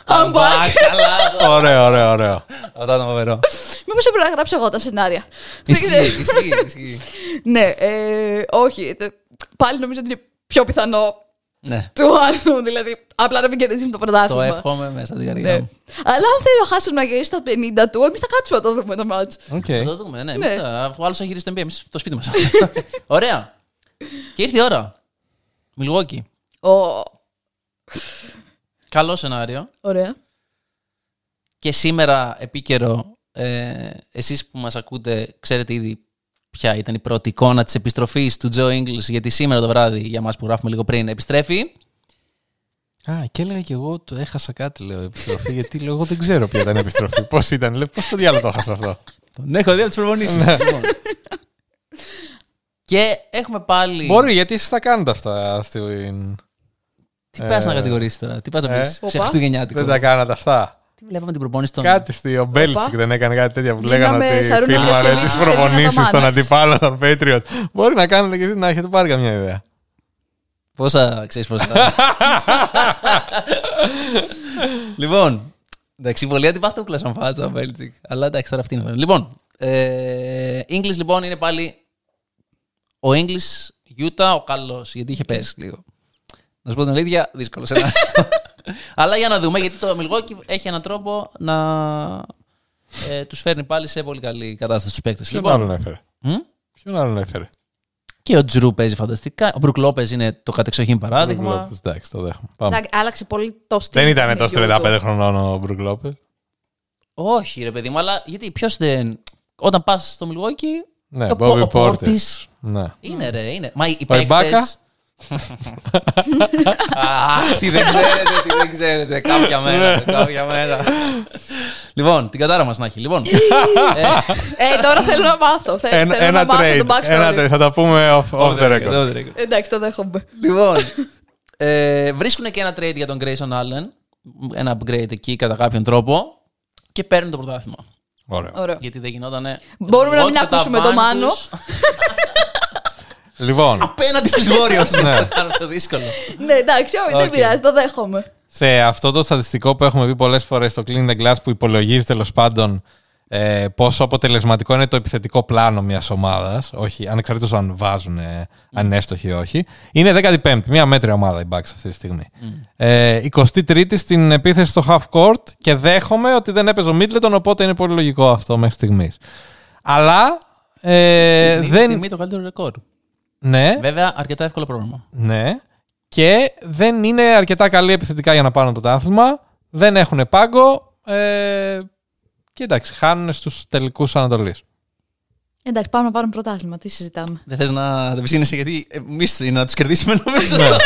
S2: I'm
S1: Μπα,
S2: back. (laughs)
S1: καλά.
S3: Ωραίο, ωραίο, ωραίο.
S1: Αυτό ήταν φοβερό.
S2: Μήπως έπρεπε να γράψω εγώ τα σενάρια. Δεν
S1: Ισχύει,
S2: ξέρω.
S1: ισχύει, ισχύει.
S2: (laughs) Ναι, ε, όχι. τε- Πάλι νομίζω ότι είναι πιο πιθανό
S1: Ναι,
S2: του άλλου. (laughs) Δηλαδή, απλά να μην κερδίζει το
S1: το
S2: πρωτάθλημα.
S1: εύχομαι μέσα στην
S2: Ναι.
S1: καρδιά μου.
S2: Αλλά αν θέλει ο Χάσελ να γυρίσει στα 50 του, εμείς θα κάτσουμε να το δούμε το μάτσο.
S3: Οκ.
S1: Θα το δούμε, ναι.
S2: Ναι.
S1: εμείς θα- Αφού άλλος θα γυρίσει το NBA, εμείς το σπίτι μας. (laughs) Ωραία. Και ήρθε η ώρα. Μιλγόκι.
S2: Ω,
S1: Καλό σενάριο.
S2: Ωραία.
S1: Και σήμερα επίκαιρο, ε, εσείς που μας ακούτε ξέρετε ήδη ποια ήταν η πρώτη εικόνα της επιστροφής του Τζο Ίγκλς γιατί σήμερα το βράδυ, για μας που γράφουμε λίγο πριν, επιστρέφει.
S3: Α, και έλεγα και εγώ το έχασα κάτι, λέω, επιστροφή. γιατί λέω, εγώ δεν ξέρω ποια ήταν η επιστροφή. Πώς ήταν, λέω, πώς το διάλογο το έχασα αυτό.
S1: Τον έχω δει από τις προπονήσεις. λοιπόν. (laughs) Και έχουμε πάλι...
S3: (laughs) Μπορεί, γιατί εσείς τα κάνετε αυτά στην.
S1: Τι πας να κατηγορήσεις τώρα, τι πας να πεις
S2: Οπα.
S1: σε Χριστουγεννιάτικο.
S3: Δεν τα κάνατε αυτά.
S1: Τι βλέπαμε την προπόνηση των...
S3: Κάτι στη ο Μπέλτσικ δεν έκανε κάτι τέτοια που
S2: Γίναμε
S3: λέγανε ότι
S2: σαρούνα
S3: φίλμαρε
S2: διασκευή
S3: τι
S2: της
S3: προπονήσει
S2: Ελληνοτομάνας.
S3: των αντιπάλων των Patriot. Μπορεί να κάνετε και εσείς να έχετε πάρει καμιά ιδέα.
S1: Πόσα ξέρεις πόσα. λοιπόν, εντάξει, πολύ αντιπαθούκλα σαν φάτσα ο Μπέλτσικ. Αλλά εντάξει, τώρα αυτή είναι. Λοιπόν, ε, English λοιπόν είναι πάλι ο English Utah ο καλός, γιατί είχε πέσει λίγο. Να σου πω την αλήθεια, δύσκολο σενάριο. Αλλά για να δούμε, γιατί το Milwaukee έχει έναν τρόπο να ε, τους φέρνει πάλι σε πολύ καλή κατάσταση τους παίκτες.
S3: Ποιον άλλον έφερε.
S1: μ?
S3: Ποιον άλλον έφερε.
S1: και ο Τζρου παίζει φανταστικά. Ο Μπρουκ Λόπες είναι το κατεξοχήν παράδειγμα.
S3: Λόπες, Εντάξει, το δέχομαι. Πάμε.
S2: Εντάξει, Άλλαξε πολύ το στυλ. Ναι,
S3: Δεν ήταν τόσο
S2: του παιχνιδιού
S3: 35
S2: του.
S3: χρονών ο Μπρουκ Λόπες.
S1: Όχι, ρε παιδί μου, αλλά γιατί ποιος δεν. Όταν πας στο Milwaukee.
S3: Ναι,
S1: ο,
S3: Bobby
S1: ο,
S3: Portis.
S1: Portis
S2: Ε,
S3: Ναι.
S1: Είναι, ρε, είναι. Μα οι
S3: Ibaka. (laughs)
S1: παίκτες... Αχ, τι δεν ξέρετε, τι δεν ξέρετε. Κάποια
S3: Ναι.
S1: μέρα, κάποια μέρα. Λοιπόν, την κατάρα μας να έχει.
S3: (laughs)
S1: Λοιπόν, ε,
S2: Ε, τώρα θέλω να μάθω. Θέλω,
S3: Ένα,
S2: θέλω
S3: ένα
S2: να μάθω
S3: trade.
S2: το backstory.
S3: Ένα trade. Θα τα πούμε off, off the record.
S1: εδώ, ρε.
S2: Εντάξει, το δέχομαι.
S1: Λοιπόν, ε, βρίσκουν και ένα trade για τον Grayson Allen. Ένα upgrade εκεί κατά κάποιον τρόπο. Και παίρνουν το πρωτάθλημα.
S3: Ωραίο.
S2: Ωραίο.
S1: Γιατί δεν γινότανε.
S2: Μπορούμε να μην
S1: Τα
S2: ακούσουμε τον
S1: βάν
S2: Μάνο.
S1: τους
S3: Λοιπόν,
S1: Απέναντι στις Βόρειος. (laughs)
S3: Ναι.
S1: Το δύσκολο.
S2: ναι, εντάξει, όχι,
S1: Οκ.
S2: δεν πειράζει, το δέχομαι.
S3: σε αυτό το στατιστικό που έχουμε πει πολλές φορές στο Clean the Glass που υπολογίζει τέλος πάντων ε, πόσο αποτελεσματικό είναι το επιθετικό πλάνο μιας ομάδας, όχι ανεξαρτήτως αν βάζουν ε, ανέστοχοι ή όχι, είναι 15η. Μια μέτρια ομάδα η Bucks αυτή τη στιγμή. Ε, 23η στην επίθεση στο half court και δέχομαι ότι δεν έπαιζε ο Middleton, οπότε είναι πολύ λογικό αυτό μέχρι στιγμής. Αλλά ε,
S1: Είναι
S3: δεν.
S1: Στιγμή το καλύτερο ρεκόρ.
S3: Ναι.
S1: Βέβαια, αρκετά εύκολο πρόγραμμα.
S3: Ναι. Και δεν είναι αρκετά καλή επιθετικά για να πάρουν το πρωτάθλημα. Δεν έχουν πάγκο. Ε, και εντάξει, χάνουν στους τελικούς Ανατολής.
S2: Εντάξει, πάμε να πάρουμε πρωτάθλημα. Τι συζητάμε.
S1: Δεν θες να ψήνεσαι γιατί εμεί είναι να τους κερδίσουμε νομίζω.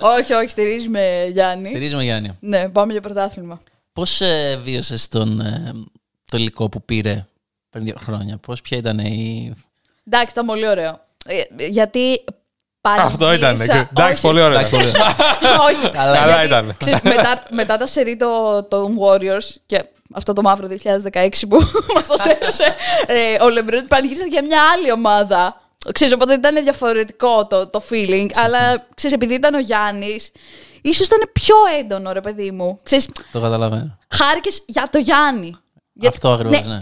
S2: όχι, όχι, στηρίζουμε Γιάννη.
S1: Στηρίζουμε Γιάννη.
S2: ναι, πάμε για πρωτάθλημα.
S1: Πώς βίωσες τον ε, το υλικό που πήρε πριν δύο χρόνια, Πώς ποια ήταν η.
S2: Εντάξει, ήταν πολύ ωραίο. Ε, Γιατί παρατήρησα...
S3: Αυτό ήταν. Εντάξει,
S2: Ε, όχι,
S3: πολύ ωραίο.
S1: Εντάξει, πολύ.
S2: (laughs)
S3: (laughs)
S2: όχι.
S1: Καλά
S2: Γιατί,
S3: ήταν.
S2: ξέρεις, μετά, μετά τα σερί των των Warriors και αυτό το μαύρο 2016 που (laughs) μας το στέλνωσε, ε, ο Λεμπρόν πανηγύρισε για μια άλλη ομάδα. Ξέρεις, οπότε ήταν διαφορετικό το, το feeling, αλλά ξέρεις, επειδή ήταν ο Γιάννης, ίσως ήταν πιο έντονο, ρε παιδί μου. Ξέρεις,
S1: το καταλαβαίνω.
S2: χάρηκες για το Γιάννη.
S1: Αυτό ακριβώς, ναι.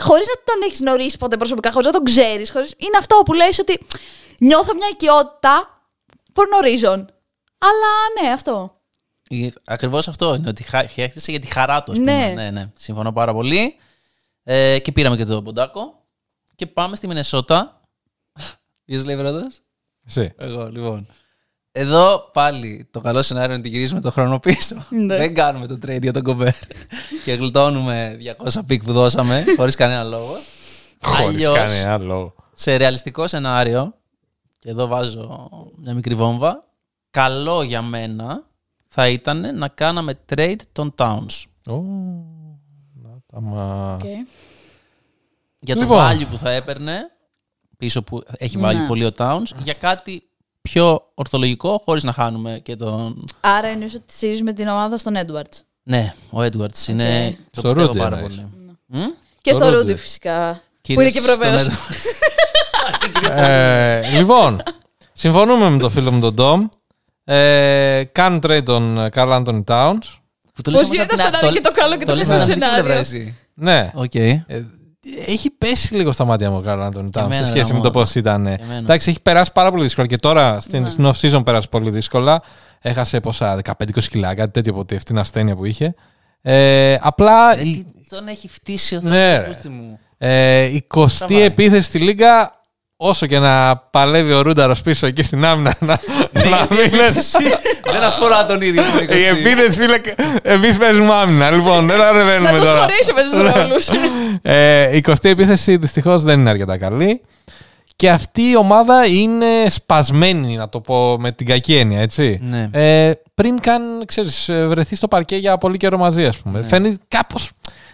S2: Χωρί ε, να τον έχεις γνωρίσει ποτέ προσωπικά, χωρίς να τον ξέρεις. Χωρίς... Είναι αυτό που λες ότι νιώθω μια οικειότητα for no reason. Αλλά ναι, αυτό.
S1: Ακριβώς αυτό είναι ότι χα- χαίρεσαι για τη χαρά του. ας πούμε.
S2: Ναι.
S1: ναι, ναι. Συμφωνώ πάρα πολύ. Ε, και πήραμε και το ποντάκο. Και πάμε στη Μινεσότα. Ποιο λέει πρώτος?
S3: Εσύ.
S1: Εγώ, λοιπόν. Εδώ πάλι το καλό σενάριο είναι ότι γυρίζουμε το χρόνο πίσω.
S2: Ναι.
S1: Δεν κάνουμε το trade για τον κομπέρ και γλιτώνουμε 200 πικ που δώσαμε χωρίς κανένα λόγο.
S3: Χωρίς
S1: Αλλιώς,
S3: κανένα λόγο.
S1: σε ρεαλιστικό σενάριο, και εδώ βάζω μια μικρή βόμβα, καλό για μένα θα ήταν να κάναμε trade των Towns.
S3: Ω, να τα μα-
S1: Για το
S3: Λοιπόν.
S1: value που θα έπαιρνε πίσω που έχει
S2: Ναι.
S1: βάλει πολύ ο Towns για κάτι πιο ορθολογικό, χωρίς να χάνουμε και τον.
S2: Άρα εννοείς ότι σύρίζουμε την ομάδα στον Edwards.
S1: Ναι, ο Edwards είναι.
S2: Ναι.
S1: Το
S3: Στο
S1: πιστεύω
S3: Ρούντι
S1: πάρα
S3: εννοείς.
S1: πολύ.
S2: Και
S3: Το
S2: στο
S3: Rudy.
S2: Ρούντι φυσικά. Που
S1: Κυρίως
S2: είναι και
S1: στον
S2: Ευρωπαίος.
S1: Edwards.
S3: Ε, λοιπόν, συμφωνούμε με τον φίλο μου τον Ντόμ. Ε, κάνουν trade τον Καρλ Άντων Towns.
S1: (laughs) Που το
S2: Πώς
S1: λες όμως
S2: γίνεται
S1: απ' την
S2: αυτό να
S1: α-
S2: είναι και το καλό και το
S1: λες
S2: κακό
S1: απ' την
S2: σενάριο.
S1: πλευρά εσύ.
S3: Ναι.
S1: Οκ.
S3: Ε, έχει πέσει λίγο στα μάτια μου ο Καρλ Άντων Towns σε
S1: εμένα,
S3: σχέση
S1: ρε,
S3: με το
S1: μόνο.
S3: πώς ήταν.
S1: εμένα.
S3: Εντάξει, έχει περάσει πάρα πολύ δύσκολα και τώρα στην, στην off season πέρασε πολύ δύσκολα. Έχασε πόσα 15-20 κιλά, κάτι τέτοιο από τη- αυτή την ασθένεια που είχε. Ε, απλά
S1: Τι- Τον έχει φτύσει ο
S3: Ναι,
S1: Θεός,
S3: ρε.
S1: πούστη μου.
S3: Ε, η 20η
S1: Σταμάτη.
S3: επίθεση στη Λίγκα, όσο και να παλεύει ο Ρούνταρος πίσω εκεί στην άμυνα
S1: (laughs)
S3: να, να μην
S1: Δεν αφορά τον ίδιο. τον
S3: Η
S1: 20.
S3: επίθεση, Ε, φίλε, εμείς παίζουμε άμυνα. Λοιπόν, δεν
S2: Να
S3: ανεβαίνουμε
S2: τους
S3: τώρα.
S2: χωρίσουμε στους
S3: Ναι.
S2: ρόλους.
S3: Ε, η 20η επίθεση δυστυχώς δεν είναι αρκετά καλή. Και αυτή η ομάδα είναι σπασμένη, να το πω με την κακή έννοια, έτσι.
S1: Ναι.
S3: Ε, πριν καν, ξέρεις, ε, βρεθεί στο παρκέ για πολύ καιρό μαζί, ας πούμε.
S1: Ναι.
S3: Φαίνεται κάπως...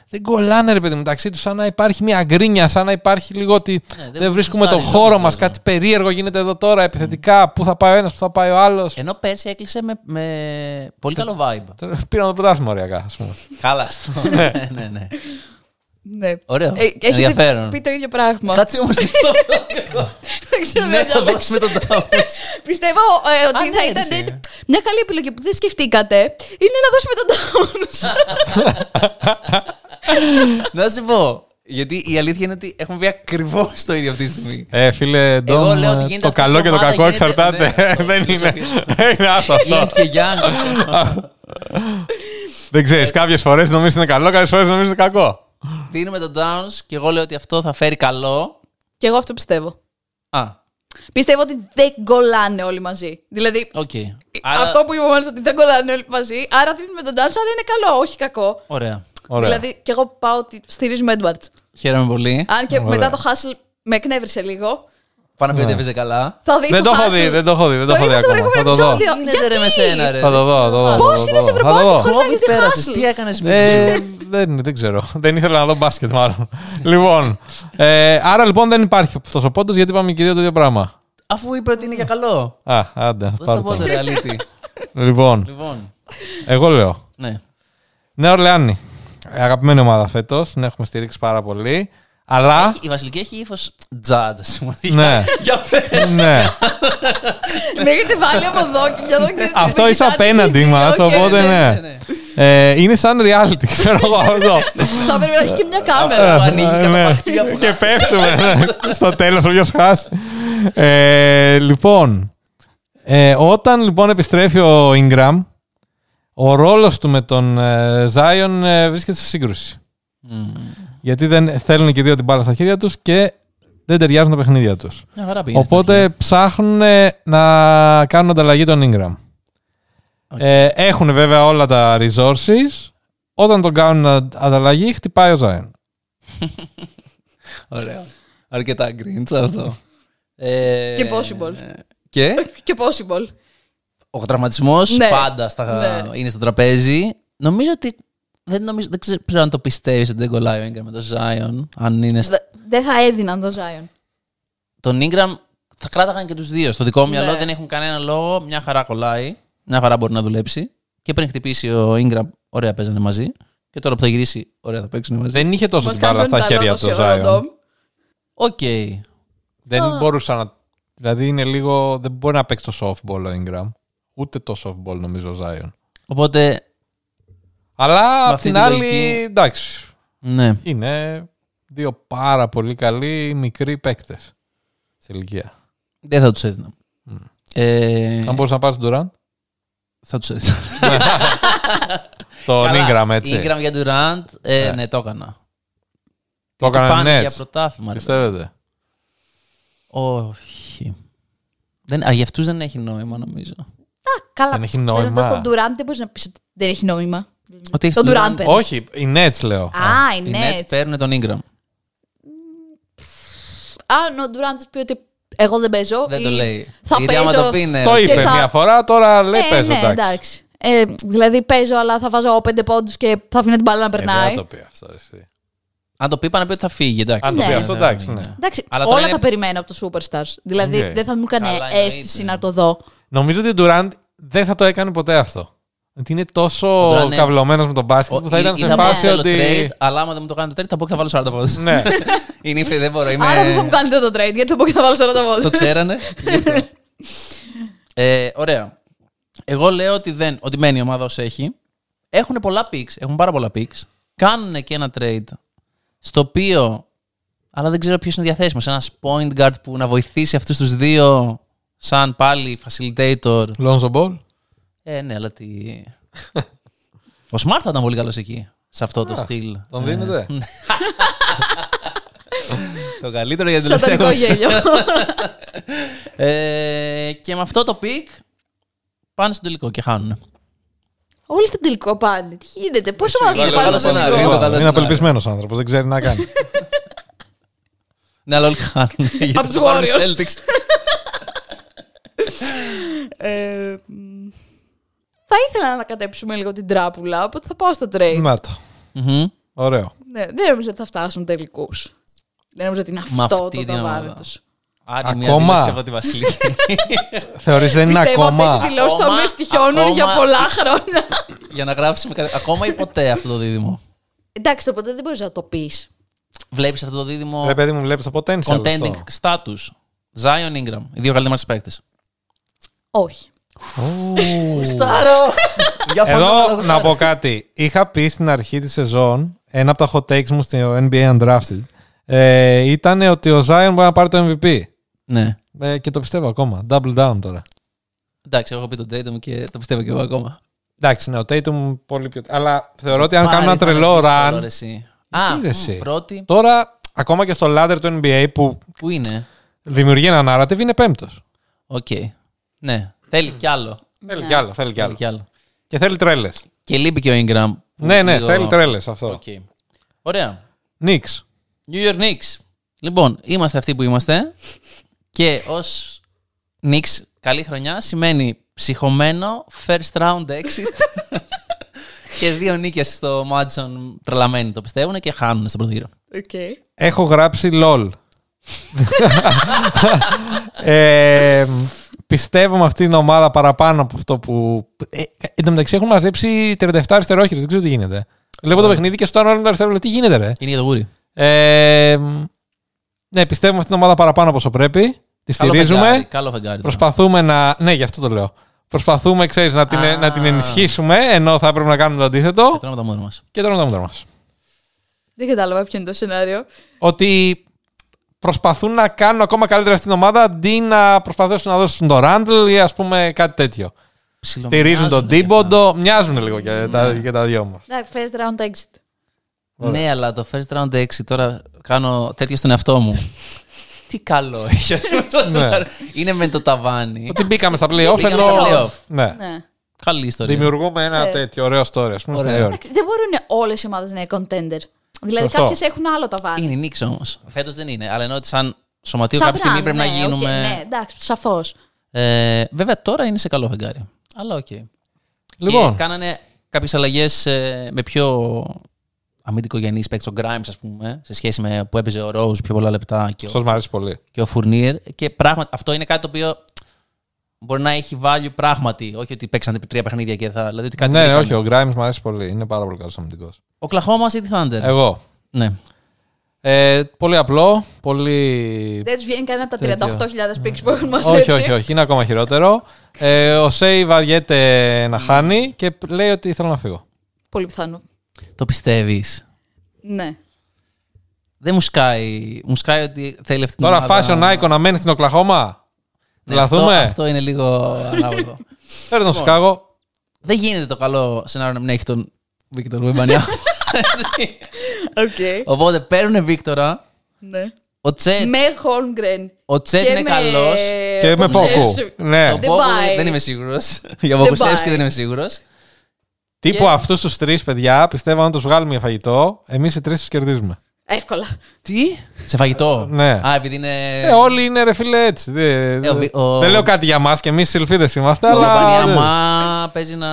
S3: Δεν κολλάνε, ρε παιδί, μεταξύ τους, σαν να υπάρχει μια γκρίνια, σαν να υπάρχει λίγο ότι δεν,
S1: Ναι, δεν
S3: βρίσκουμε τον
S1: κουστάρει, δεν
S3: χώρο
S1: κουστάρει,
S3: μας,
S1: ναι.
S3: κάτι περίεργο γίνεται εδώ τώρα, επιθετικά. Πού θα πάει ο ένας, πού θα πάει ο άλλος.
S1: Ενώ πέρσι έκλεισε με, με πολύ καλό vibe.
S3: Πήραν το πρωτάθλημα, ωριακά, ας πούμε.
S1: Ναι. Καλά στο. ναι, ναι, ναι.
S2: Ναι.
S1: Ωραίο.
S2: Ε, έχετε
S1: Ενδιαφέρον.
S2: πει το ίδιο πράγμα.
S1: Κάτσε (laughs) όμως
S2: (laughs) Δεν ξέρω
S1: Ναι,
S2: δεν
S1: θα
S2: διαλέξω.
S1: δώσουμε τον Towns.
S2: Πιστεύω ε, ότι
S1: Α,
S2: θα
S1: ναι,
S2: ήταν
S1: έτσι.
S2: ε, μια καλή επιλογή που δεν σκεφτήκατε είναι να δώσουμε τον Towns.
S1: (laughs) Να σου πω. Γιατί η αλήθεια είναι ότι έχουμε βγει ακριβώς το ίδιο αυτή τη στιγμή.
S3: Ε, φίλε, Ντόμ,
S1: λέω ότι
S3: ε,
S1: γίνεται
S3: το
S1: αυτή
S3: καλό
S1: η
S3: και το
S1: ομάδα,
S3: κακό
S1: γίνεται-
S3: εξαρτάται.
S1: ναι, το-
S3: Δεν
S1: το
S3: είναι.
S1: ψηφίζω.
S3: Δεν είναι άσο
S1: Γκέιν
S3: αυτό.
S1: και Γιάνγκ.
S3: Δεν ξέρεις, κάποιες φορές νομίζεις είναι καλό, κάποιες φορές νομίζεις είναι κακό.
S1: Δίνουμε τον Downs και εγώ λέω ότι αυτό θα φέρει καλό.
S2: Και εγώ αυτό πιστεύω.
S1: Α,
S2: Πιστεύω ότι δεν κολλάνε όλοι μαζί. Δηλαδή,
S1: οκ.
S2: αυτό που είπα μόλις ότι δεν κολλάνε όλοι μαζί, άρα δίνουμε τον Towns, άρα είναι καλό, όχι κακό.
S1: Ωραία.
S3: Ωραία.
S2: Δηλαδή, και εγώ πάω ότι στηρίζουμε Edwards.
S1: Χαίρομαι πολύ.
S2: Αν και
S3: Ωραία.
S2: μετά το Χάσιλ με εκνεύρισε λίγο.
S1: Πάνω να πει ότι έπαιζε καλά.
S2: Θα δεις
S3: Δεν το έχω δει,
S2: Hustle.
S3: δεν το έχω δει, δεν το έχω δει
S2: είπα στο
S3: ακόμα. Θα το
S2: προηγούμενο
S3: δω.
S2: επεισόδιο.
S1: Γίνεται ρε
S2: Γιατί?
S1: με σένα, ρε.
S3: Θα το δω, θα το δω.
S2: Πώς
S3: θα το
S2: είδες
S3: δω, θα το
S2: Ευρωβάσκετ
S3: δω.
S2: χωρίς-
S1: Πώς
S2: Χωρίς τη
S1: πέρασες,
S2: Hustle.
S1: τι έκανες με
S3: Ε, δεν, δεν ξέρω. Δεν ήθελα να δω μπάσκετ, μάλλον. λοιπόν. Ε, άρα λοιπόν δεν υπάρχει αυτός ο πόντος γιατί είπαμε και οι δύο το ίδιο πράγμα.
S1: Αφού είπε ότι είναι για καλό.
S3: Α, άντε.
S1: Δώσ'
S3: πάρε
S1: το
S3: το.
S1: πόδι, (laughs) reality.
S3: Λοιπόν,
S1: Λοιπόν,
S3: εγώ λέω.
S1: ναι.
S3: Νέα Ορλεάνη. Αγαπημένη ομάδα φέτος. Την έχουμε στηρίξει πάρα πολύ. Αλλά.
S1: Η Βασιλική έχει ύφος τζάτζ, ας πούμε.
S3: ναι.
S1: Για πες.
S3: ναι.
S2: Με έχετε βάλει από εδώ και για εδώ ξέρεις,
S3: Αυτό
S2: με
S3: είσαι
S2: κοιτάτε
S3: απέναντι
S2: (laughs) και-
S3: μα,
S2: οκ,
S3: οπότε
S2: ναι.
S1: ναι,
S3: ναι.
S1: ναι.
S3: Ε, είναι σαν reality, (laughs) ξέρω εγώ αυτό.
S2: Θα πρέπει να έχει και μια
S1: Αυτό.
S2: κάμερα.
S1: Το ανοίγει
S3: Ε,
S1: κατά
S3: ναι.
S1: παχτή από
S3: Και πέφτουμε. ναι. Στο τέλος, όποιο χάσει. Ε, Λοιπόν, ε, όταν λοιπόν επιστρέφει ο Ingram, ο ρόλος του με τον ε, Zion ε, βρίσκεται σε σύγκρουση. Γιατί δεν θέλουν και οι δύο την μπάλα στα χέρια τους και δεν ταιριάζουν τα παιχνίδια τους.
S1: Μια χαρά πήγαινε στην αρχή.
S3: Οπότε ψάχνουν ε, να κάνουν ανταλλαγή τον Ingram. Ε, έχουν βέβαια όλα τα resources. Όταν τον κάνουν αν- ανταλλαγή, χτυπάει ο Zion.
S1: Ωραίο. Αρκετά γκριντ αυτό. Ε,
S2: Και possible.
S1: Και
S2: Και possible.
S1: ο τραυματισμός
S2: Ναι.
S1: πάντα στα,
S2: Ναι.
S1: είναι στο τραπέζι. Νομίζω ότι. Δεν, νομίζω, δεν ξέρω, ξέρω αν το πιστεύεις ότι δεν κολλάει ο Ingram με τον Zion. Αν είναι. σ-
S2: Δε- Δεν θα έδιναν το Zion.
S1: Τον Ingram θα κράταγαν και τους δύο. Στο δικό μου
S2: Ναι.
S1: μυαλό δεν έχουν κανένα λόγο. Μια χαρά κολλάει. Μια χαρά μπορεί να δουλέψει. Και πριν χτυπήσει ο Ingram, ωραία παίζανε μαζί. Και τώρα που θα γυρίσει, ωραία θα παίξουν μαζί.
S3: Δεν είχε τόσο
S2: Μας
S3: την μπάλα
S2: κάνουν
S3: στα
S2: τα
S3: χέρια του
S2: λάθος
S3: ο
S2: όλα,
S3: Zion.
S2: Ντόμ.
S1: Οκ.
S3: Δεν μπορούσε να. Δηλαδή είναι λίγο. Δεν μπορεί να παίξει το softball ο Ingram. Ούτε το softball νομίζω ο Zion.
S1: Οπότε.
S3: Αλλά απ'
S1: αυτή
S3: την
S1: τη
S3: άλλη,
S1: λογική-
S3: εντάξει.
S1: Ναι.
S3: Είναι δύο πάρα πολύ καλοί μικροί παίκτες. Σε ηλικία.
S1: Δεν θα τους έδινα. Ε,
S3: Αν μπορούσε να πάρεις τον Durant.
S1: θα τους έδινα.
S3: Τον
S1: Καλά,
S3: Ingram, (laughs) έτσι.
S1: Ingram για Durant. Ε,
S3: Ναι.
S1: ναι, το έκανα.
S3: Το
S1: Πάνε
S3: έκανε
S1: για
S3: Nets.
S1: πρωτάθλημα. ρε.
S3: Πιστεύετε.
S1: Όχι. Δεν, α, για αυτούς δεν έχει νόημα νομίζω.
S2: Α, καλά.
S3: Δεν έχει νόημα.
S2: Ρωτάς τον Durant, δεν μπορείς να πεις ότι δεν έχει νόημα.
S1: Ότι έχεις
S2: Τον
S1: τον
S2: Durant
S1: Durant.
S2: παίρνεις.
S3: Όχι, οι Nets λέω.
S2: Α,
S1: Οι
S2: είναι
S1: Nets
S2: έτσι.
S1: παίρνουν τον Ingram.
S2: Αν ο Durant τους πει ότι εγώ δεν παίζω.
S1: Δεν
S2: ή
S1: το λέει.
S2: Θα
S1: Γιατί άμα
S2: παίζω.
S1: το πει, ναι.
S3: Το
S1: Και
S3: είπε
S2: θα-
S3: μια φορά, τώρα λέει
S2: Ε,
S3: παίζω.
S2: ναι,
S3: εντάξει.
S2: εντάξει. Ε, δηλαδή παίζω, αλλά θα βάζω πέντε πόντους και θα αφήνω την μπάλα να
S3: Ε, δεν θα
S2: περνάει.
S3: το πει αυτό. Εσύ.
S1: Αν το πει, πάνε πει ότι θα φύγει. Εντάξει.
S3: Αν το
S2: Ναι.
S3: πει αυτό, εντάξει. Ναι.
S2: Εντάξει,
S1: Αλλά τώρα
S2: όλα
S1: είναι- Ναι.
S2: τα περιμένω από το Superstars. Δηλαδή
S3: Οκ.
S2: δεν θα μου έκανε
S1: Καλά, εννοείται.
S2: αίσθηση να το δω.
S3: Νομίζω ότι ο Durant δεν θα το έκανε ποτέ αυτό. Ότι είναι
S1: Ο
S3: τόσο
S1: Durant, ναι.
S3: καυλωμένο με τον μπάσκετ που θα
S1: Ή-
S3: ήταν
S1: ή
S3: σε
S1: θα πάω
S3: φάση
S1: θέλω
S3: ότι.
S1: trade, αλλά άμα δεν μου το κάνει το trade, θα πω και θα βάλω 40 πόντους.
S3: Ναι.
S1: (laughs) Είναι ήρθε, δεν μπορώ. Είμαι...
S2: Άρα δεν θα μου κάνετε το trade, γιατί θα πω και θα βάλω 40 βόλτες.
S1: Ναι. Το ξέρανε. γι' αυτό. ε, ωραία. Εγώ λέω ότι, δεν, ότι μένει η ομάδα όσο έχει. Έχουν πολλά picks. Έχουν πάρα πολλά picks. Κάνουν και ένα trade στο οποίο. Αλλά δεν ξέρω ποιος είναι διαθέσιμος. Ένας point guard που να βοηθήσει αυτούς τους δύο σαν πάλι facilitator.
S3: Lonzo Ball.
S1: Ε, ναι, αλλά τι. Ο Smart θα ήταν πολύ καλός εκεί. Σε αυτό το στυλ.
S3: Τον
S1: Ε,
S3: δίνετε.
S1: Το καλύτερο για την
S2: Σατανικό
S1: (laughs)
S2: γέλιο.
S1: Ε, και με αυτό το pick πάνε στο τελικό και χάνουν.
S2: Όλοι στον τελικό πάνε. Τι γίνεται, πόσο
S1: Εσύ,
S2: μάλλον
S1: βάλε
S2: δεν πάνε
S1: όλα
S2: στον
S1: τα
S2: τελικό.
S1: σενάρια.
S3: Wow,
S1: κατάλαβα.
S3: Είναι απελπισμένο άνθρωπος, δεν ξέρει τι να κάνει.
S1: Ναι, αλλά όλοι χάνουν. γιατί
S2: Απ' τους
S1: το πάρουν οι
S2: Warriors.
S1: Celtics.
S2: Ε, μ, Θα ήθελα να ανακατέψουμε λίγο την τράπουλα, οπότε θα πάω στο trade.
S3: Να το.
S1: Μμμ.
S3: Ωραίο.
S2: Ναι, δεν νομίζω ότι θα φτάσουν τελικούς. Δεν νομίζω ότι είναι
S1: Με
S2: αυτό
S1: αυτή
S2: το
S1: την
S2: ταβάνι
S1: ομάδα.
S2: του.
S1: Άρα μια
S3: Ακόμα.
S1: δήλωση από τη Βασιλική.
S3: Θεωρείς δεν είναι
S2: Πιστεύω αυτές οι
S3: ακόμα.
S2: δηλώσεις θα
S1: Ακόμα,
S2: με στοιχιώνουν για
S1: ακόμα.
S2: πολλά χρόνια.
S1: (laughs) Για να γράψουμε κάτι. Ακόμα ή ποτέ αυτό το δίδυμο.
S2: (laughs) Εντάξει, οπότε δεν μπορείς να το πεις.
S1: Βλέπεις αυτό το δίδυμο
S3: Ρε παιδί μου, βλέπεις το potential.
S1: contending
S3: αυτό.
S1: status. Zion Ingram. Οι δύο καλύτεροι μας παίκτες.
S2: Όχι.
S1: Στάρω! Για
S3: Εδώ να πω κάτι. Είχα πει στην αρχή της σεζόν, ένα από τα hot takes μου στο NBA Undrafted, ε, ήταν ότι ο Zion μπορεί να πάρει το MVP.
S1: Ναι.
S3: Ε, και το πιστεύω ακόμα. Double down τώρα.
S1: Εντάξει, εγώ έχω πει τον Tatum και το πιστεύω και εγώ ακόμα.
S3: Εντάξει, ναι, ο Tatum πολύ πιο. Αλλά θεωρώ ότι αν
S1: Πάρε,
S3: κάνουν ένα
S1: θα είναι
S3: τρελό
S1: πολύ σοβαρό, ρε
S3: run.
S1: εσύ. Α,
S3: ρε
S1: μ,
S3: εσύ.
S1: πρώτη.
S3: Τώρα, ακόμα και στο ladder του NBA που
S1: Πού είναι.
S3: δημιουργεί ένα narrative, είναι πέμπτος.
S1: Οκ. Ναι. Θέλει κι άλλο.
S3: Θέλει κι άλλο, θέλει κι άλλο.
S1: Ναι. Θέλει κι άλλο.
S3: Και θέλει τρέλες.
S1: Και λείπει και ο Ingram. που
S3: Ναι, ναι,
S1: λίγο-
S3: θέλει τρέλες αυτό.
S1: Οκ. Ωραία.
S3: Νίξ.
S1: New York Knicks. Λοιπόν, είμαστε αυτοί που είμαστε. Και ως Knicks, καλή χρονιά σημαίνει ψυχωμένο first round
S3: (laughs)
S1: exit. και δύο νίκες στο Μάτσον τρελαμένοι το πιστεύουν και χάνουν στον πρώτο γύρο.
S2: Okay.
S3: Έχω γράψει LOL. (laughs) ε, πιστεύω με αυτήν την ομάδα παραπάνω από αυτό που. Ε, εν τω μεταξύ έχουν μαζέψει 37 αριστερόχειρες, δεν ξέρω τι γίνεται. Βλέπω το παιχνίδι και στο άλλο είναι αριστερό, λέω, τι γίνεται, ρε.
S1: Είναι για το γούρι.
S3: Ε, ναι, πιστεύω με αυτήν την ομάδα παραπάνω από όσο πρέπει. Τη
S1: Καλό
S3: στηρίζουμε.
S1: φεγγάρι, Καλό φεγγάρι. τώρα.
S3: Προσπαθούμε να. Ναι, γι' αυτό το λέω. Προσπαθούμε, ξέρεις, να, την,
S1: Α.
S3: να την ενισχύσουμε, ενώ θα έπρεπε να κάνουμε το αντίθετο.
S1: Τρώμε τα μόνα μας.
S3: Και τώρα τα μούτρα μας.
S2: Δεν κατάλαβα ποιο είναι το σενάριο.
S3: ότι προσπαθούν να κάνουν ακόμα καλύτερα στην ομάδα αντί να προσπαθήσουν να δώσουν τον Ράντλ ή ας πούμε κάτι τέτοιο. Στηρίζουν τον Τίμποντο, μοιάζουν λίγο και, τα, και τα δυο μα.
S2: Εντάξει, first round exit.
S1: Ναι, αλλά το first round 6 τώρα κάνω τέτοιο στον εαυτό μου. Τι (laughs) καλό έχει.
S3: Ναι.
S1: Είναι με το ταβάνι.
S3: Ότι μπήκαμε στα playoff
S1: Ναι. Μπήκαμε
S3: ενώ.
S1: στα playoff. Ναι.
S3: Ναι.
S2: Ναι.
S1: Καλή ιστορία.
S3: Δημιουργούμε ένα
S2: Ε.
S3: τέτοιο ωραίο story, ας πούμε, στη Νέα Υόρκη.
S2: Εντάξει, δεν μπορούν όλες οι ομάδες να είναι contender. Δηλαδή
S3: Σωστό.
S2: κάποιες έχουν άλλο ταβάνι.
S1: Είναι νίξ όμως. Φέτος δεν είναι. Αλλά ενώ ότι σαν σωματείο
S2: Σαν
S1: κάποια στιγμή
S2: brand,
S1: πρέπει να
S2: ναι, οκ,
S1: γίνουμε.
S2: ναι, εντάξει, σαφώς.
S1: Ε, βέβαια τώρα είναι σε καλό φεγγάρι. Αλλά οκ.
S3: Λοιπόν,
S1: Και κάνανε κάποιες αλλαγές με πιο αμυντικό γεννής παίκτης, ο Grimes, ας πούμε, σε σχέση με που έπαιζε ο Rose πιο πολλά λεπτά και ο,
S3: αυτός μου αρέσει πολύ.
S1: και ο Fournier. Και πράγματι αυτό είναι κάτι το οποίο μπορεί να έχει value πράγματι. Όχι ότι παίξαν τρία παιχνίδια και θα. Δηλαδή ότι κάτι
S3: Ναι, ναι,
S1: βρήκαν.
S3: όχι, ο Grimes μου αρέσει πολύ. Είναι πάρα πολύ καλός αμυντικός.
S1: Ο Κλαχώμα ή τη Thunder.
S3: Εγώ.
S1: Ναι.
S3: Ε, πολύ απλό, πολύ
S2: Δεν τους βγαίνει κανένα από τα
S3: Τέτοιο. Ναι.
S2: 38.000 πίξ που έχουν μαζέψει.
S3: Όχι, όχι, όχι. Είναι ακόμα χειρότερο. Ε, ο Σέι βαριέται να χάνει και λέει ότι θέλω να φύγω.
S2: Πολύ πιθανό.
S1: Το πιστεύεις.
S2: Ναι.
S1: Δεν μου σκάει. Μου σκάει ότι θέλει αυτή την
S3: Τώρα
S1: ομάδα-
S3: fashion icon να μένει στην Οκλαχώμα.
S1: Ναι, αυτό-
S3: Λαθούμε.
S1: Αυτό Λοιπόν. είναι λίγο
S3: (laughs)
S1: ανάποδο.
S3: Φέρε τον Σικάγο.
S1: Δεν γίνεται το καλό σενάριο να μην έχει τον Βίκτορ
S3: (laughs)
S1: Βουεμπανιά.
S2: Οκ.
S1: Οπότε παίρνουν Βίκτορα.
S2: Ναι.
S1: Ο Τσέτ,
S2: Με Holmgren.
S1: Ο Τσέτ είναι καλός.
S3: Και με Πόκου. Ναι.
S1: ε, Το
S2: Δεν
S1: Βόγκου
S2: πάει.
S1: δεν είμαι σίγουρος. Για Βογκουσέφσκι
S2: πάει.
S1: δεν είμαι σίγουρος. ε.
S3: Τύπου αυτούς τους τρεις παιδιά πιστεύω αν τους βγάλουμε για φαγητό, εμείς οι τρεις τους κερδίζουμε.
S2: Εύκολα.
S1: Τι? Σε φαγητό.
S3: Ναι.
S1: Α, επειδή είναι.
S3: Ε, όλοι είναι ρε φίλε έτσι. Δε-
S1: Ε, ο Βι- ο-
S3: Δεν λέω κάτι για μας και εμείς σιλφίδε είμαστε,
S1: Ο
S3: αλλά.
S1: Βουεμπανιά,
S3: δεν-
S1: μα παίζει να.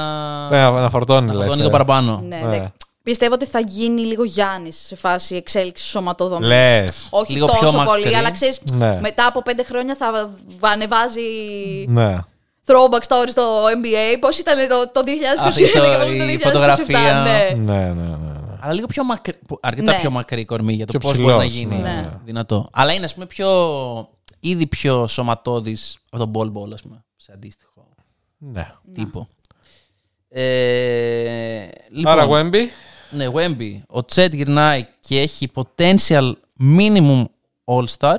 S3: Ε, Να φορτώνει λε.
S1: Αυτό λίγο παραπάνω.
S2: Ναι,
S3: Ναι.
S2: εντάξει. Πιστεύω ότι θα γίνει λίγο Γιάννης σε φάση εξέλιξης σωματοδομής.
S3: Λες.
S2: Όχι
S1: Λίγο
S2: τόσο
S1: πιο
S2: πολύ,
S1: μακρύ.
S2: αλλά ξέρεις,
S3: Ναι.
S2: μετά από πέντε χρόνια θα ανεβάζει
S3: Ναι.
S2: throwback story στο NBA. Πώς ήταν το, το 2021
S1: Αυτή η
S2: και
S1: story,
S2: το 2027.
S1: φωτογραφία.
S2: Ναι.
S3: Ναι, ναι, ναι. ναι.
S1: Αλλά λίγο πιο μακρύ, που- αρκετά
S2: Ναι.
S1: πιο μακρύ κορμί για το
S3: Πιο
S1: πώς
S3: ψηλός,
S1: μπορεί να γίνει
S3: ναι.
S2: Ναι.
S1: δυνατό. Αλλά είναι, ας πούμε, πιο, ήδη πιο σωματώδης από τον Ball Ball, ας πούμε, σε αντίστοιχο
S3: ναι.
S1: τύπο. Ε, λοιπόν,
S3: Άρα, Wemby.
S1: Ναι, Wemby. Ο Τσέτ γυρνάει και έχει potential minimum all-star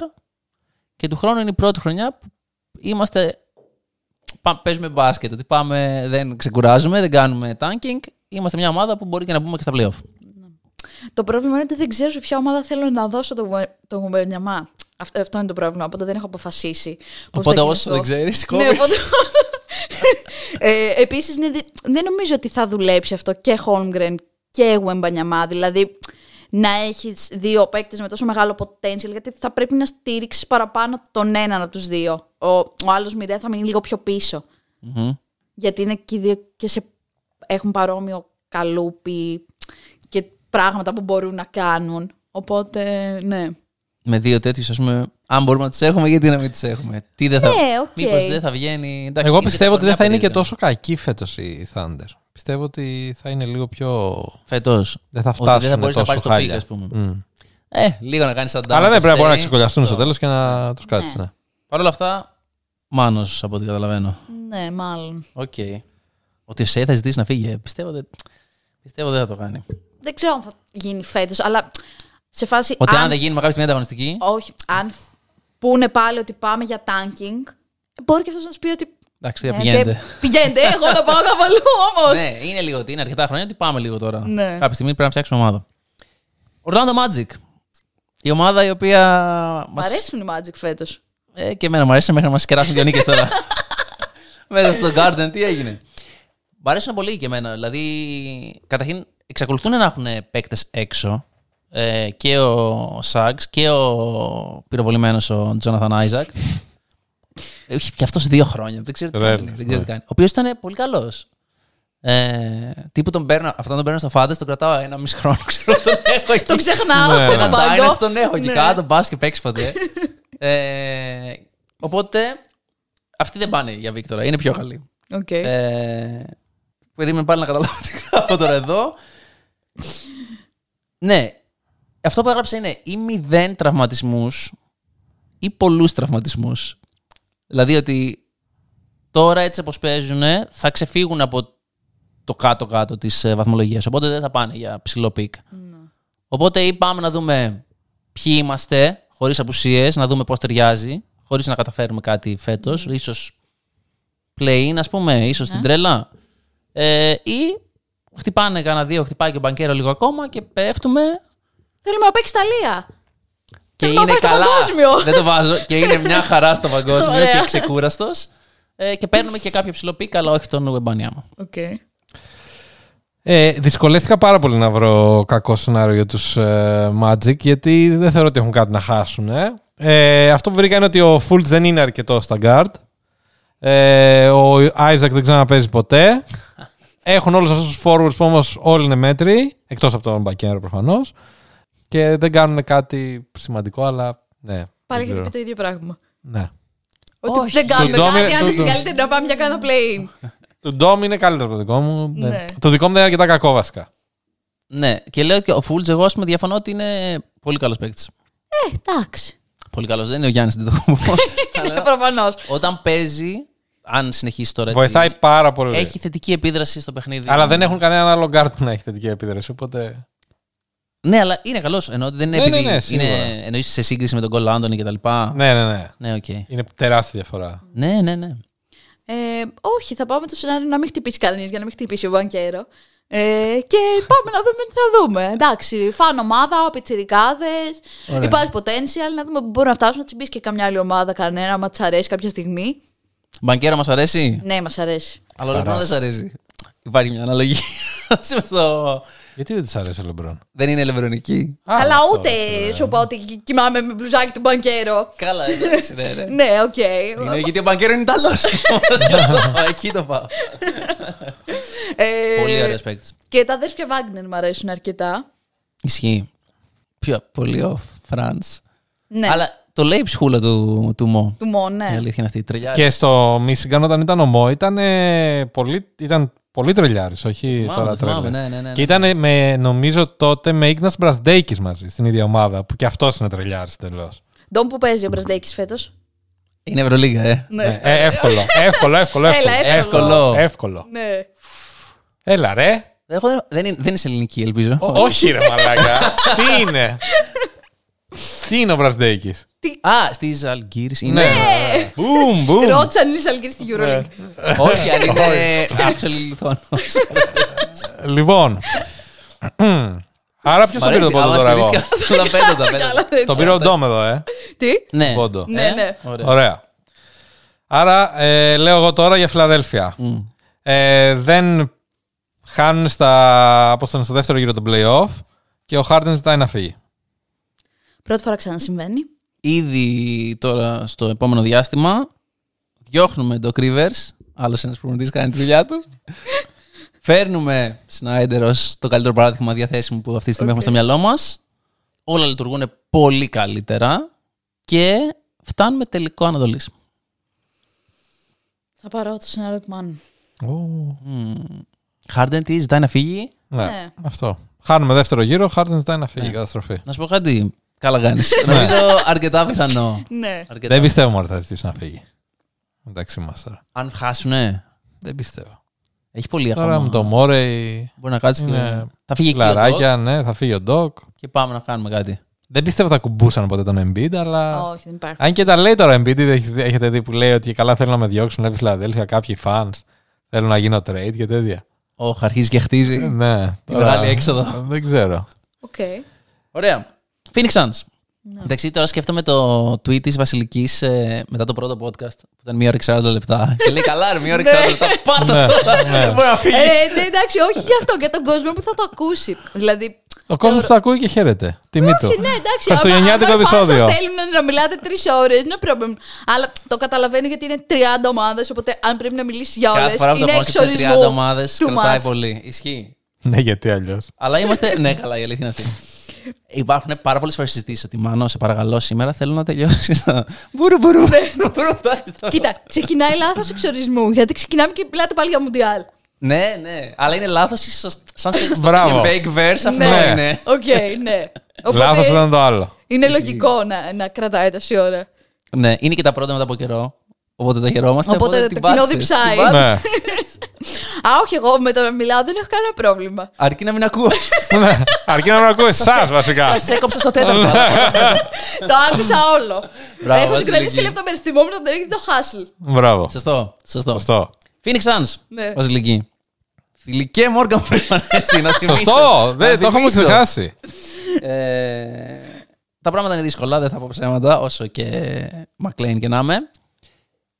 S1: και του χρόνου είναι η πρώτη χρονιά που είμαστε... πα- Παίζουμε μπάσκετ, ότι πάμε, δεν ξεκουράζουμε, δεν κάνουμε tanking. Είμαστε μια ομάδα που μπορεί και να μπούμε και στα playoff.
S2: Το πρόβλημα είναι ότι δεν ξέρω σε ποια ομάδα θέλω να δώσω το, Γουε- το Γουμπερνιαμά. Αυτό, αυτό είναι το πρόβλημα. Οπότε δεν έχω αποφασίσει. πώς
S1: Οπότε
S2: θα
S1: όσο δεν
S2: κινηθώ.
S1: ξέρεις,
S2: Ναι,
S1: κόβεις.
S2: οπότε... ε, Επίσης, δεν νομίζω ότι θα δουλέψει αυτό και Holmgren και Γουεμπανιαμά. Δηλαδή, να έχεις δύο παίκτες με τόσο μεγάλο potential, γιατί θα πρέπει να στηρίξει παραπάνω τον έναν από τους δύο. Ο, ο άλλος μοιραία θα μείνει λίγο πιο πίσω. Γιατί είναι και οι δύο και σε, έχουν παρόμοιο καλούπι και πράγματα που μπορούν να κάνουν. Οπότε, ναι.
S1: Με δύο τέτοιους, ας πούμε, αν μπορούμε να τις έχουμε, γιατί να μην τις έχουμε. Τι δεν θα.
S2: Ναι, οκ.
S1: Μήπως δεν θα βγαίνει. εντάξει,
S3: Εγώ
S1: είναι
S3: πιστεύω ότι
S1: μια
S3: δεν θα είναι και
S1: περίεργα.
S3: τόσο κακή φέτος η Thunder. Πιστεύω ότι θα είναι λίγο πιο.
S1: Φετός.
S3: Δεν θα
S1: Ότι δεν θα
S3: φτάσουν
S1: μπορείς να
S3: τόσο
S1: πάρεις το πικ,
S3: χάλια.
S1: ας πούμε.
S3: Μμμ.
S1: Ε, λίγο να ε. κάνει αντάλλαγμα.
S3: Αλλά ναι, πρέπει να μπορούν να ξεκολλιαστούν στο τέλος και να τους κάτσεις.
S2: Ναι.
S3: Ναι.
S1: Παρ' όλα αυτά, μάνος από ό,τι καταλαβαίνω.
S2: Ναι, μάλλον.
S1: Οκ. Ότι ο Σέι θα ζητήσεις να φύγει. ε, Πιστεύω, δεν- πιστεύω δεν θα το κάνει.
S2: Δεν ξέρω αν θα γίνει φέτος, αλλά σε φάση.
S1: Ότι αν, δεν γίνουμε κάποια στιγμή ανταγωνιστική.
S2: Όχι, αν φ- πούνε πάλι ότι πάμε για tanking, μπορεί και αυτός να του πει ότι.
S1: Εντάξει, θα
S2: «Ε,
S1: πηγαίνετε.
S2: και Πηγαίνετε, εγώ να πάω κάπου αλλού όμως.
S1: ναι, είναι λίγο ότι είναι αρκετά χρόνια ότι πάμε λίγο τώρα.
S2: Ναι.
S1: Κάποια στιγμή πρέπει να φτιάξουμε ομάδα. Orlando Magic. Η ομάδα η οποία.
S2: Μ'
S1: μας-
S2: αρέσουν οι Magic φέτος.
S1: Ε, και εμένα μου αρέσει μέχρι να μας κεράσουν δύο νίκες τώρα. (laughs) Μέσα στο Garden, τι έγινε. Μ' αρέσουν πολύ και εμένα. Δηλαδή, καταρχήν, εξακολουθούν να έχουν παίκτες έξω. Ε, και ο Σάγκ και ο πυροβολημένος ο Τζόναθαν Άιζακ. Έχει και αυτός δύο χρόνια. Δεν ξέρω τι
S3: Τρέλος,
S1: κάνει. δεν
S3: ναι.
S1: ξέρω τι κάνει. Ο οποίος ήταν πολύ καλός. Ε, τύπου τον παίρνω, αυτόν τον παίρνω στο φάντες, τον κρατάω ένα μισό χρόνο. Ξέρω, τον έχω εκεί.
S2: Το ξεχνάω
S3: Ναι.
S2: σε τον
S1: Κατά είναι
S2: πάγκο.
S1: στον έχω εκεί
S2: Ναι.
S1: κάτω, μπας και παίξεις
S2: (laughs)
S1: ποτέ. Ε, οπότε αυτοί δεν πάνε για Βίκτορα, είναι πιο καλοί.
S2: Οκ.
S1: Ε, περίμενε πάλι να καταλάβω τι γράφω τώρα εδώ. ναι, αυτό που έγραψα είναι ή μηδέν τραυματισμούς ή πολλούς τραυματισμούς. Δηλαδή ότι τώρα έτσι όπως παίζουν θα ξεφύγουν από το κάτω-κάτω της ε, βαθμολογίας. Οπότε δεν θα πάνε για ψηλό πικ. Οπότε ή πάμε να δούμε ποιοι είμαστε, χωρίς απουσίες, να δούμε πώς ταιριάζει, χωρίς να καταφέρουμε κάτι φέτος, ίσως play-in ας πούμε, ίσως
S2: Ναι.
S1: την τρέλα. Ε, ή χτυπάνε κανένα δύο, χτυπάει και ο Μπανκέρο λίγο ακόμα και πέφτουμε
S2: Θέλουμε να παίξει Ιταλία.
S1: και
S2: Θέλω να πάει στο παγκόσμιο.
S1: Δεν το βάζω. Και είναι μια χαρά στο παγκόσμιο
S2: Ωραία.
S1: και ξεκούραστος. Ε, και παίρνουμε και κάποιο ψηλό πικ, αλλά όχι τον Ουεμπανιάμα.
S2: Οκ.
S3: Ε, δυσκολεύτηκα πάρα πολύ να βρω κακό σενάριο για τους ε, Magic γιατί δεν θεωρώ ότι έχουν κάτι να χάσουν. ε. Ε, αυτό που βρήκα είναι ότι ο Fultz δεν είναι αρκετός στα guard. Ε, ο Isaac δεν ξαναπέζει ποτέ. Έχουν όλους αυτούς τους forwards που όμως όλοι είναι μέτροι, εκτός από τον Μπακέρο προφανώς. Και δεν κάνουν κάτι σημαντικό, αλλά ναι.
S2: Πάλι
S3: δεν
S2: έχετε
S3: ξέρω.
S2: πει το ίδιο πράγμα.
S3: Ναι.
S2: Ότι
S1: Όχι.
S2: δεν κάνουμε
S3: Τον Ντόμι-
S2: κάτι, αν
S3: τον-
S2: είναι
S3: τον-
S2: καλύτερα να πάμε για κάνα play
S3: Το Ντόμ είναι καλύτερο από το δικό μου. δεν-
S2: Ναι.
S3: Το δικό μου δεν είναι αρκετά κακό βασικά.
S1: Ναι, και λέω ότι ο Φούλτζ, εγώ ας πούμε, διαφωνώ ότι είναι πολύ καλός παίκτης.
S2: Εντάξει.
S1: Πολύ καλός, δεν είναι ο Γιάννης, δεν το έχω πω.
S2: (laughs)
S1: Αλλά
S2: Προφανώς.
S1: Όταν παίζει, αν συνεχίσει τώρα. έτσι,
S3: Βοηθάει πάρα πολύ.
S1: Έχει θετική επίδραση στο παιχνίδι.
S3: Αλλά δεν έχουν κανέναν άλλο γκάρτ που να έχει θετική επίδραση. Οπότε.
S1: Ναι, αλλά είναι καλός. Ενώ ότι δεν είναι.
S3: Ναι, ναι,
S1: επειδή
S3: ναι, σίγουρα.
S1: είναι- εννοείς σε σύγκριση με τον Κολ Άντωνη και τα λοιπά.
S3: Ναι, ναι, ναι.
S1: Ναι, οκ.
S3: Είναι τεράστια διαφορά.
S1: Ναι, ναι, ναι.
S2: Ε, όχι, θα πάμε το σενάριο να μην χτυπήσει κανείς για να μην χτυπήσει ο Μπανκέρο. Ε, και πάμε να δούμε τι θα δούμε. Εντάξει, φαν ομάδα, πιτσιρικάδες. Υπάρχει potential να δούμε που μπορούν να φτάσουν. Να τσιμπήσει και καμιά άλλη ομάδα, κανένα, μα τη αρέσει κάποια στιγμή.
S1: Μπανκέρα μας αρέσει.
S2: Ναι, μας αρέσει.
S1: Αλλά ο Λεμπρόν δεν σ' αρέσει. Υπάρχει μια αναλογία. Ας πούμε στο
S3: Γιατί δεν της αρέσει ο Λεμπρόν.
S1: Δεν είναι λεβρονική.
S3: Α,
S2: Καλά,
S3: αυτό,
S2: ούτε
S3: ρε.
S2: σου είπα ότι κοιμάμαι με μπλουζάκι του μπανκέρο.
S1: Καλά, εντάξει, ναι, ναι.
S2: Ναι, οκ.
S1: Είναι γιατί ο Μπαγκέρο είναι Ιταλός. (laughs) Εκεί το πάω.
S2: Ε,
S1: Πολύ ωραίος παίκτης.
S2: Και τα αδέρφια Βάγκνερ μου αρέσουν αρκετά.
S1: Ισχύει. Πιο πολύ ο Φραντ.
S2: Ναι,
S1: Αλλά το λέει η ψυχούλα του, του Μω.
S2: του μόνο,
S1: Η
S2: ναι.
S1: αλήθεια είναι αυτή. η Τρελιά.
S3: Και στο Μίσιγκαν όταν ήταν ομό ήταν ε, πολύ, ήταν πολύ τρελιάρης, όχι
S1: Θυμάμαι,
S3: τώρα
S1: το θυμάμαι,
S3: τρελιάρης.
S1: ναι, ναι, ναι, ναι.
S3: Και ήταν με, νομίζω τότε με Ίγνας Μπρασντέικης μαζί στην ίδια ομάδα που και αυτός είναι τρελιάρης τελώς.
S2: Ντόμ που παίζει ο Μπρασδέκη φέτος.
S1: Είναι Ευρωλίγα, ε.
S2: Ναι.
S3: Ε, ε, εύκολο, εύκολο, εύκολο,
S2: Έλα,
S3: εύκολο.
S2: εύκολο.
S1: Εύκολο.
S3: Εύκολο.
S2: Ναι.
S3: Έλα ρε.
S1: Εγώ δεν- δεν, είναι- δεν είσαι ελληνική, ελπίζω.
S3: Ο- όχι ρε μαλάκα. Τι
S1: (laughs)
S3: είναι. Τι είναι ο Μπρασντέικης.
S1: Α, στις Αλγύρε είναι.
S3: Ναι. Μπουμ, μπουμ.
S2: Ρώτησα αν είναι Αλγύρη στη
S1: Ναι.
S2: Euroleague.
S1: Όχι, αν είναι. Άξιο Λιθουανό. (laughs)
S3: Λοιπόν. Άρα ποιος
S1: Μ'
S3: τον πήρε
S1: αρέσει.
S3: το πόντο
S1: άμα
S3: τώρα εγώ.
S1: σκεφτείς καλά, τα πέντε, τα πέντε.
S2: (laughs) Καλά, τέτοια.
S3: Τον πήρε ο Ντόμ εδώ, ε.
S2: Τι.
S1: Ναι.
S3: Πόντο.
S2: Ναι, ναι.
S1: Ωραία.
S3: Ωραία. Άρα, ε, λέω εγώ τώρα για Φιλαδέλφια. Ε, δεν χάνουν στα, πώς το λένε, στο δεύτερο γύρο των playoff και ο Χάρντεν ζητάει να φύγει.
S2: Πρώτη φορά ξανασυμβαίνει.
S1: Ήδη τώρα στο επόμενο διάστημα διώχνουμε τον Rivers, άλλος ένας προπονητής κάνει τη δουλειά
S2: (laughs)
S1: του. Φέρνουμε Σνάιντερ ως το καλύτερο παράδειγμα διαθέσιμο που αυτή τη στιγμή έχουμε στο μυαλό μας. Όλα λειτουργούν πολύ καλύτερα και φτάνουμε τελικό Ανατολής.
S2: Θα πάρω το σενάριο του Μάνου.
S1: Χάρντεν τι ζητάει να φύγει.
S3: Ναι,
S2: Ναι.
S3: αυτό. Χάνουμε δεύτερο γύρο, ο Χάρντεν ζητάει να
S1: Ναι.
S3: φύγει. Καταστροφή.
S1: Να σου πω κάτι. Καλά κάνεις.
S3: Ναι.
S1: Νομίζω αρκετά πιθανό.
S2: Ναι.
S1: Αρκετά.
S3: Δεν πιστεύω ότι θα ζητήσει να φύγει. Εντάξει είμαστε τώρα.
S1: Αν χάσουνε.
S3: Δεν πιστεύω.
S1: Έχει πολύ
S3: Τώρα με
S1: ακόμα.
S3: το Μόρεϊ,
S1: Μπορεί να κάτσει και.
S3: Είναι
S1: Θα φύγει εκεί ο Doc
S3: Λαράκια, ναι, θα φύγει ο Ντόκ.
S1: και πάμε να κάνουμε κάτι.
S3: Δεν πιστεύω θα κουμπούσαν ποτέ τον Embiid, αλλά...
S2: Όχι, δεν υπάρχει.
S3: Αν και τα λέει τώρα Embiid, έχεις- έχετε δει που λέει ότι καλά θέλουν να με διώξουν από τη Φιλαδέλφια κάποιοι fans. Θέλουν να γίνω trade και τέτοια.
S1: Όχι, αρχίζει και χτίζει.
S3: ναι. Τη
S1: μεγάλη έξοδο.
S3: Δεν ξέρω.
S2: Οκ. Ε,
S1: Ωραία. Phoenix Suns.
S2: Ναι.
S1: Εντάξει, τώρα σκέφτομαι το tweet της Βασιλικής μετά το πρώτο podcast που ήταν μία ώρα 40
S3: (laughs)
S1: λεπτά. και λέει καλά, ρε, μία ώρα 40 λεπτά. Πάρ' το
S3: Ναι,
S1: τώρα.
S3: ναι.
S1: (laughs) Δεν μπορεί να φύγεις.
S2: Ε, ναι, εντάξει, όχι για αυτό, για τον κόσμο που θα το ακούσει. Δηλαδή.
S3: Ο κόσμος που τα ακούει και χαίρεται. Τιμή του.
S2: Όχι, ναι, εντάξει.
S3: Χριστουγεννιάτικο επεισόδιο.
S2: Αν θέλουν να μιλάτε τρεις ώρες, είναι πρόβλημα. Αλλά το καταλαβαίνω γιατί είναι 30 ομάδες, οπότε αν πρέπει να μιλήσεις για όλε.
S1: Κάθε φορά που το
S2: Είναι
S1: πάω σε 30
S2: εξορισμού.
S1: ομάδες
S2: too
S1: κρατάει
S2: much.
S1: πολύ. Ισχύει.
S3: Ναι, γιατί αλλιώς.
S1: Αλλά
S2: (laughs)
S1: είμαστε. ναι, καλά, η αλήθεια είναι αυτή. Υπάρχουν πάρα πολλές φορές συζητήσεις ότι Μάνο, σε παρακαλώ, σήμερα θέλω να τελειώσει. Μπούρου, μπούρου. μπούρου, τάχιστα.
S2: Ναι. Κοίτα, ξεκινάει λάθος εξορισμού. Γιατί ξεκινάμε και μιλάτε πάλι για Μουντιάλ.
S1: Ναι, ναι. Αλλά είναι λάθος, σαν σε στο
S3: Μπράβο.
S1: fake verse αυτό
S3: Ναι.
S1: είναι.
S2: Οκ, ναι. Οπότε
S3: Λάθος ήταν το άλλο.
S2: Είναι λογικό να, να κρατάει τόση ώρα.
S1: Ναι, είναι και τα πρώτα μετά από καιρό. Οπότε τα χαιρόμαστε.
S2: Οπότε
S1: την
S2: το κοινό
S1: πάτησες,
S2: διψάει.
S1: την πάτησες.
S3: Ναι.
S2: Α, όχι, εγώ με το να μιλάω δεν έχω κανένα πρόβλημα.
S1: Αρκεί να μην ακούω.
S3: Ναι. Αρκεί να με ακούει εσάς βασικά.
S1: Σα έκοψα στο τέταρτο.
S3: Ναι.
S2: το άκουσα όλο.
S1: Μπράβο,
S2: έχω συγκρατήσει
S1: Βασιλική.
S2: και λεπτομέρειες. Θυμόμουν ότι δεν έχει το χάσλ.
S3: Μπράβο.
S1: Σωστό. Σωστό.
S3: Σωστό.
S1: Phoenix Suns.
S2: Ναι.
S1: Βασιλική. Φιλικέ Μόργαν Φρήμαν. Έτσι, να θυμίσω.
S3: Σωστό.
S1: Να
S3: Δεν το έχουμε
S1: θυμίσω.
S3: ξεχάσει.
S1: Ε, Τα πράγματα είναι δύσκολα, δεν θα πω ψέματα, όσο και Μακλέιν και να είμαι.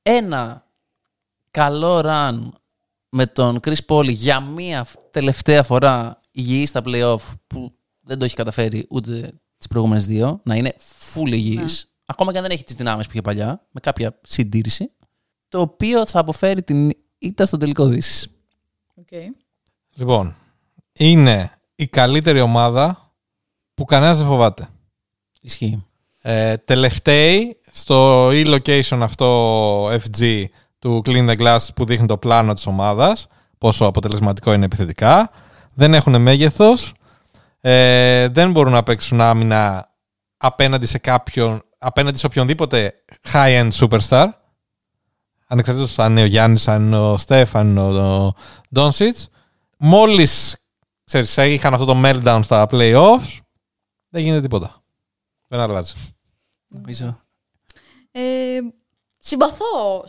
S1: Ένα καλό run με τον Chris Paul για μία τελευταία φορά υγιής στα playoff που δεν το έχει καταφέρει ούτε τις προηγούμενες δύο, να είναι full υγιής. Ακόμα και αν δεν έχει τις δυνάμεις που είχε παλιά, με κάποια συντήρηση, το οποίο θα αποφέρει την ήττα στο τελικό δύσης.
S2: Okay.
S3: Λοιπόν, είναι η καλύτερη ομάδα που κανένας δεν φοβάται.
S1: Ισχύει.
S3: Ε, τελευταίοι στο e-location αυτό FG του Clean the Glass που δείχνει το πλάνο της ομάδας πόσο αποτελεσματικό είναι επιθετικά δεν έχουν μέγεθος ε, δεν μπορούν να παίξουν άμυνα απέναντι σε κάποιον απέναντι σε οποιονδήποτε high-end superstar ανεξαρτήτως αν είναι ο Γιάννης, αν είναι ο Στεφ, αν είναι ο Ντόνσιτς μόλις ξέρεις, είχαν αυτό το meltdown στα playoffs δεν γίνεται τίποτα δεν αλλάζει
S1: Νομίζω.
S2: Ε, συμπαθώ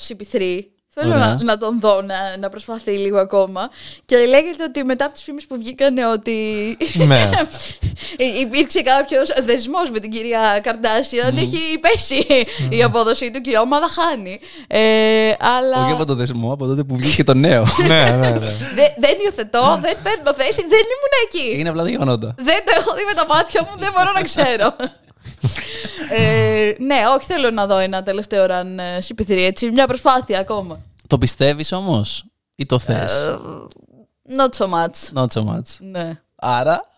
S2: CP3. Θέλω
S1: Ωραία.
S2: να, να τον δω να, να προσπαθεί λίγο ακόμα. Και λέγεται ότι μετά από τις φήμες που βγήκανε ότι.
S3: Ναι.
S2: (laughs) υ- υπήρξε κάποιος δεσμός με την κυρία
S1: Ναι.
S2: Καρντάσιαν. Έχει πέσει η απόδοσή του και η ομάδα χάνει. Ε, αλλά.
S1: Όχι από το δεσμό, από τότε που βγήκε το νέο.
S3: ναι, ναι, ναι.
S2: δε- δεν υιοθετώ, δεν παίρνω θέση, δεν ήμουν εκεί.
S1: Ναι. Είναι απλά τα γεγονότα.
S2: Δεν το έχω δει με τα μάτια μου, δεν μπορώ να
S1: (laughs)
S2: ξέρω. ε, ναι, όχι, θέλω να δω ένα τελευταίο ραν ε, συμπιθυρή, έτσι, μια προσπάθεια ακόμα.
S1: Το πιστεύεις όμως ή το θες.
S2: Not so much.
S1: Not so much.
S2: Ναι.
S1: Άρα.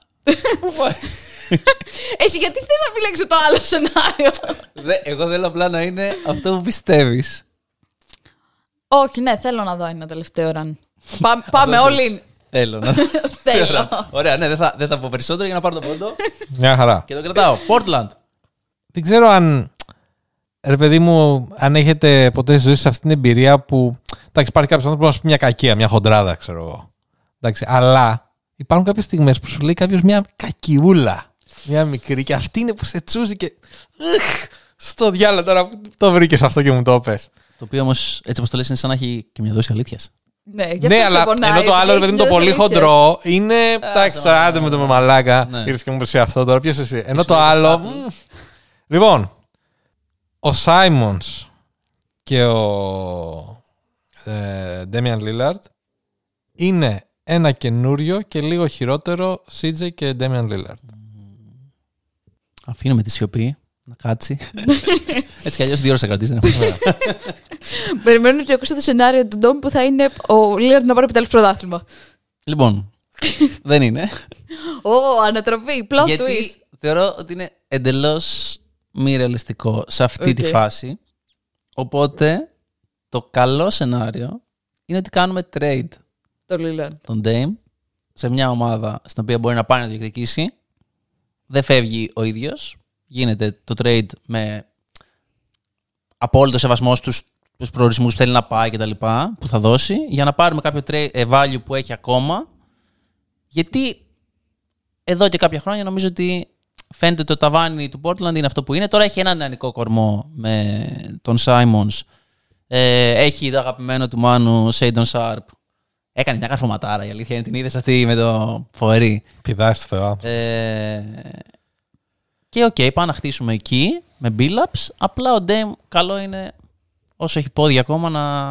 S2: Εσύ γιατί θες να επιλέξω το άλλο σενάριο.
S1: Δε- Εγώ θέλω απλά να είναι αυτό που πιστεύεις.
S2: όχι, ναι, θέλω να δω ένα τελευταίο (laughs) ραν. Πά- πάμε όλοι.
S1: Θέλω να.
S2: θέλω.
S1: Ωραία, ναι, δεν θα, δεν θα πω περισσότερο για να πάρω το πόντο
S3: Μια χαρά.
S1: και το κρατάω. Portland.
S3: Δεν ξέρω αν. Ρε παιδί μου, αν έχετε ποτέ ζήσει σε αυτή την εμπειρία που. Εντάξει, υπάρχει κάποιος άνθρωπος που να σου πει μια κακία, μια χοντράδα, ξέρω εγώ. Εντάξει, αλλά υπάρχουν κάποιες στιγμές που σου λέει κάποιος μια κακιούλα. Μια μικρή και αυτή είναι που σε τσούζει και. Εχ, στο διάλογο τώρα που το βρήκες αυτό και μου το πες.
S1: Το οποίο όμως έτσι όπως το λες είναι σαν να έχει και μια δόση αλήθειας.
S2: Ναι, γι' αυτό
S3: Ναι,
S2: σε
S3: αλλά
S2: πονάει,
S3: ενώ το άλλο, ρε παιδί
S2: επειδή
S3: μου, το
S2: δεν
S3: πολύ
S2: αλήθειες.
S3: χοντρό είναι. Εντάξει, τώρα, άντε με το με μαλάκα.
S1: Ναι.
S3: Ήρθε και μου πει αυτό τώρα. Ποιος εσύ. Ενώ
S1: Ήσουν
S3: το
S1: λίγο
S3: άλλο.
S1: σάπιο.
S3: μμ. Λοιπόν, ο Σάιμον και ο Ντέμιαν Λίλαρτ είναι ένα καινούριο και λίγο χειρότερο CJ και Ντέμιαν Λίλαρτ.
S1: Αφήνουμε τη σιωπή να κάτσει. έτσι κι αλλιώς δύο ώρες θα κρατήσει. δεν έχουμε θέμα.
S2: Περιμένω και ακούσω το σενάριο του Ντόμ που θα είναι ο Λίαρντ να πάρει επιτέλου πρωτάθλημα.
S1: λοιπόν, δεν είναι.
S2: Ω, ανατροπή, plot twist.
S1: Γιατί θεωρώ ότι είναι εντελώς μη ρεαλιστικό σε αυτή τη
S2: Οκ.
S1: φάση. Οπότε το καλό σενάριο είναι ότι κάνουμε trade
S2: Το Λίλαρντ.
S1: τον Dame σε μια ομάδα στην οποία μπορεί να πάει να διεκδικήσει. Δεν φεύγει ο ίδιος. Γίνεται το trade με απόλυτο σεβασμό στους τους προορισμούς που θέλει να πάει και τα λοιπά, που θα δώσει, για να πάρουμε κάποιο tra- ε, value που έχει ακόμα. Γιατί εδώ και κάποια χρόνια νομίζω ότι φαίνεται το ταβάνι του Portland είναι αυτό που είναι. Τώρα έχει έναν νεανικό κορμό με τον Simons. Ε, έχει το αγαπημένο του Μάνου Σέιντον Σάρπ. Έκανε μια καρφωματάρα, η αλήθεια είναι. Την είδες αυτή με το φοβερή.
S3: Πηδάστε ο άνθρωπο.
S1: Ε, και οκ, πάμε να χτίσουμε εκεί με Billups. Απλά ο Ντέιμ καλό είναι όσο έχει πόδια ακόμα να,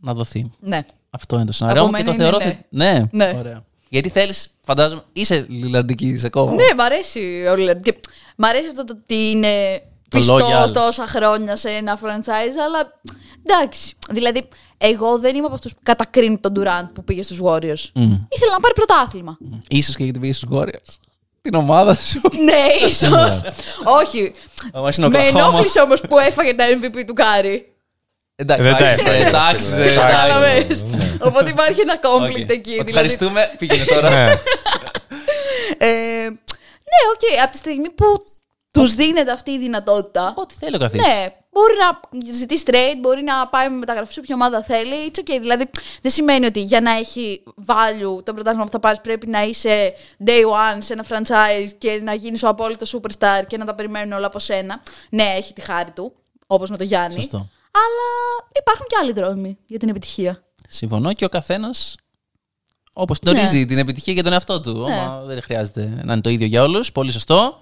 S1: να δοθεί.
S2: Ναι.
S1: Αυτό είναι το σενάριό μου και το
S2: μένα
S1: θεωρώ.
S2: είναι
S1: θε- Ναι.
S2: Ναι.
S1: Ωραία. Γιατί θέλεις, φαντάζομαι, είσαι λιλαντική σε κόμμα.
S2: Ναι, μ' αρέσει ο Λίλαρντ. Και Μ' αρέσει αυτό το ότι είναι
S1: Το loyal.
S2: πιστός τόσα χρόνια σε ένα franchise, αλλά εντάξει. Δηλαδή, εγώ δεν είμαι από αυτούς που κατακρίνει τον Durant που πήγε στους Warriors.
S1: Μμ.
S2: Ήθελα να πάρει πρωτάθλημα.
S1: Ίσως και γιατί πήγε στους Warriors. Την ομάδα σου.
S2: ναι, ίσως. Όχι.
S1: Όμως Ε, είναι ο
S2: Με
S1: Oklahoma.
S2: ενόχλησε όμως που έφαγε τα MVP του Κάρι.
S1: Εντάξει,
S3: Δεν τα
S1: εντάξει,
S3: έφαγε.
S1: εντάξει,
S3: Δεν τα
S1: Ε, εντάξει.
S3: έφαγε.
S2: Κατάλαβε. Οπότε υπάρχει ένα
S1: Οκ.
S2: conflict εκεί.
S1: Ότι
S2: Δηλαδή,
S1: Ευχαριστούμε. Πήγαινε τώρα.
S3: Ναι.
S2: ε, ναι, οκ. από τη στιγμή που τους δίνεται αυτή η δυνατότητα.
S1: Ό,τι θέλει ο καθένας.
S2: Ναι, μπορεί να ζητήσει trade, μπορεί να πάει με μεταγραφή σε όποια ομάδα θέλει. It's okay. Δηλαδή, δεν σημαίνει ότι για να έχει value το πρωτάθλημα που θα πάρεις πρέπει να είσαι day one σε ένα franchise και να γίνεις ο απόλυτος superstar και να τα περιμένουν όλα από σένα. Ναι, έχει τη χάρη του, όπως με τον Γιάννη.
S1: Σωστό.
S2: Αλλά υπάρχουν και άλλοι δρόμοι για την επιτυχία.
S1: Συμφωνώ και ο καθένας όπως γνωρίζει την επιτυχία για τον εαυτό του.
S2: Ναι.
S1: Όμα δεν χρειάζεται να είναι το ίδιο για όλους. Πολύ σωστό.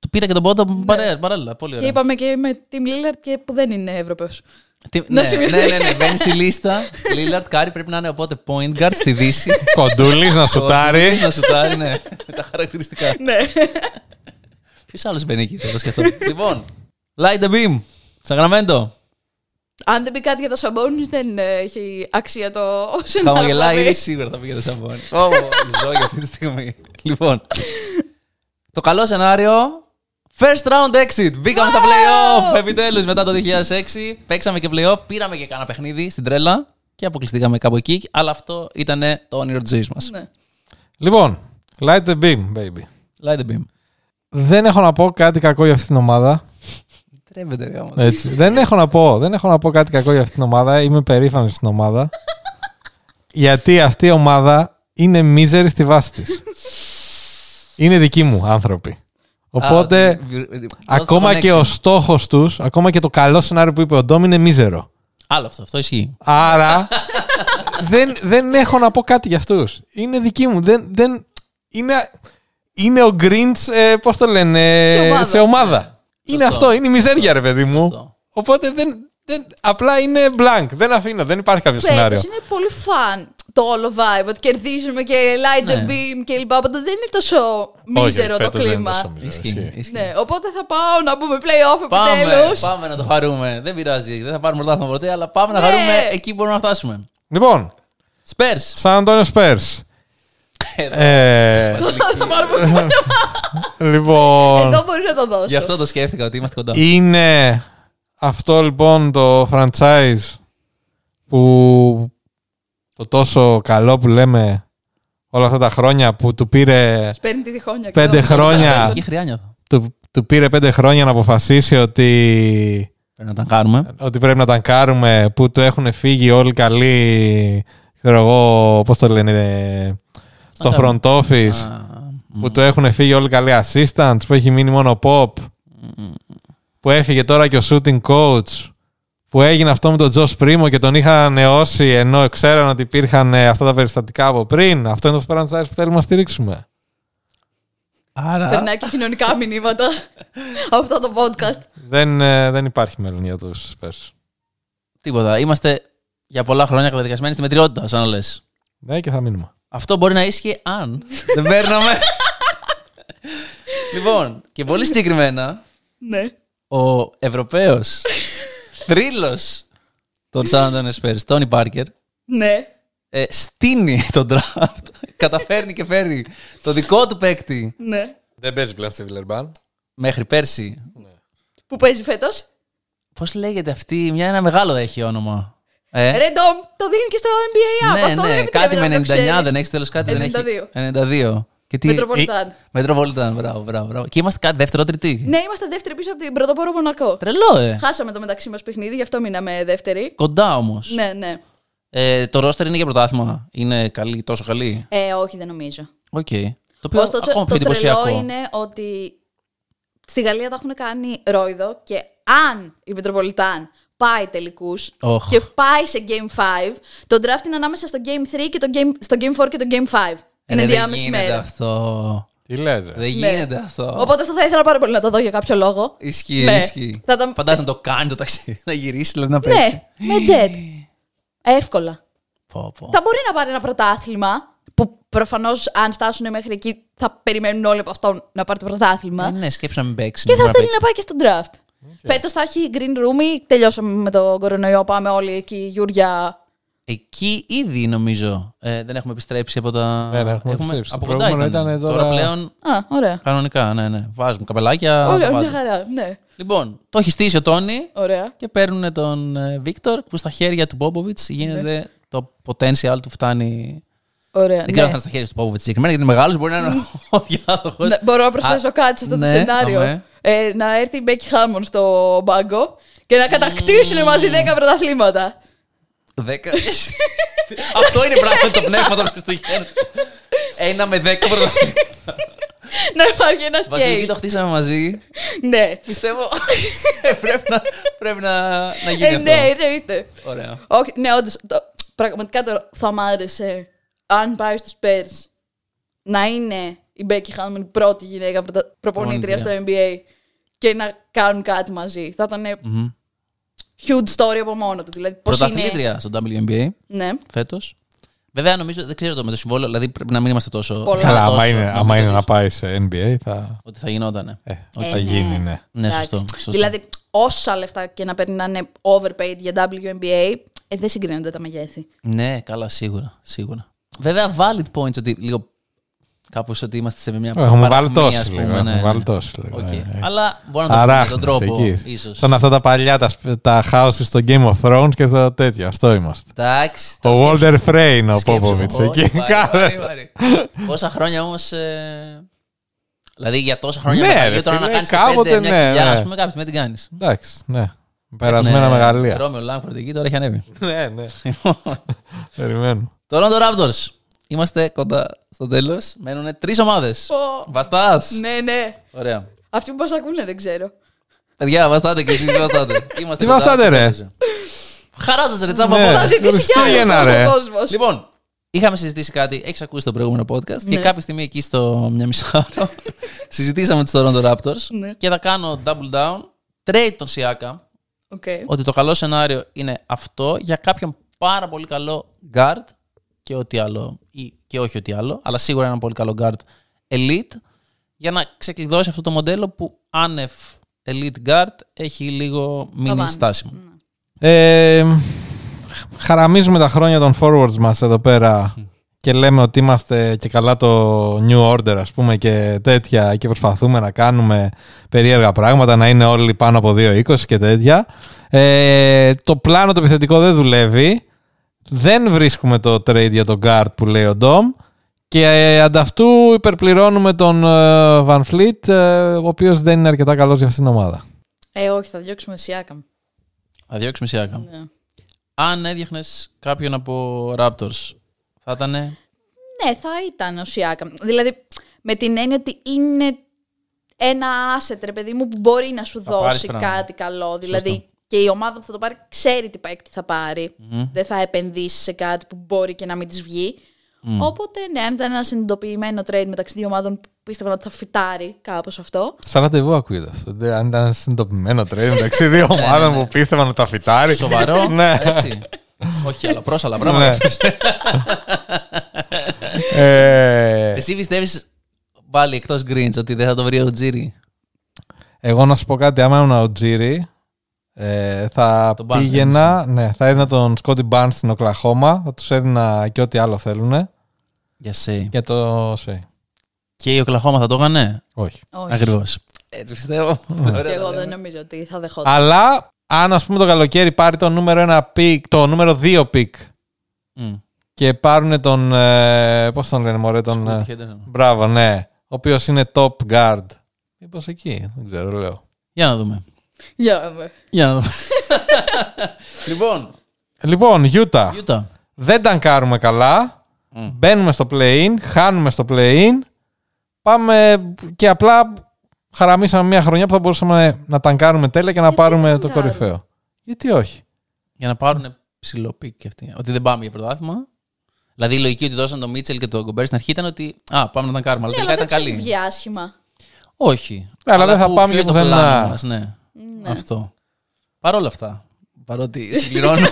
S1: Του πήρα και τον πόντο μου παρέ- παράλληλα. Πολύ
S2: Ναι. Και
S1: ωραία.
S2: είπαμε και με Team Lillard και που δεν είναι Ευρωπαίος.
S1: Τι-
S2: να
S1: ναι, ναι,
S2: σημειωθεί.
S1: ναι, ναι, μπαίνει στη λίστα. Λίλαρτ Κάρι πρέπει να είναι οπότε point guard στη Δύση.
S2: (laughs)
S3: Κοντούλης να σουτάρει.
S1: Να σουτάρει, ναι. Με τα χαρακτηριστικά.
S2: ναι.
S1: Ποιος άλλος μπαίνει εκεί, θέλω σκεφτώ. (laughs) λοιπόν, light the beam. Σαγραμμέντο.
S2: (laughs) Αν δεν πει κάτι για το Σαμπόνι, δεν ε, έχει αξία το σενάριο. δηλαδή. που θα
S1: Χαμογελάει
S2: δει.
S1: ήδη σίγουρα θα πήγε το σαμπόνι. Ω, ζω για αυτή τη στιγμή. λοιπόν, το καλό σενάριο. First round exit. Μπήκαμε στα playoff. Επιτέλους μετά το 2006. Παίξαμε και playoff. Πήραμε και κάνα παιχνίδι στην τρέλα. Και αποκλειστήκαμε κάπου εκεί. Αλλά αυτό ήταν το όνειρο της ζωής μας.
S2: Ναι.
S3: Λοιπόν, light the beam, baby.
S1: Light the beam.
S3: Δεν έχω να πω κάτι κακό για αυτή την ομάδα.
S1: Τρέπεται ρε άμα.
S3: Έτσι. δεν, έχω να πω, δεν έχω να πω κάτι κακό για αυτή την ομάδα. Είμαι περήφανος για την ομάδα. γιατί αυτή η ομάδα είναι μίζερη στη βάση της. είναι δικοί μου άνθρωποι. Οπότε,
S1: Α, ότι-
S3: ακόμα και ο στόχος τους, ακόμα και το καλό σενάριο που είπε ο Ντόμ είναι μίζερο.
S1: Άλλο αυτό, αυτό ισχύει.
S3: Άρα δεν, δεν έχω να πω κάτι για αυτούς. Είναι δική μου. Δεν, δεν, είναι, είναι ο Grinch, ε, πώς το λένε,
S2: Σε ομάδα. Ναι.
S3: Είναι
S1: Σωστό.
S3: αυτό, είναι η μιζέρια ρε παιδί μου.
S1: Σωστό.
S3: Οπότε δεν, δεν, απλά είναι blank. Δεν αφήνω, δεν υπάρχει κάποιο σενάριο.
S2: Φέτος είναι πολύ φαν το όλο vibe. Ότι κερδίζουμε και light the
S1: Ναι.
S2: beam και λοιπά. Οπότε δεν είναι τόσο μίζερο
S3: Όχι,
S2: το
S3: φέτος δεν είναι τόσο
S2: κλίμα.
S3: μίζερο,
S1: Ισχύει.
S3: Ε, ισχύει.
S1: ισχύει.
S2: Ναι, οπότε θα πάω να μπούμε playoff
S1: Πάμε,
S2: επιτέλους.
S1: πάμε να το χαρούμε. Δεν πειράζει, δεν θα πάρουμε πρωτάθλημα ποτέ, αλλά πάμε να
S2: Ναι.
S1: χαρούμε εκεί που μπορούμε να φτάσουμε.
S3: Λοιπόν,
S1: Σπέρς.
S3: Σαν Αντώνιο
S2: (laughs)
S3: Spurs. ε,
S2: Θα πάρουμε.
S3: λοιπόν.
S2: Εδώ μπορείς να το δώσω.
S1: Γι' αυτό το σκέφτηκα ότι είμαστε κοντά.
S3: Είναι αυτό λοιπόν το franchise που το τόσο καλό που λέμε όλα αυτά τα χρόνια που του πήρε,
S2: Παίρνει τη διχόνια.
S3: Πέντε
S2: και εδώ.
S3: χρόνια.
S1: Εκεί χρειά νιώθω.
S3: του, του πήρε πέντε χρόνια να αποφασίσει ότι,
S1: Πρέπει να τα κάνουμε.
S3: ότι πρέπει να ταγκάρουμε που του έχουν φύγει όλοι καλοί ξέρω εγώ πώς το λένε ε, στο
S1: Α,
S3: front office που του έχουν φύγει όλοι καλοί assistants που έχει μείνει μόνο ο pop που έφυγε τώρα και ο shooting coach που έγινε αυτό με τον Τζος Πρίμο και τον είχαν ανανεώσει ενώ ξέραν ότι υπήρχαν ε, αυτά τα περιστατικά από πριν. Αυτό είναι το franchise που θέλουμε να στηρίξουμε.
S1: Άρα.
S2: Περνάει και κοινωνικά μηνύματα από αυτό το podcast.
S3: Δεν, ε, δεν υπάρχει μέλλον για τους Spurs.
S1: Τίποτα. Είμαστε για πολλά χρόνια καταδικασμένοι στη μετριότητα, σαν να λες.
S3: Ναι και θα μείνουμε.
S1: Αυτό μπορεί να ίσχυε αν δεν παίρναμε. λοιπόν, και πολύ συγκεκριμένα,
S2: Ναι.
S1: ο Ευρωπαίος θρύλος των San Antonio Spurs, Τόνι Πάρκερ,
S2: Ναι.
S1: ε, στείνει (laughs) τον draft. Καταφέρνει και φέρει το δικό του παίκτη
S2: Ναι.
S3: Δεν παίζει πλέον στη Βιλερμπάν.
S1: μέχρι πέρσι.
S2: Που παίζει φέτος.
S1: Πώς λέγεται αυτή, μια ένα μεγάλο έχει όνομα. Ε?
S2: Ρε Ντόμ, το δίνει και στο NBA. app.
S1: ναι,
S2: αυτό
S1: ναι,
S2: δεν
S1: κάτι με 99
S2: 99
S1: δεν έχεις τέλος κάτι.
S2: 92.
S1: Δεν έχει. 92. Και τι...
S2: Μετροπολιτάν.
S1: Ε, Μετροπολιτάν, μπράβο, μπράβο, μπράβο. Και είμαστε κάτι δεύτερο τρίτη.
S2: Ναι, είμαστε δεύτερη πίσω από την πρωτοπόρο Μονακό.
S1: Τρελό, ε.
S2: Χάσαμε το μεταξύ μας παιχνίδι, γι' αυτό μείναμε δεύτερη.
S1: Κοντά όμως.
S2: Ναι, ναι.
S1: Ε, το ρόστερ είναι για πρωτάθλημα. Είναι καλή, τόσο καλή.
S2: Ε, όχι, δεν νομίζω.
S1: Οκ. Το οποίο
S2: Ωστόσο,
S1: ακόμα
S2: το
S1: πιο
S2: τρελό
S1: εντυπωσιακό.
S2: είναι ότι στη Γαλλία τα έχουν κάνει ρόιδο και αν η Μετροπολιτάν πάει τελικούς
S1: Οχ.
S2: και πάει σε Game 5, το draft είναι ανάμεσα στο Game 3 και το game, στο Game 4 και το Game 5.
S1: Ε,
S2: είναι
S1: ρε,
S2: διάμεση
S1: Δεν γίνεται
S2: μέρα.
S1: αυτό.
S3: Τι λες ρε.
S1: Δεν
S2: Ναι.
S1: γίνεται αυτό.
S2: Οπότε αυτό θα ήθελα πάρα πολύ να το δω για κάποιο λόγο.
S1: Ισχύει,
S2: Ναι.
S1: ισχύει.
S2: Θα τα-
S1: Φαντάζομαι να το κάνει το ταξίδι, να γυρίσει, δηλαδή να παίξει.
S2: Ναι, με jet. Εύκολα.
S1: Πω, πω.
S2: Θα μπορεί να πάρει ένα πρωτάθλημα που προφανώς αν φτάσουν μέχρι εκεί θα περιμένουν όλοι από αυτό να πάρει το πρωτάθλημα.
S1: Ε, Ναι, σκέψου να μην παίξει.
S2: Και θα
S1: μπορεί
S2: θέλει
S1: παίξει.
S2: να πάει και στο draft. Φέτος θα έχει green room ή τελειώσαμε με το κορονοϊό. Πάμε όλοι εκεί, Γιούρια.
S1: Εκεί ήδη νομίζω ε, δεν έχουμε επιστρέψει από τα.
S3: Ναι, ναι, έχουμε επιστρέψει.
S1: Από
S3: Το
S1: κοντά ήταν.
S3: προηγούμενο ήταν
S1: τώρα...
S3: τώρα-
S1: πλέον
S2: Α, ωραία.
S1: κανονικά, ναι, ναι. Βάζουμε καπελάκια.
S2: Ωραία,
S1: τα πάντα.
S2: μια χαρά. Ναι,
S1: Λοιπόν, το έχει στήσει ο Τόνι
S2: ωραία.
S1: και παίρνουν τον ε, Βίκτορ που στα χέρια του Μπόμποβιτ γίνεται το potential του φτάνει.
S2: ωραία
S1: Δεν ξέρω αν
S2: Ναι. ναι.
S1: είναι στα χέρια του Μπόμποβιτ συγκεκριμένα γιατί είναι μεγάλος, μπορεί να είναι (laughs) ο διάδοχος.
S2: Ναι, μπορώ να προσθέσω κάτι σε αυτό
S1: ναι,
S2: το σενάριο. Ε, να έρθει η Μπέκι Χάμον στο μπάγκο και να κατακτήσουν μαζί 10 πρωταθλήματα.
S1: Δέκα. Αυτό είναι πράγμα το πνεύμα των Χριστουγέννων. Ένα με δέκα πρώτα.
S2: να υπάρχει ένας
S1: Βασιλική
S2: σκέι.
S1: το χτίσαμε μαζί.
S2: Ναι.
S1: Πιστεύω ε, πρέπει να, πρέπει να, να γίνει
S2: Ε,
S1: αυτό.
S2: ναι, εννοείται.
S1: Ωραία.
S2: Όχι, ναι, όντως. Πραγματικά το θα μ' άρεσε αν πάει στους Spurs να είναι η Μπέκι Χάνμαν η πρώτη γυναίκα πρωτα- προπονήτρια στο NBA και να κάνουν κάτι μαζί. Θα ήταν ε, huge story από μόνο του. Δηλαδή, πώς είναι.
S1: Πρωταθλήτρια στο WNBA
S2: Ναι,
S1: φέτος. Βέβαια, νομίζω, δεν ξέρω το με το συμβόλαιο, δηλαδή πρέπει να μην είμαστε τόσο.
S2: Πολλά.
S3: Καλά,
S1: τόσο,
S3: άμα είναι,
S1: να
S3: άμα είναι
S1: μην
S3: να πάει σε NBA θα,
S1: Ότι θα γινότανε.
S3: ε,
S2: Ε,
S3: θα
S2: ναι.
S3: γίνει, ναι.
S1: Ναι,
S2: εντάξει.
S1: σωστό. σωστό.
S2: Δηλαδή, όσα λεφτά και να παίρνει να είναι overpaid για WNBA, ε, δεν συγκρίνονται τα μεγέθη.
S1: Ναι, καλά, σίγουρα. σίγουρα. Βέβαια, valid points ότι λίγο. Κάπως ότι είμαστε σε μια.
S3: Έχουμε βάλει
S1: παραμονή,
S3: τόση
S1: ας πούμε,
S3: λίγο.
S1: ναι,
S3: Έχουμε
S1: ναι.
S3: βάλει τόση λίγο.
S1: Οκ.
S3: ε, ε.
S1: Αλλά μπορεί να το πούμε με τον
S3: Αράχνες
S1: τρόπο.
S3: εκεί.
S1: Ίσως.
S3: Σαν αυτά τα παλιά τα, σπ- τα houses στο Game of Thrones και τα τέτοια. Αυτό είμαστε.
S1: Εντάξει.
S3: Ο
S1: το σκέψου-
S3: Walter Frey είναι ο
S1: σκέψου.
S3: Popovich
S1: Ω,
S3: (laughs) εκεί.
S1: βαρύ,
S3: Κάθε-
S1: βαρύ, βαρύ. Πόσα χρόνια όμως. Δηλαδή για τόσα χρόνια
S3: Ναι,
S1: μετά,
S3: ρε
S1: γιατί τώρα να
S3: φίλε,
S1: κάνεις και
S3: κάποτε,
S1: πέντε, μια
S3: ναι,
S1: κοιλιά,
S3: ναι.
S1: ας πούμε, κάποια στιγμή την κάνεις.
S3: Εντάξει, ναι. Περασμένα μεγαλεία.
S1: Ρώμιο Λάγκφορντ εκεί, τώρα έχει ανέβει. (laughs)
S3: Ναι, ναι. Περιμένω.
S1: Toronto Raptors. Είμαστε κοντά στο τέλος. Μένουν τρεις ομάδες.
S2: Πω.
S1: Βαστάς.
S2: Ναι, ναι.
S1: Ωραία.
S2: Αυτοί που μας ακούνε δεν ξέρω.
S1: Παιδιά, βαστάτε και εσείς βαστάτε. Είμαστε
S3: Τι
S1: κοντά
S3: βαστάτε,
S1: στο
S3: ρε?
S1: τέλος. Χαράζα ρε τσάμπα.
S3: Ναι.
S1: από
S2: Θα
S1: όλα.
S2: ζητήσει κι άλλο
S3: Χριστούγεννα, ρε.
S2: ο κόσμος.
S1: Ε, Λοιπόν, είχαμε συζητήσει κάτι, έχεις ακούσει το προηγούμενο podcast και κάποια στιγμή εκεί στο μια μισάωρο συζητήσαμε του Toronto Raptors
S2: Ναι.
S1: και θα κάνω double down. Trade τον Siakam,
S2: Οκ.
S1: ότι το καλό σενάριο είναι αυτό για κάποιον πάρα πολύ καλό guard και ό,τι άλλο, ή και όχι ό,τι άλλο, αλλά σίγουρα έναν πολύ καλό guard elite για να ξεκλειδώσει αυτό το μοντέλο που άνευ elite guard έχει λίγο μείνει
S2: Καβάνι.
S1: στάσιμο.
S3: Ε, χαραμίζουμε τα χρόνια των forwards μας εδώ πέρα και λέμε ότι είμαστε και καλά το new order ας πούμε και τέτοια και προσπαθούμε να κάνουμε περίεργα πράγματα, να είναι όλοι πάνω από 2.20 και τέτοια. Ε, το πλάνο το επιθετικό δεν δουλεύει. Δεν βρίσκουμε το trade για τον guard που λέει ο Ντόμ και ε, ανταυτού υπερπληρώνουμε τον ε, Van Fleet ε, ο οποίος δεν είναι αρκετά καλός για αυτήν την ομάδα.
S2: Ε, όχι, θα διώξουμε Σιάκαμ.
S1: Θα διώξουμε Siakam.
S2: Ναι.
S1: Αν έδιωχνε κάποιον από Raptors, θα ήταν.
S2: Ναι, θα ήταν ο Σιάκαμ. Δηλαδή, με την έννοια ότι είναι ένα asset, ρε παιδί μου, που μπορεί να σου
S1: πάρεις
S2: δώσει
S1: πράγμα.
S2: κάτι καλό. Δηλαδή, και η ομάδα που θα το πάρει ξέρει τι παίκτη θα παρει Δεν θα επενδύσει σε κάτι που μπορεί και να μην της βγει. Οπότε, ναι, αν ήταν ένα συνειδητοποιημένο trade μεταξύ δύο ομάδων που πίστευαν ότι θα φυτάρει κάπως αυτό.
S3: Σαν ραντεβού ακούγεται αυτό. Δε- Αν ήταν ένα συντοπιμένο τρένο μεταξύ
S1: (laughs)
S3: δύο ομάδων που πίστευαν ότι τα φυτάρει.
S1: Ναι, Σοβαρό.
S3: (laughs) Ναι.
S2: (laughs)
S1: Έτσι. Όχι, αλλά πρόσαλα πράγματα.
S3: Ε,
S1: (laughs) Εσύ πιστεύεις πάλι εκτός Greens ότι δεν θα το βρει ο Τζίρι.
S3: Εγώ να σου πω κάτι. Άμα ήμουν ο Τζίρι, ε, θα
S1: Τον Barnes,
S3: πήγαινα. Ναι, θα έδινα τον Σκότι Μπάρν στην Οκλαχώμα. Θα τους έδινα και ό,τι άλλο θέλουν.
S1: Για σε.
S3: Και το. Σέι.
S1: Και η Οκλαχώμα θα το έκανε.
S3: Όχι.
S2: Όχι.
S1: Ακριβώς. Έτσι πιστεύω.
S2: Και εγώ δεν νομίζω ότι θα δεχόταν.
S3: Αλλά αν ας πούμε το καλοκαίρι πάρει το νούμερο 1 πικ, το νούμερο 2 πικ
S1: Μμ.
S3: και πάρουν τον. Ε, Πώς τον λένε, Μωρέ, τον. ε, Μπράβο, ναι. Ο οποίος είναι top guard. Μήπως εκεί, δεν ξέρω, λέω.
S1: Για να δούμε.
S2: Για ναι, να δούμε.
S1: Για να δούμε. (laughs) Λοιπόν,
S3: Λοιπόν, Utah.
S1: Utah.
S3: Δεν ταγκάρουμε καλά. Μπαίνουμε στο play-in, χάνουμε στο play-in. Πάμε και απλά χαραμίσαμε μια χρονιά που θα μπορούσαμε να ταγκάρουμε τέλεια και να πάρουμε το
S2: ταγκάρουμε?
S3: κορυφαίο. Γιατί όχι.
S1: Για να πάρουν ψηλό πικ και αυτοί. Ότι δεν πάμε για πρωτάθλημα. Δηλαδή η λογική ότι δώσαν τον Μίτσελ και τον Κομπέρ στην αρχή ήταν ότι. Α, πάμε να τα κάνουμε. Αλλά τελικά
S2: Ναι, αλλά
S1: ήταν
S2: δεν
S1: καλή.
S2: ξέρει βγει άσχημα.
S1: Όχι.
S3: Ναι, αλλά δεν θα
S1: που-
S3: πάμε
S1: ποιο
S3: και
S1: είναι το
S3: πουθενά.
S1: πλάνο μας, ναι. Αυτό. Παρ' όλα αυτά. Παρότι (laughs) συμπληρώνω.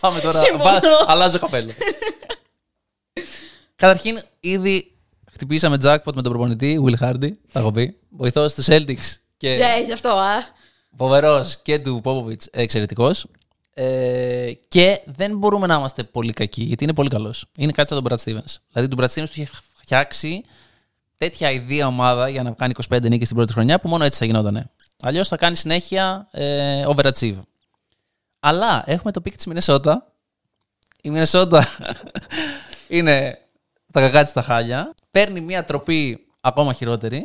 S1: πάμε τώρα.
S2: Συμφωνώ.
S1: πά- αλλάζω καπέλο. Καταρχήν, ήδη χτυπήσαμε jackpot με τον προπονητή, Will Hardy, θα έχω πει. Βοηθός του Celtics και
S2: Ναι, γι' αυτό, α.
S1: φοβερός και του Popovich, εξαιρετικός. Ε, και δεν μπορούμε να είμαστε πολύ κακοί, γιατί είναι πολύ καλός. Είναι κάτι σαν τον Brad Stevens. Δηλαδή, τον Brad Stevens του είχε φτιάξει τέτοια ιδέα ομάδα για να κάνει 25 νίκες την πρώτη χρονιά που μόνο έτσι θα γινότανε. Αλλιώς θα κάνει συνέχεια ε, overachieve. Αλλά έχουμε το πικ της Μινεσότα. Η Μινεσότα (laughs) είναι τα κακά της τα χάλια. Παίρνει μια τροπή ακόμα χειρότερη.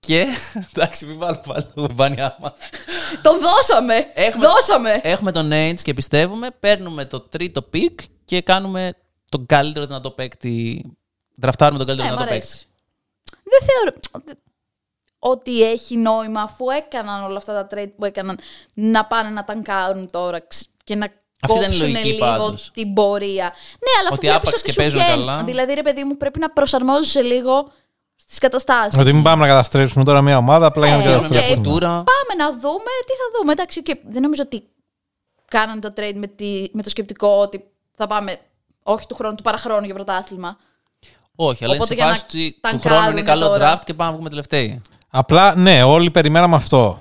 S1: Και (laughs) εντάξει, μην βάλω πάλι το μπάνι άμα.
S2: Τον δώσαμε!
S1: Έχουμε-
S2: Δώσαμε!
S1: Έχουμε τον Ainge και πιστεύουμε, παίρνουμε το τρίτο πικ και κάνουμε τον καλύτερο δυνατό παίκτη. Δραφτάρουμε τον καλύτερο
S2: Ναι, μ'
S1: δυνατό
S2: αρέσει.
S1: παίκτη.
S2: Δεν θεωρώ ότι έχει νόημα αφού έκαναν όλα αυτά τα trade που έκαναν να πάνε να ταγκάρουν τώρα ξ- και να
S1: Αυτή ήταν η
S2: κόψουν
S1: λογική,
S2: λίγο
S1: πάντως.
S2: την πορεία. Ναι, αλλά αφού
S1: Ότι
S2: βλέπεις
S1: άπαξ
S2: ότι
S1: και
S2: σου
S1: παίζουν
S2: βγαίνει.
S1: καλά.
S2: Δηλαδή, ρε παιδί μου, πρέπει να προσαρμόζεσαι λίγο στις καταστάσεις.
S3: Ότι μην πάμε να καταστρέψουμε τώρα μια ομάδα, απλά για να
S2: Ναι,
S3: την
S1: Παίζουμε μια
S2: οκ.
S3: καταστρέψουμε.
S1: κουλτούρα.
S2: Πάμε να δούμε τι θα δούμε. Εντάξει, και δεν νομίζω ότι κάνανε το trade με, τη- με το σκεπτικό ότι θα πάμε όχι του χρόνου, του παραχρόνου για πρωτάθλημα.
S1: Όχι, αλλά είναι
S2: Οπότε
S1: σε
S2: για να
S1: φάση ότι του
S2: ταγκάρουν
S1: χρόνου είναι καλό
S2: τώρα.
S1: draft και πάμε να βγούμε τελευταίοι.
S3: Απλά, ναι, όλοι περιμέναμε αυτό.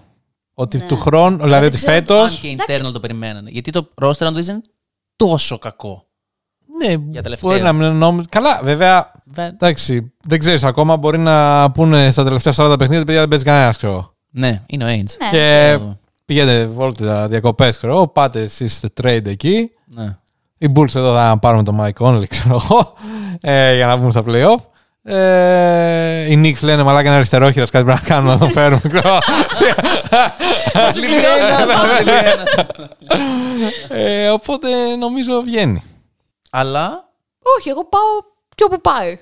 S3: Ότι του χρόνου, δηλαδή ότι
S2: ξέρω
S3: φέτος.
S1: Αν και internal το περιμένανε. Γιατί το roster αν το δεις, είναι τόσο κακό.
S3: Ναι,
S1: τελευταίο.
S3: μπορεί να μην νόμιζε. Καλά, βέβαια.
S1: Βε-
S3: Εντάξει, δεν ξέρεις ακόμα. Μπορεί να πούνε στα τελευταία 40 παιχνίδια, παιδιά δεν παίζει κανένας, ξέρω. εγώ».
S1: Ναι, είναι ο Ainge.
S2: Ναι.
S3: Και
S1: ναι.
S3: πηγαίνετε βόλτα διακοπές, ξέρω εγώ. Πάτε εσεί σε trade εκεί.
S1: Ναι.
S3: Οι Bulls εδώ θα πάρουμε το Mike Conley, ξέρω εγώ, ε, για να βγουν στα playoff. Ε, οι Knicks λένε μαλάκα ένα αριστερόχειρα, κάτι πρέπει να κάνουμε να τον φέρουμε. ξέρω εγώ.
S1: Μας λείπει ένας, μας λείπει ένας.
S3: ε, οπότε νομίζω βγαίνει.
S1: Αλλά
S2: Όχι, εγώ πάω πιο που πάει.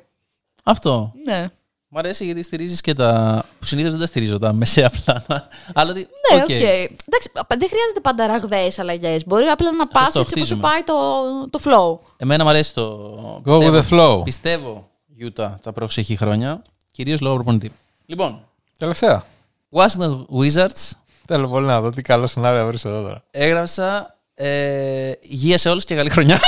S1: αυτό.
S2: Ναι.
S1: Μ' αρέσει γιατί στηρίζεις και τα. που συνήθως δεν τα στηρίζω τα μεσαία πλάνα. Αλλά ότι.
S2: Ναι,
S1: οκ.
S2: οκ. Εντάξει, δεν χρειάζεται πάντα ραγδαίες αλλαγές. Μπορεί απλά να πα
S1: το
S2: έτσι όπως σου
S1: χτίζουμε.
S2: πάει το, το flow.
S1: Εμένα μου αρέσει το.
S3: Go with the flow.
S1: Πιστεύω Utah τα προσεχή χρόνια. Κυρίως λόγω προπονητή. Λοιπόν,
S3: Τελευταία.
S1: Washington Wizards
S3: Θέλω πολύ να δω τι καλό σενάριο βρεις εδώ τώρα.
S1: έγραψα. Ε, υγεία σε όλους και καλή χρονιά.
S3: (laughs)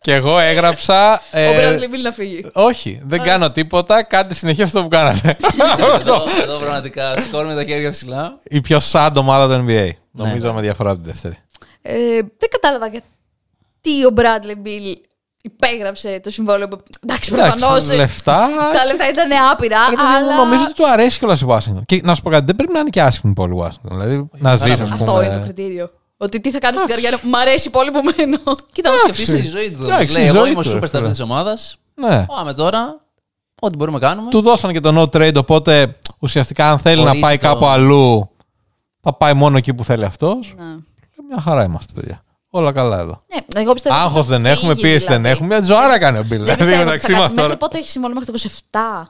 S3: Και εγώ έγραψα.
S2: Ο
S3: ε,
S2: Bradley Beal να φύγει.
S3: όχι, δεν κάνω τίποτα. Κάντε συνεχεία αυτό που κάνατε. (laughs)
S1: εδώ, εδώ πραγματικά σηκώνουμε τα χέρια ψηλά.
S3: Η πιο σαν ομάδα του NBA.
S1: Ναι.
S3: Νομίζω με διαφορά από την δεύτερη.
S2: Ε, δεν κατάλαβα γιατί ο Bradley Bill υπέγραψε το συμβόλαιο. που- Εντάξει, προφανώ.
S3: Εντάξει, λεφτά.
S2: ε,
S3: ε,
S2: Τα λεφτά ήταν άπειρα,
S3: Ρε παιδί μου,
S2: αλλά.
S3: ε, Νομίζω ότι του αρέσει κιόλας η Washington. Και να σου πω κάτι, δεν πρέπει να είναι και άσχημη πολύ η Washington. Δηλαδή να ζεις, ας πούμε.
S2: Αυτό είναι το κριτήριο. Ότι τι θα κάνω στην καριέρα μου. Μ' αρέσει πολύ που μένω. Ε,
S1: Κοίτα, όμως σκεφτεί τη ζωή του.
S3: Εντάξει,
S1: Λέει,
S3: η
S1: εγώ
S3: ζωή
S1: είμαι ο
S3: του, ρε,
S1: superstar
S3: φίλε.
S1: της ομάδας.
S3: Ναι.
S1: Πάμε τώρα. Ό,τι μπορούμε κάνουμε.
S3: Του δώσαν και το no trade, οπότε ουσιαστικά αν θέλει
S1: Ορίζει
S3: να πάει
S1: το-
S3: κάπου αλλού, θα πάει μόνο εκεί που θέλει αυτός.
S2: Ναι.
S3: Μια χαρά είμαστε, παιδιά. Όλα καλά εδώ.
S2: Ναι, εγώ πιστεύω.
S3: Άγχο
S2: ότι θα
S3: δεν έχουμε,
S2: φύγει,
S3: πίεση δεν
S2: δηλαδή.
S3: έχουμε. Μια ζωάρα έκανε ο Μπιλ.
S2: Δεν
S3: Δηλαδή
S2: πιστεύω ότι
S3: μεταξύ μας
S2: θα κάτσει. Μέχρι
S3: τώρα.
S2: πότε έχει συμβόλαιο μέχρι το 27.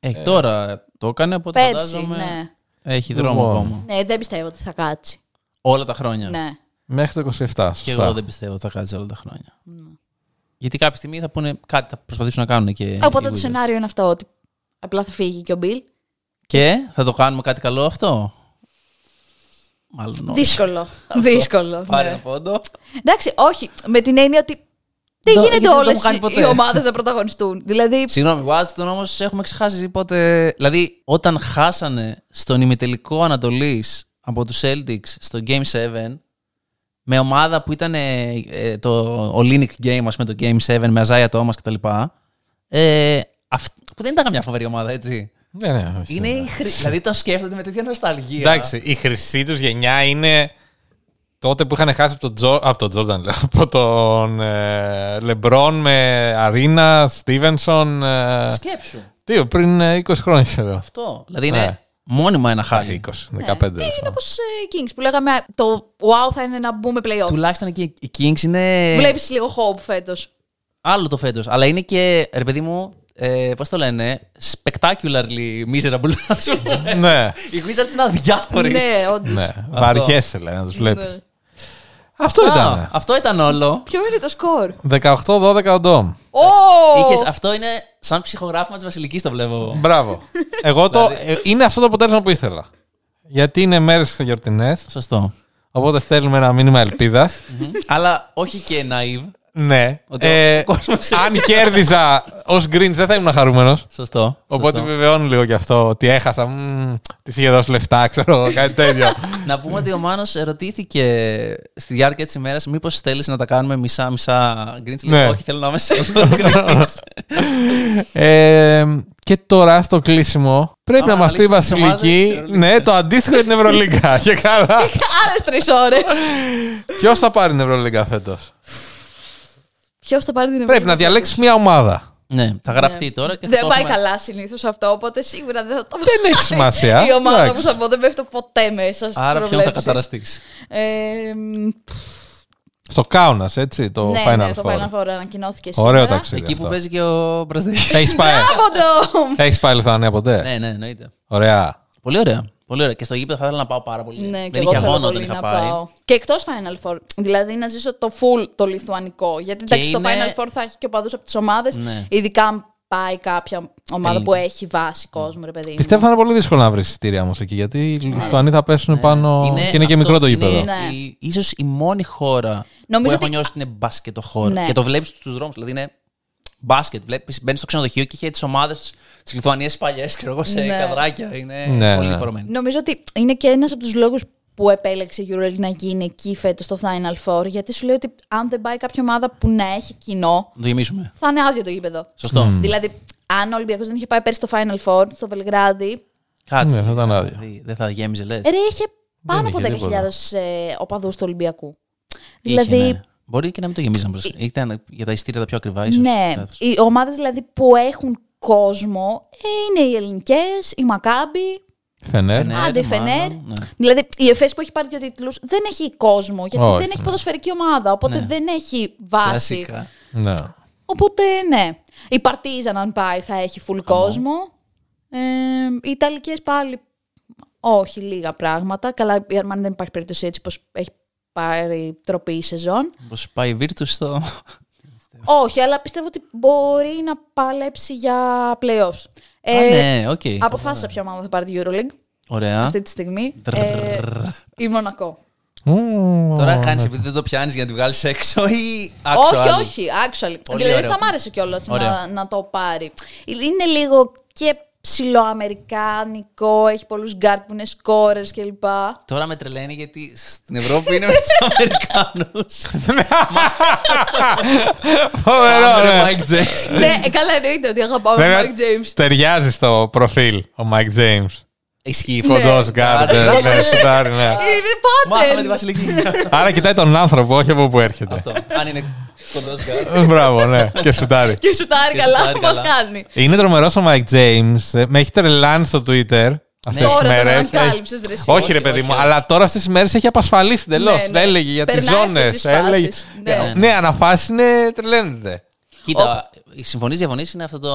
S1: Ε, τώρα το έκανε, οπότε
S2: Πέρσι,
S1: φαντάζομαι.
S2: ναι.
S1: Έχει δρόμο
S3: Λοιπόν.
S1: ακόμα.
S2: Ναι, δεν πιστεύω ότι θα κάτσει.
S1: Όλα τα χρόνια.
S2: Ναι.
S3: Μέχρι το 27.
S1: Και εγώ
S3: Σωστά.
S1: δεν πιστεύω ότι θα κάτσει όλα τα χρόνια.
S2: Ναι.
S1: Γιατί κάποια στιγμή θα πούνε κάτι, θα προσπαθήσουν να κάνουν και. οι
S2: Οπότε το
S1: Wizards.
S2: σενάριο είναι αυτό. Ότι απλά θα φύγει και ο Μπιλ.
S1: Και θα το κάνουμε κάτι καλό αυτό. Μάλλον όχι.
S2: Δύσκολο. (laughs) Δύσκολο.
S1: Πάρε
S2: ναι.
S1: ένα πόντο.
S2: Εντάξει, όχι. Με την έννοια ότι δεν
S1: Το- γιατί δεν
S2: γίνεται
S1: το
S2: όλες
S1: έχουν κάνει ποτέ.
S2: οι ομάδες να πρωταγωνιστούν. Δηλαδή.
S1: Συγγνώμη, Washington όμως έχουμε ξεχάσει πότε. Δηλαδή, όταν χάσανε στον ημιτελικό Ανατολής από τους Celtics στο Game 7, με ομάδα που ήταν ε, ε, το Olympic Game, ας πούμε το Game 7, με Αζάια Τόμα κτλ. Ε, αυ- που δεν ήταν καμιά φοβερή ομάδα, έτσι.
S3: Ναι, ναι, όχι.
S1: Είναι η χρυ- Δηλαδή το σκέφτονται με τέτοια νοσταλγία.
S3: Εντάξει, η χρυσή τους γενιά είναι τότε που είχαν χάσει από τον, Τζο... από τον Τζόρνταν, λέω, από τον ε, Λεμπρόν με Αρίνα, Στίβενσον. ε,
S1: Σκέψου.
S3: τι, πριν ε, 20 χρόνια είσαι εδώ.
S1: Αυτό. Δηλαδή
S3: Ναι.
S1: είναι μόνιμα ένα χάλι.
S3: 20, 15.
S2: Είναι όπω οι ε, Kings που λέγαμε το wow θα είναι να μπούμε playoff.
S1: Τουλάχιστον εκεί οι Kings είναι.
S2: Βλέπεις λίγο hope φέτος.
S1: Άλλο το φέτος. Αλλά είναι και, ρε παιδί μου, ε, πώς το λένε, spectacularly
S2: (laughs)
S1: miserable. ας πούμε.
S3: ναι,
S1: Οι Wizards είναι αδιάφοροι.
S2: Ναι, όντως.
S3: ναι. Βαριέσαι, λέει, να τους βλέπεις. Αυτό
S1: Α,
S3: ήταν.
S1: αυτό ήταν όλο.
S2: Ποιο είναι το σκορ.
S3: 18-12 ο Ντόμ.
S2: Ω!
S1: Είχες, αυτό είναι σαν ψυχογράφημα της Βασιλικής, το βλέπω.
S3: Μπράβο. Εγώ το, ε, είναι αυτό το αποτέλεσμα που ήθελα. Γιατί είναι μέρες γιορτινές,
S1: Σωστό.
S3: οπότε στέλνουμε ένα μήνυμα ελπίδας.
S1: Αλλά όχι και naive.
S3: ναι.
S1: Ότι
S3: Ε,
S1: ο κόσμος-
S3: αν κέρδιζα ως Greens δεν θα ήμουν χαρούμενος.
S1: Σωστό.
S3: Οπότε
S1: σωστό.
S3: επιβεβαιώνει λίγο και αυτό ότι έχασα. μμμ, Τη είχε δώσει λεφτά, ξέρω εγώ, κάτι
S1: (laughs)
S3: τέτοιο.
S1: Να πούμε ότι ο Μάνος ερωτήθηκε στη διάρκεια της ημέρας μήπως θέλεις να τα κάνουμε μισά-μισά Grinch. Λέει,
S3: Ναι.
S1: Όχι, θέλω να είμαι σε όλο το
S3: (laughs)
S1: Grinch.
S3: Ε, και τώρα στο κλείσιμο πρέπει
S1: Πάμε
S3: να
S1: να
S3: μας πει η
S1: αναλύσουμε τις ομάδες της
S3: Βασιλική.
S1: Ευρωλίγκας.
S3: Ναι, το αντίστοιχο για την
S1: (laughs)
S3: Ευρωλίγκα. και καλά.
S2: Άλλες τρεις ώρες.
S3: Ποιος θα πάρει την Ευρωλίγκα φέτος.
S2: Ποιος θα πάρει την
S3: Πρέπει να διαλέξει μια ομάδα.
S1: Ναι, θα γραφτεί τώρα και θα
S2: Δεν
S1: το
S2: πάει
S1: έχουμε.
S2: καλά συνήθως αυτό, οπότε σίγουρα δεν θα το
S3: Δεν έχει σημασία.
S2: Η ομάδα που
S3: Εντάξει.
S2: θα πω δεν πέφτω ποτέ μέσα στις
S1: Άρα ποιον θα καταραστήξει.
S3: Στο Κάουνα, έτσι, το
S2: ναι,
S3: Final
S2: ναι, το
S3: Four.
S2: Final Four ανακοινώθηκε σήμερα.
S3: Ωραίο ταξίδι.
S1: Εκεί που
S3: αυτό.
S1: παίζει και ο Μπραζδί.
S3: Έχεις πάει.
S2: Πόντο!
S3: Έχεις πάει Λιθουανία ποτέ.
S1: Ναι, ναι, εννοείται.
S3: Ωραία.
S1: Πολύ ωραία. Πολύ ωραία. Και στο γήπεδο θα ήθελα να πάω πάρα πολύ.
S2: Ναι, και
S1: Ε, δεν
S2: εγώ
S1: είχε
S2: θέλω
S1: αγώνα
S2: πολύ
S1: όταν είχα
S2: να
S1: πάει.
S2: πάω. Και εκτός Final Four. Δηλαδή να ζήσω το full το λιθουανικό. Γιατί
S1: Και
S2: εντάξει, το
S1: είναι-
S2: Final Four θα έχει και οπαδού από τις ομάδες.
S1: Ναι. Ε,
S2: Ειδικά αν πάει κάποια ομάδα που
S1: Ελληνική.
S2: έχει βάση κόσμο, ρε παιδί. μου.
S3: Πιστεύω θα είναι πολύ δύσκολο να βρεις εισιτήρια όμως εκεί, γιατί οι Λιθουανοί θα πέσουν πάνω. και είναι και
S1: αυτό,
S3: μικρό το γήπεδο.
S1: Είναι
S2: Ναι.
S1: η- ίσως η μόνη χώρα
S2: Νομίζω
S1: που έχω
S2: ότι-
S1: νιώσει ότι είναι μπάσκετ το χώρο.
S2: Ναι.
S1: Και το βλέπεις στους δρόμους. Δηλαδή είναι μπάσκετ. Βλέπεις, μπαίνεις στο ξενοδοχείο και είχε τις ομάδες της Λιθουανία παλιέ και εγώ σε
S2: Ναι.
S1: καδράκια. Είναι
S3: Ναι,
S1: πολύ
S3: ναι.
S1: λυπηρωμένη.
S2: Νομίζω ότι είναι και ένας από τους λόγους που επέλεξε η EuroLeague να γίνει εκεί φέτος το Final Four. Γιατί σου λέει ότι αν δεν πάει κάποια ομάδα που να έχει κοινό,
S1: Να το γεμίσουμε.
S2: θα είναι άδειο το γήπεδο.
S1: Σωστό.
S2: Δηλαδή, αν ο Ολυμπιακός δεν είχε πάει πέρσι στο Final Four, στο Βελιγράδι,
S1: Κάτσε.
S3: Ναι, θα ήταν άδεια.
S1: Δηλαδή, Δεν θα γέμιζε, λες.
S2: ρε, είχε πάνω από
S3: είχε
S2: 10.000 ε, οπαδούς του Ολυμπιακού.
S1: ναι.
S2: δηλαδή, Ε,
S1: Μπορεί και να μην το γεμίζαν. μπροστά. Ήταν για τα ειστήρια τα πιο ακριβά, ίσως.
S2: ναι, οι ομάδες δηλαδή που έχουν κόσμο ε, είναι οι ελληνικές, η Μακάμπι,
S3: Φενέρ.
S2: Άντε, Φενέρ.
S1: Ναι.
S2: Δηλαδή, η ΕΦΕΣ που έχει πάρει δύο τίτλου δεν έχει κόσμο, γιατί
S3: Όχι,
S2: δεν έχει
S3: ναι.
S2: ποδοσφαιρική ομάδα. Οπότε
S1: Ναι.
S2: δεν έχει βάση.
S1: Κλασικά.
S3: Ναι.
S2: Οπότε ναι. Η Παρτίζαν, αν πάει, θα έχει full κόσμο. Ε, οι Ιταλικές πάλι. Όχι, λίγα πράγματα. Καλά, η Αρμάνη δεν υπάρχει περίπτωση έτσι πως έχει πάρει τροπή η σεζόν.
S1: Πώ πάει η Virtus στο.
S2: Όχι, αλλά πιστεύω ότι μπορεί να παλέψει για playoffs.
S1: Α, ναι, οκ.
S2: Αποφάσισα ποια ομάδα θα πάρει τη Euroleague
S1: Ωραία.
S2: αυτή τη στιγμή. Ε, η Μονακό.
S1: Τώρα χάνει
S3: ναι.
S1: επειδή δεν το πιάνει για να τη βγάλει έξω ή
S2: Όχι,
S1: άξιο άλλο.
S2: όχι, actually.
S1: Πολύ
S2: δηλαδή
S1: ωραίο.
S2: θα μ' άρεσε κιόλα
S1: Ωραίο.
S2: να, να το πάρει. Είναι λίγο και ψηλοαμερικάνικο, έχει πολλούς γκάρτ που είναι σκόρες κλπ.
S1: Τώρα με τρελαίνει γιατί στην
S3: Ναι,
S1: Ευρώπη είναι με τους Αμερικάνους.
S3: Φοβερό, ναι.
S1: Mike James.
S2: ναι, ε, καλά εννοείται ότι αγαπάω τον
S3: Βέβαια,
S2: Μάικ James.
S3: Ταιριάζει στο προφίλ ο Mike James.
S1: Ισχύει.
S3: Φοντό
S1: Άρα,
S3: γκάρντερ, ναι,
S1: ναι.
S3: σουτάρι, ναι.
S2: Είναι
S1: Μάθαμε
S2: Ε, πάτε.
S1: τη Βασιλική.
S3: Άρα κοιτάει τον άνθρωπο, όχι από πού έρχεται.
S1: Αυτό. Αν είναι κοντό γκάρ.
S3: Μπράβο, ναι, και σουτάρι.
S2: Και σουτάρει
S1: Και
S2: καλά,
S1: σουτάρει
S2: πώς
S1: καλά.
S2: κάνει.
S3: Είναι τρομερός ο Mike James. Ε, Με έχει τρελάνει στο Twitter
S1: Ναι.
S3: αυτέ τις
S2: Τώρα τον
S3: μέρες.
S2: ανακάλυψες ρε. εσύ.
S3: ε, Όχι, ρε παιδί μου, αλλά τώρα αυτές τις μέρες έχει απασφαλίσει εντελώς.
S2: Ναι, ναι.
S3: Έλεγε για τις
S2: Περνάει αυτές
S3: ζώνες.
S2: τις φάσεις.
S3: Έλεγε.
S2: Ναι.
S3: Ε, Ναι, αναφάσεις είναι τρελαίνεται.
S1: Κοίτα, η συμφωνή διαφωνή είναι αυτό το.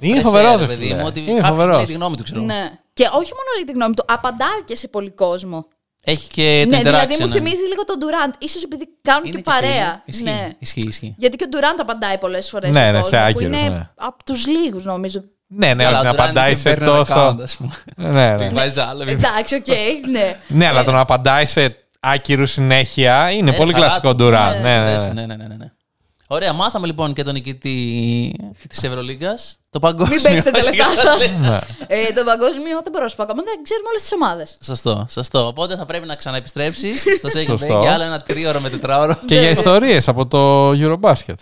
S3: Είναι
S1: fresh
S3: φοβερός,
S1: air,
S3: ρε
S1: παιδί
S3: φίλε.
S1: μου. Ότι
S3: Είναι
S1: κάποιος
S3: φοβερός.
S1: λέει τη γνώμη του, ξέρω. εγώ.
S2: Ναι. Και όχι μόνο λέει τη γνώμη του, απαντάει και σε πολύ κόσμο.
S1: Έχει και το
S2: Ναι, δηλαδή μου
S1: interaction, ναι.
S2: θυμίζει λίγο τον Ντουραντ. ίσως επειδή κάνουν
S1: Είναι
S2: και παρέα.
S1: φίλοι. Ισχύει,
S2: Ναι.
S1: ισχύει, ισχύει.
S2: Γιατί και ο Ντουράντ απαντάει πολλές φορές.
S3: Ναι, ναι, σε
S2: που
S3: άγκυρους,
S2: είναι
S3: ναι.
S2: από τους λίγους,
S3: (laughs)
S2: νομίζω.
S3: Ναι, ναι,
S1: Καλά,
S3: όχι να
S1: ο Durant
S3: απαντάει
S1: δεν
S3: σε
S1: παίρνει ένα
S3: τόσο.
S1: account, ας πούμε.
S3: Ναι, ναι.
S1: Βάζει άλλο. βέβαια.
S2: Εντάξει, οκ, ναι.
S3: Ναι, αλλά το να απαντάει σε άκυρους συνέχεια είναι
S1: Ε,
S3: πολύ
S1: χαρά
S3: κλασικό
S1: του.
S3: ντουρά. Ναι, ναι,
S1: Ναι, ναι,
S3: ναι.
S1: ναι, ναι, ναι. Ωραία, μάθαμε λοιπόν και τον νικητή της Ευρωλίγκας. Το παγκόσμιο.
S2: (laughs) Μην παίξετε τα
S3: ναι.
S1: (laughs)
S2: λεφτά σα. Το παγκόσμιο δεν μπορώ να σου πω ακόμα. Δεν ξέρουμε όλες τις ομάδες.
S1: Σωστό, σωστό. Οπότε θα πρέπει να ξαναεπιστρέψεις στο Σέγγιν
S3: Σωστό.
S1: για άλλο ένα τρίωρο με τετράωρο.
S3: Και για ιστορίες από το Eurobasket.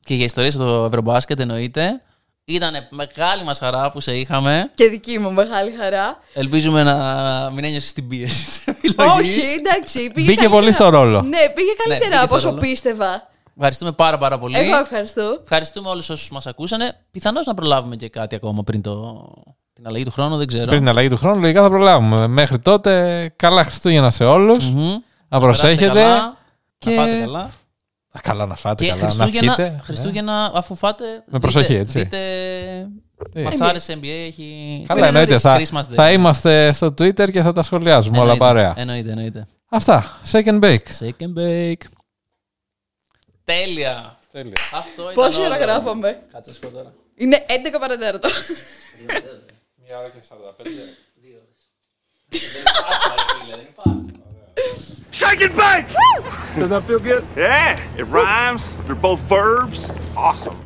S1: και για ιστορίες από το Ευρωμπάσκετ εννοείται. Ήταν μεγάλη μας χαρά που σε είχαμε.
S2: Και δική μου μεγάλη χαρά.
S1: Ελπίζουμε να μην ένιωσες την πίεση της επιλογή.
S2: Όχι, εντάξει. πήγε
S3: Μπήκε
S2: καλύτερα.
S3: πολύ στο ρόλο.
S2: Ναι, πήγε καλύτερα
S1: μπήκε
S2: από
S1: στο
S2: όσο
S1: ρόλο. Ε?
S2: πίστευα.
S1: Ευχαριστούμε πάρα πάρα πολύ.
S2: Εγώ ευχαριστώ.
S1: Ευχαριστούμε όλους όσους μας ακούσανε. Πιθανώς να προλάβουμε και κάτι ακόμα πριν το... την αλλαγή του χρόνου, δεν ξέρω.
S3: Πριν την αλλαγή του χρόνου, λογικά θα προλάβουμε. Μέχρι τότε, καλά Χριστούγεννα σε όλους.
S1: Μμμ.
S3: Να
S1: Περάστε
S3: προσέχετε.
S1: καλά,
S3: και-
S1: Να πάτε καλά.
S3: Α, Καλά να φάτε,
S1: Και
S3: καλά να
S1: Χριστούγεννα,
S3: πιείτε. Ναι.
S1: Χριστούγεννα αφού φάτε. δείτε-
S3: προσοχή, έτσι.
S1: Δείτε.
S3: Τι.
S1: Ματσάρες NBA έχει.
S3: Καλά, εννοείται. Θα,
S1: Christmas Day.
S3: θα είμαστε στο Twitter και θα τα σχολιάζουμε όλα
S1: Ε, Εννοείται,
S3: παρέα.
S1: Εννοείται, εννοείται.
S3: Αυτά. Second bake.
S1: Shake and bake. Τέλεια. Αυτό ήταν
S2: Πόση ώρα
S1: όλο.
S2: γράφαμε.
S1: Κάτσε να σου πω τώρα.
S2: Είναι 11 παρατέρατο.
S5: Shake and bake!
S4: Does that feel good?
S5: Yeah, it rhymes. They're both verbs. It's awesome.